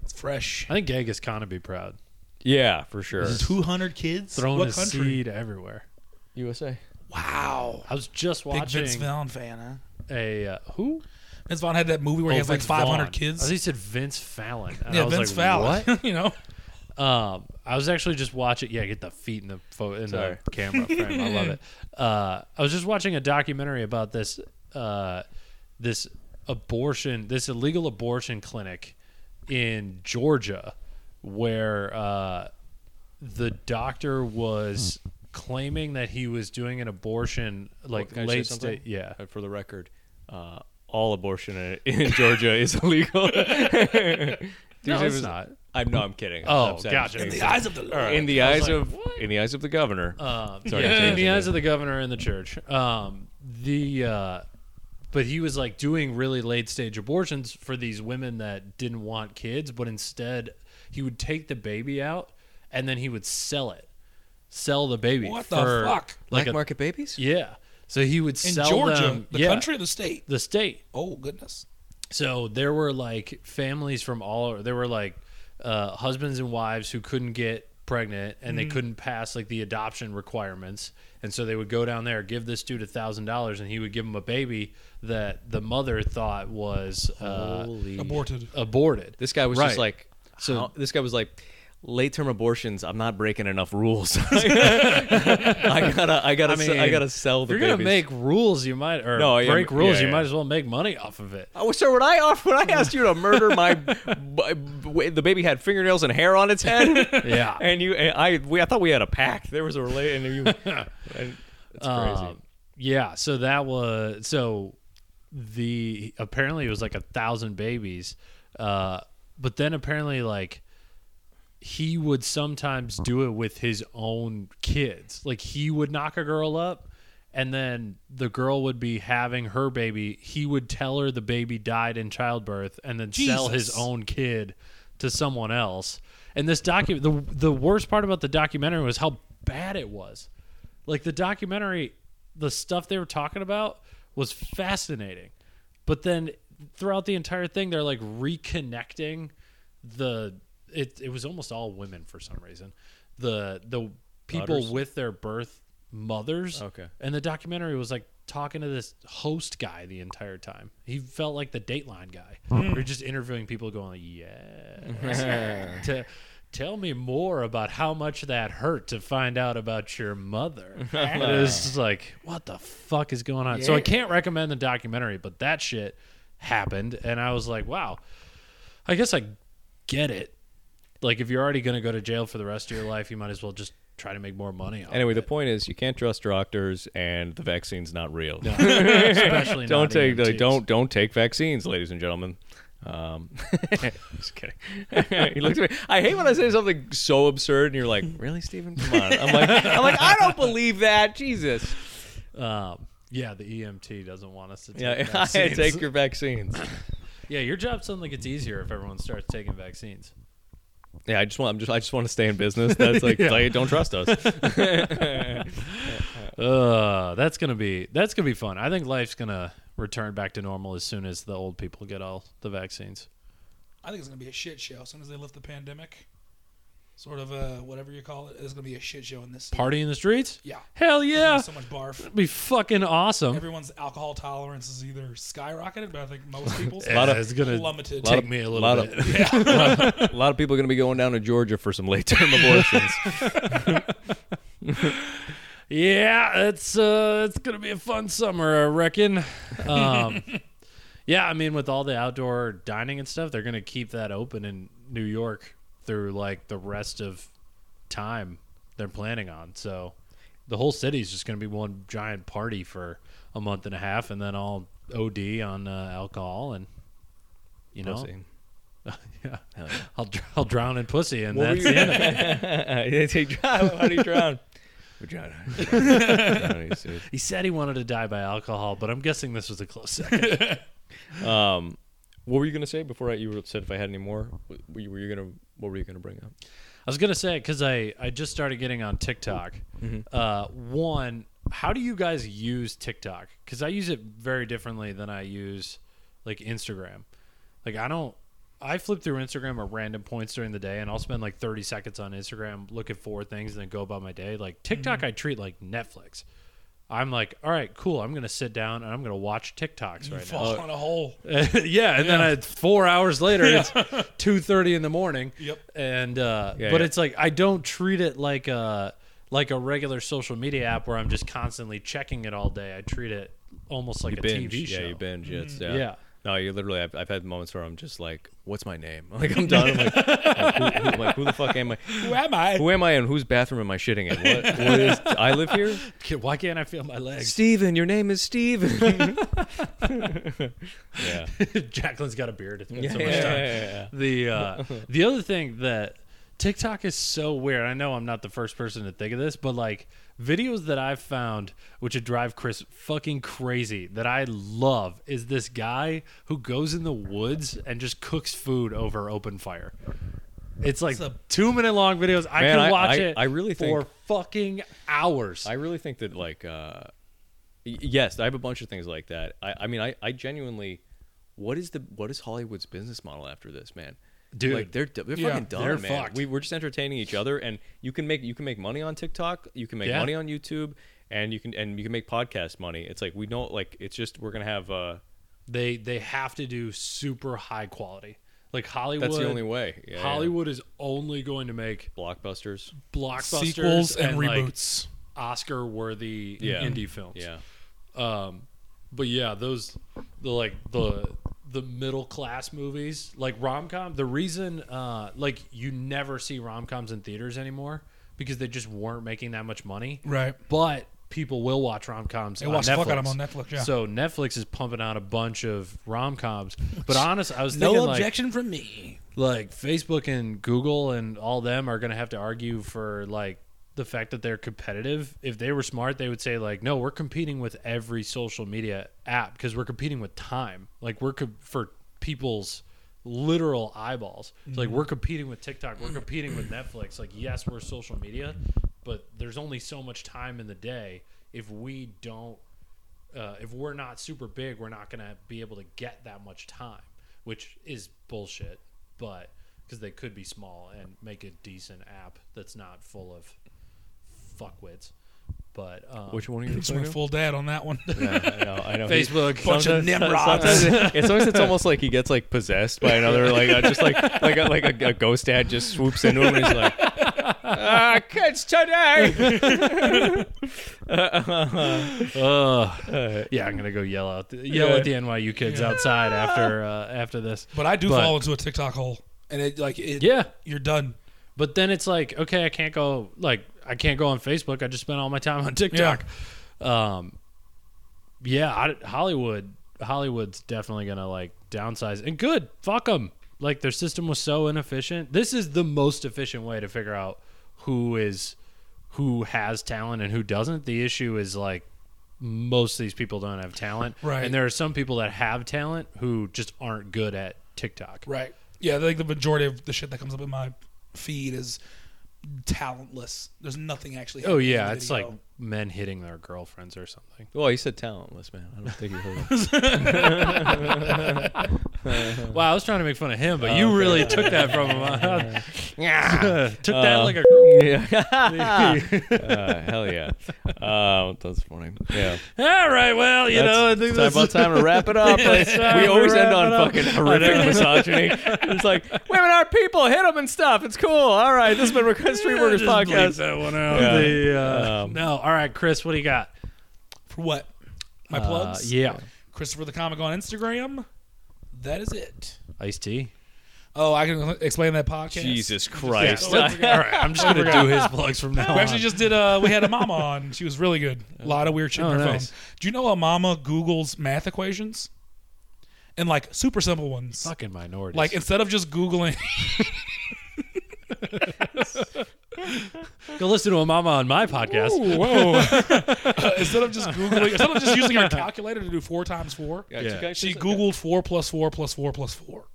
C: It's fresh.
A: I think Genghis Khan would be proud.
D: Yeah, for sure.
C: 200 kids?
A: Throwing
C: what
A: his
C: country?
A: seed everywhere.
D: USA.
C: Wow.
A: I was just
C: Big Vince
A: watching
C: Vaughn fan, huh?
A: a uh, who?
C: Vince Vaughn had that movie where he has
A: Oh,
C: like
A: Vince
C: 500
A: Vaughn. I
C: kids.
A: think he said Vince Fallon. And I
C: yeah,
A: was
C: Vince
A: like,
C: Fallon. (laughs)
A: What?
C: you know,
A: Um, I was actually just watching. Yeah, get the feet in the pho- in
D: Sorry.
A: the camera frame. I
D: (laughs)
A: love it. Uh, I was just watching a documentary about this uh, this abortion, this illegal abortion clinic in Georgia, where uh, the doctor was claiming that he was doing an abortion like
D: Can I say
A: late
D: something?
A: state. Yeah,
D: Uh, For the record, uh, all abortion in, in (laughs) Georgia is illegal. (laughs)
A: no,
D: it
A: it's
D: was-
A: not.
D: I'm no, I'm kidding.
A: Oh,
D: I'm sad.
A: gotcha.
C: in the eyes of the Lord.
D: In the eyes of in the eyes of the governor.
A: Um,
D: Sorry,
A: yeah,
D: I
A: in
D: changed
A: the
D: it.
A: eyes of the governor and the church. Um, the uh, but he was like doing really late stage abortions for these women that didn't want kids, but instead he would take the baby out and then he would sell it, sell the baby.
C: What the
A: for,
C: fuck?
A: Like a,
D: market babies.
A: yeah. So he would
C: in
A: sell
C: Georgia,
A: them.
C: the
A: yeah,
C: country or the state?
A: the state.
C: Oh, goodness.
A: So there were like families from all over. There were like uh, husbands and wives who couldn't get pregnant and they couldn't pass like the adoption requirements and so they would go down there give this dude a thousand dollars and he would give him a baby that the mother thought was uh,
E: Holy.
C: Aborted.
A: aborted
D: This guy was
A: Right.
D: just like,
A: So-
D: so this guy was like, late term abortions. I'm not breaking enough rules. (laughs) I gotta, I gotta,
A: I
D: I,
A: mean,
D: I gotta sell
A: if
D: the.
A: you're gonna
D: babies.
A: make rules you might or
D: No, yeah,
A: break
D: yeah,
A: rules you
D: yeah.
A: might as well make money off of it
D: Oh, sir, when I off, when I asked you to murder (laughs) my, b- b- the baby had fingernails and hair on its (laughs) head.
A: Yeah.
D: and you, and I, we, I thought we had a pact. There was a relate, and (laughs) you. and it's crazy.
A: Um, yeah, so that was so the apparently it was like a thousand babies, uh, but then apparently like he would sometimes do it with his own kids. Like he would knock a girl up, and then the girl would be having her baby. He would tell her the baby died in childbirth, and then sell his
C: Jesus.
A: own kid to someone else. And this docu the the worst part about the documentary was how bad it was. Like the documentary, the stuff they were talking about was fascinating, but then throughout the entire thing, they're like reconnecting the. It it was almost all women for some reason. The the people
D: Daughters?
A: with their birth mothers.
D: Okay.
A: And the documentary was like talking to this host guy the entire time. He felt like the Dateline guy.
D: Hmm.
A: We're just interviewing people, going, like, "Yeah,
D: (laughs)
A: T- tell me more about how much that hurt to find out about your
D: (laughs)
A: mother." And it was just like, "What the fuck is going on?" So I can't recommend the documentary, but that shit happened, and I was like, "Wow, I guess I get it." Like, if you're already gonna go to jail for the rest of your life, you might as well just try to make more money. Off
D: Anyway,
A: it.
D: the point is, you can't trust doctors, and the vaccine's not real. (laughs)
A: especially
D: don't
A: not E
D: take like,
A: EMTs.
D: don't don't take vaccines, ladies and gentlemen. Um, (laughs) just kidding. (laughs) he looked at me. I hate when I say something so absurd, and you're like, "Really, Stephen? Come on!" I'm like, "I'm like, I don't believe that, Jesus."
A: Um, yeah, the EMT doesn't want us to take (laughs)
D: Yeah, (laughs) I
A: vaccines.
D: take your vaccines.
A: yeah, your job suddenly gets easier if everyone starts taking vaccines.
D: Yeah, I just want, I'm just, I just want to stay in business.
A: (laughs)
D: That's like, like, don't trust us.
A: Uh, that's gonna be that's gonna be fun. I think life's gonna return back to normal as soon as the old people get all the vaccines.
C: I think it's gonna be a shit show as soon as they lift the pandemic. Sort of a whatever you call it. It's gonna be a shit show in this. city.
A: Party in the streets?
C: Yeah.
A: Hell
C: There's gonna
A: yeah!
C: be So much barf.
A: That'd be fucking awesome.
C: Everyone's alcohol tolerance is either skyrocketed, but I think
A: (laughs)
C: most people's
A: lot of- it's gonna
C: plummeted.
A: lot of- Take me a little
D: lot (laughs) Of, a lot of people are going to be going down to Georgia for some
A: (laughs)
D: late term abortions.
A: Yeah, it's uh, it's gonna be a fun summer, I reckon.
D: (laughs)
A: Um, yeah, I mean, with all the outdoor dining and stuff, they're gonna keep that open in New York through like the rest of time they're planning on. So the whole city's just gonna be one giant party for a month and a half, and then all OD on uh, alcohol and you know,
D: Pussy.
A: (laughs) yeah, I'll dr- I'll drown in pussy, and
D: What were
A: that's
D: you-
A: the end of it.
D: (laughs) They say, drown. How do
A: (laughs)
D: you drown? Vagina. Vagina.
A: He said he wanted to die by alcohol, but I'm guessing this was a close second.
D: (laughs) um, what were you going to say before I, you said if I had any more? Were you, were you gonna what were you going to bring up?
A: I was gonna say because I I just started getting on TikTok. Uh, one, how do you guys use TikTok? Because I use it very differently than I use like Instagram. Like I don't. I flip through Instagram at random points during the day, and I'll spend like 30 seconds on Instagram looking for things, and then go about my day. Like TikTok, I treat like Netflix. I'm like, all right, cool. I'm gonna sit down and I'm gonna watch TikToks
C: You
A: right now.
C: fall on a hole.
A: (laughs) yeah, and then I, four hours later, it's two thirty in the morning.
C: Yep.
A: And uh,
D: Yeah,
A: but
D: yeah.
A: it's like I don't treat it like a like a regular social media app where I'm just constantly checking it all day. I treat it almost like a TV show. Mm.
D: Yeah, you binge. It's, yeah.
A: Yeah.
D: No, you literally. I've, I've had moments where I'm just like, "What's my name?" (laughs) Like I'm done. I'm like, like, who, who, like, who the fuck am I?
C: Who am I?
D: Who am I? And whose bathroom am I shitting in? (laughs) What, what is? I live here.
A: Kid, (laughs) Why can't I feel my legs? (laughs)
D: (laughs) Steven, your name is (laughs) Steven. yeah.
A: Jacqueline's got a beard. It's been so much time.
D: yeah.
A: the uh,
D: (laughs)
A: the other thing that TikTok is so weird. I know I'm not the first person to think of this, but like videos that I've found which would drive Chris fucking crazy that I love is this guy who goes in the woods and just cooks food over open fire. It's like
C: a-
A: two minute long videos. I
D: Man,
A: can
D: I-
A: watch
D: I-
A: it.
D: I really
A: for
D: think-
A: fucking hours.
D: I really think that like uh y- yes, I have a bunch of things like that. I, I mean I, I genuinely what is the what is Hollywood's business model after this, man?
A: Dude,
D: like they're d- they're
C: Yeah,
D: fucking done,
A: they're
D: man.
A: fucked.
D: We we're just entertaining each other, and you can make you can make money on TikTok, you can make
A: Yeah.
D: money on YouTube, and you can and you can make podcast money. It's like we don't like it's just we're gonna have uh
A: they they have to do super high quality. Like Hollywood,
D: that's the only way. Yeah, yeah.
A: Hollywood is only going to make
D: blockbusters.
A: blockbusters,
C: Sequels and,
A: like,
C: reboots.
A: Oscar-worthy
D: Yeah.
A: indie films. Um,
D: Yeah,
A: but yeah, those the like the the middle class movies, like rom com. The reason, uh, like you never see rom coms in theaters anymore because they just weren't making that much money.
C: Right.
A: But people will watch rom coms.
C: They
A: on
C: watch the
A: Netflix.
C: fuck out of 'em on Netflix, yeah.
A: So Netflix is pumping out a bunch of rom
C: (laughs)
A: coms. But honest, I was thinking
B: No
A: like,
B: objection from me.
A: like Facebook and Google and all them are going to have to argue for like the fact that they're competitive. If they were smart, they would say like, "No, we're competing with every social media app because we're competing with time. Like we're co- for people's literal eyeballs. It's like we're competing with TikTok, we're competing with Netflix. Like yes, we're social media, but there's only so much time in the day. If we don't uh, if we're not super big, we're not going to be able to get that much time, which is bullshit. But because they could be small and make a decent app that's not full of fuckwits. But um,
D: which one are you
C: It's my full dad on that one. (laughs)
D: (laughs) I know, I know. He-
A: (laughs) Facebook?
C: Bunch of
D: Sometimes-
C: Nimrods.
D: sometimes- it's always it's almost like he gets like possessed by another like uh, just like like a, like a, a ghost dad just swoops into him and he's like, ah,
A: (laughs)
D: kids today.
A: Ugh. (laughs) yeah, I'm gonna go yell out, yell
D: Yeah.
A: at the NYU kids outside after uh, after this.
C: (laughs) But I do
A: But-
C: fall into a TikTok hole, and it like it,
A: Yeah,
C: you're done.
A: But then it's like, okay, I can't go like I can't go on Facebook. I just spent all my time on (laughs) TikTok. Yeah. Um yeah, I, Hollywood Hollywood's definitely going to like downsize. And good, fuck them. Like their system was so inefficient. This is the most efficient way to figure out who is who has talent and who doesn't. The issue is like most of these people don't have talent.
C: Right.
A: And there are some people that have talent who just aren't good at TikTok.
C: Right. Yeah, I think the majority of the shit that comes up in my feed is talentless. There's nothing actually.
A: Oh
C: happening in
A: yeah,
C: the
A: it's
C: video.
A: like men hitting their girlfriends or something.
D: Well, he said talentless man. I don't think you
A: (laughs)
D: heard. Him.
A: Wow, I was trying to make fun of him, but you (laughs)
D: okay.
A: really took that from him. huh? (laughs) took that
D: Uh,
A: like a (laughs)
D: yeah. (laughs) uh, hell yeah. Uh, that's funny. Yeah.
A: all right. Well, you know, I think
D: it's
A: that's (laughs)
D: about time to wrap it up.
A: it's time
D: we
A: to
D: always end
A: wrap
D: on
A: it up.
D: fucking
A: (laughs)
D: horrific misogyny. It's like women are people. Hit them and stuff. It's cool. All right. This has been Request Street Workers
A: Just bleep
D: podcast.
A: that one out.
D: Yeah.
A: The, uh,
D: Um,
A: no, all right, Chris, what do you got?
C: for what? My
A: Uh,
C: plugs.
A: yeah,
C: Christopher the Comic on Instagram. That is it.
A: Ice T.
C: Oh, I can explain that podcast.
D: Jesus
A: Yeah,
D: Christ.
A: so- all right, I'm just gonna do his plugs from now
C: We
A: on.
C: actually just did. Uh, we had a mama on. She was really good. A lot of weird shit
A: Oh,
C: in her
A: nice.
C: phone. Do you know a mama Google's math equations? And like super simple ones.
A: fucking minorities.
C: Like instead of just googling, (laughs)
A: go listen to a mama on my podcast.
C: instead
A: (laughs)
C: of just googling, instead of just using our calculator to do four times four,
D: Yeah, you
A: Yeah.
D: guys
C: she
D: just-
C: googled four plus four plus four plus four.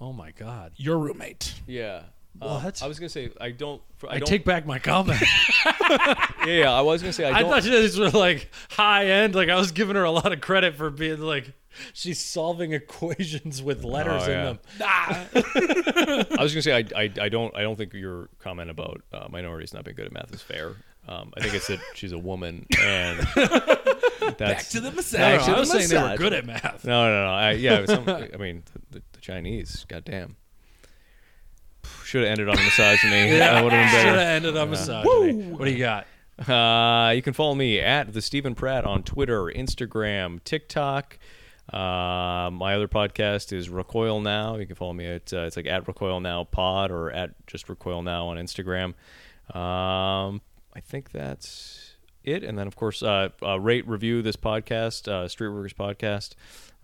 A: Oh my god.
C: Your roommate.
D: Yeah. Uh,
A: What?
D: I was gonna say I don't. I,
A: I
D: don't,
A: take back my comment.
D: Yeah, yeah, I was gonna say I
A: (laughs) I
D: don't.
A: thought these were like high end. Like I was giving her a lot of credit for being like she's solving equations with letters
D: Oh, yeah.
A: in them.
D: I was gonna say I, I, I don't I don't think your comment about uh, minorities not being good at math is fair. Um, I think it's that she's a woman
A: (laughs)
D: and that's back
B: To the
A: No, no,
B: massage.
A: I was saying they were
D: massage.
A: good at math.
D: no no no I, yeah
A: (laughs)
D: some, I mean the, the Chinese goddamn should have ended on misogyny yeah. would have
A: Should
D: been
A: have
D: better.
A: ended on misogyny. What do you got?
D: Uh, you can follow me at the Stephen Pratt on Twitter, Instagram, TikTok. Uh, my other podcast is Recoil Now. You can follow me at uh, it's like at Recoil Now Pod or at just Recoil Now on Instagram. Um, I think that's it. And then of course, uh, uh, rate review this podcast, uh, Streetworkers Podcast.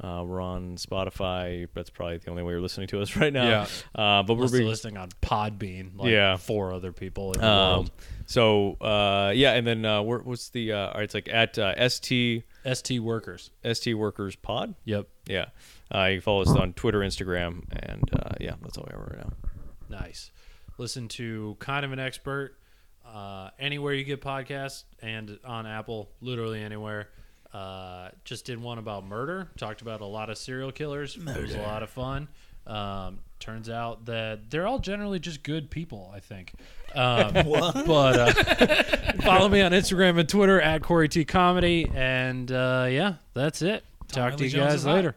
D: Uh, we're on Spotify. That's probably the only way you're listening to us (laughs) right now.
A: Yeah.
D: Uh, but we're
A: Must be
D: being-
A: listening on Podbean. Like
D: Yeah.
A: four other people in the
D: um,
A: world.
D: so uh, yeah, and then uh, where, what's the? Uh, all right, it's like at uh, st
A: ST workers.
D: st workers pod.
A: Yep.
D: Yeah, uh, you can follow us on Twitter, Instagram, and uh, yeah, that's all we have right now.
A: Nice. Listen to kind of an expert uh, anywhere you get podcasts and on Apple, literally anywhere. Uh, just did one about murder. Talked about a lot of serial killers. It was a lot of fun. Um, Turns out that they're all generally just good people, I think. Um, But uh, (laughs) follow me on Instagram and Twitter at Corey T Comedy. And uh, yeah, that's it. Talk
C: Tommy
A: to
C: Lee
A: you
C: Jones
A: guys
C: is hot.
A: later.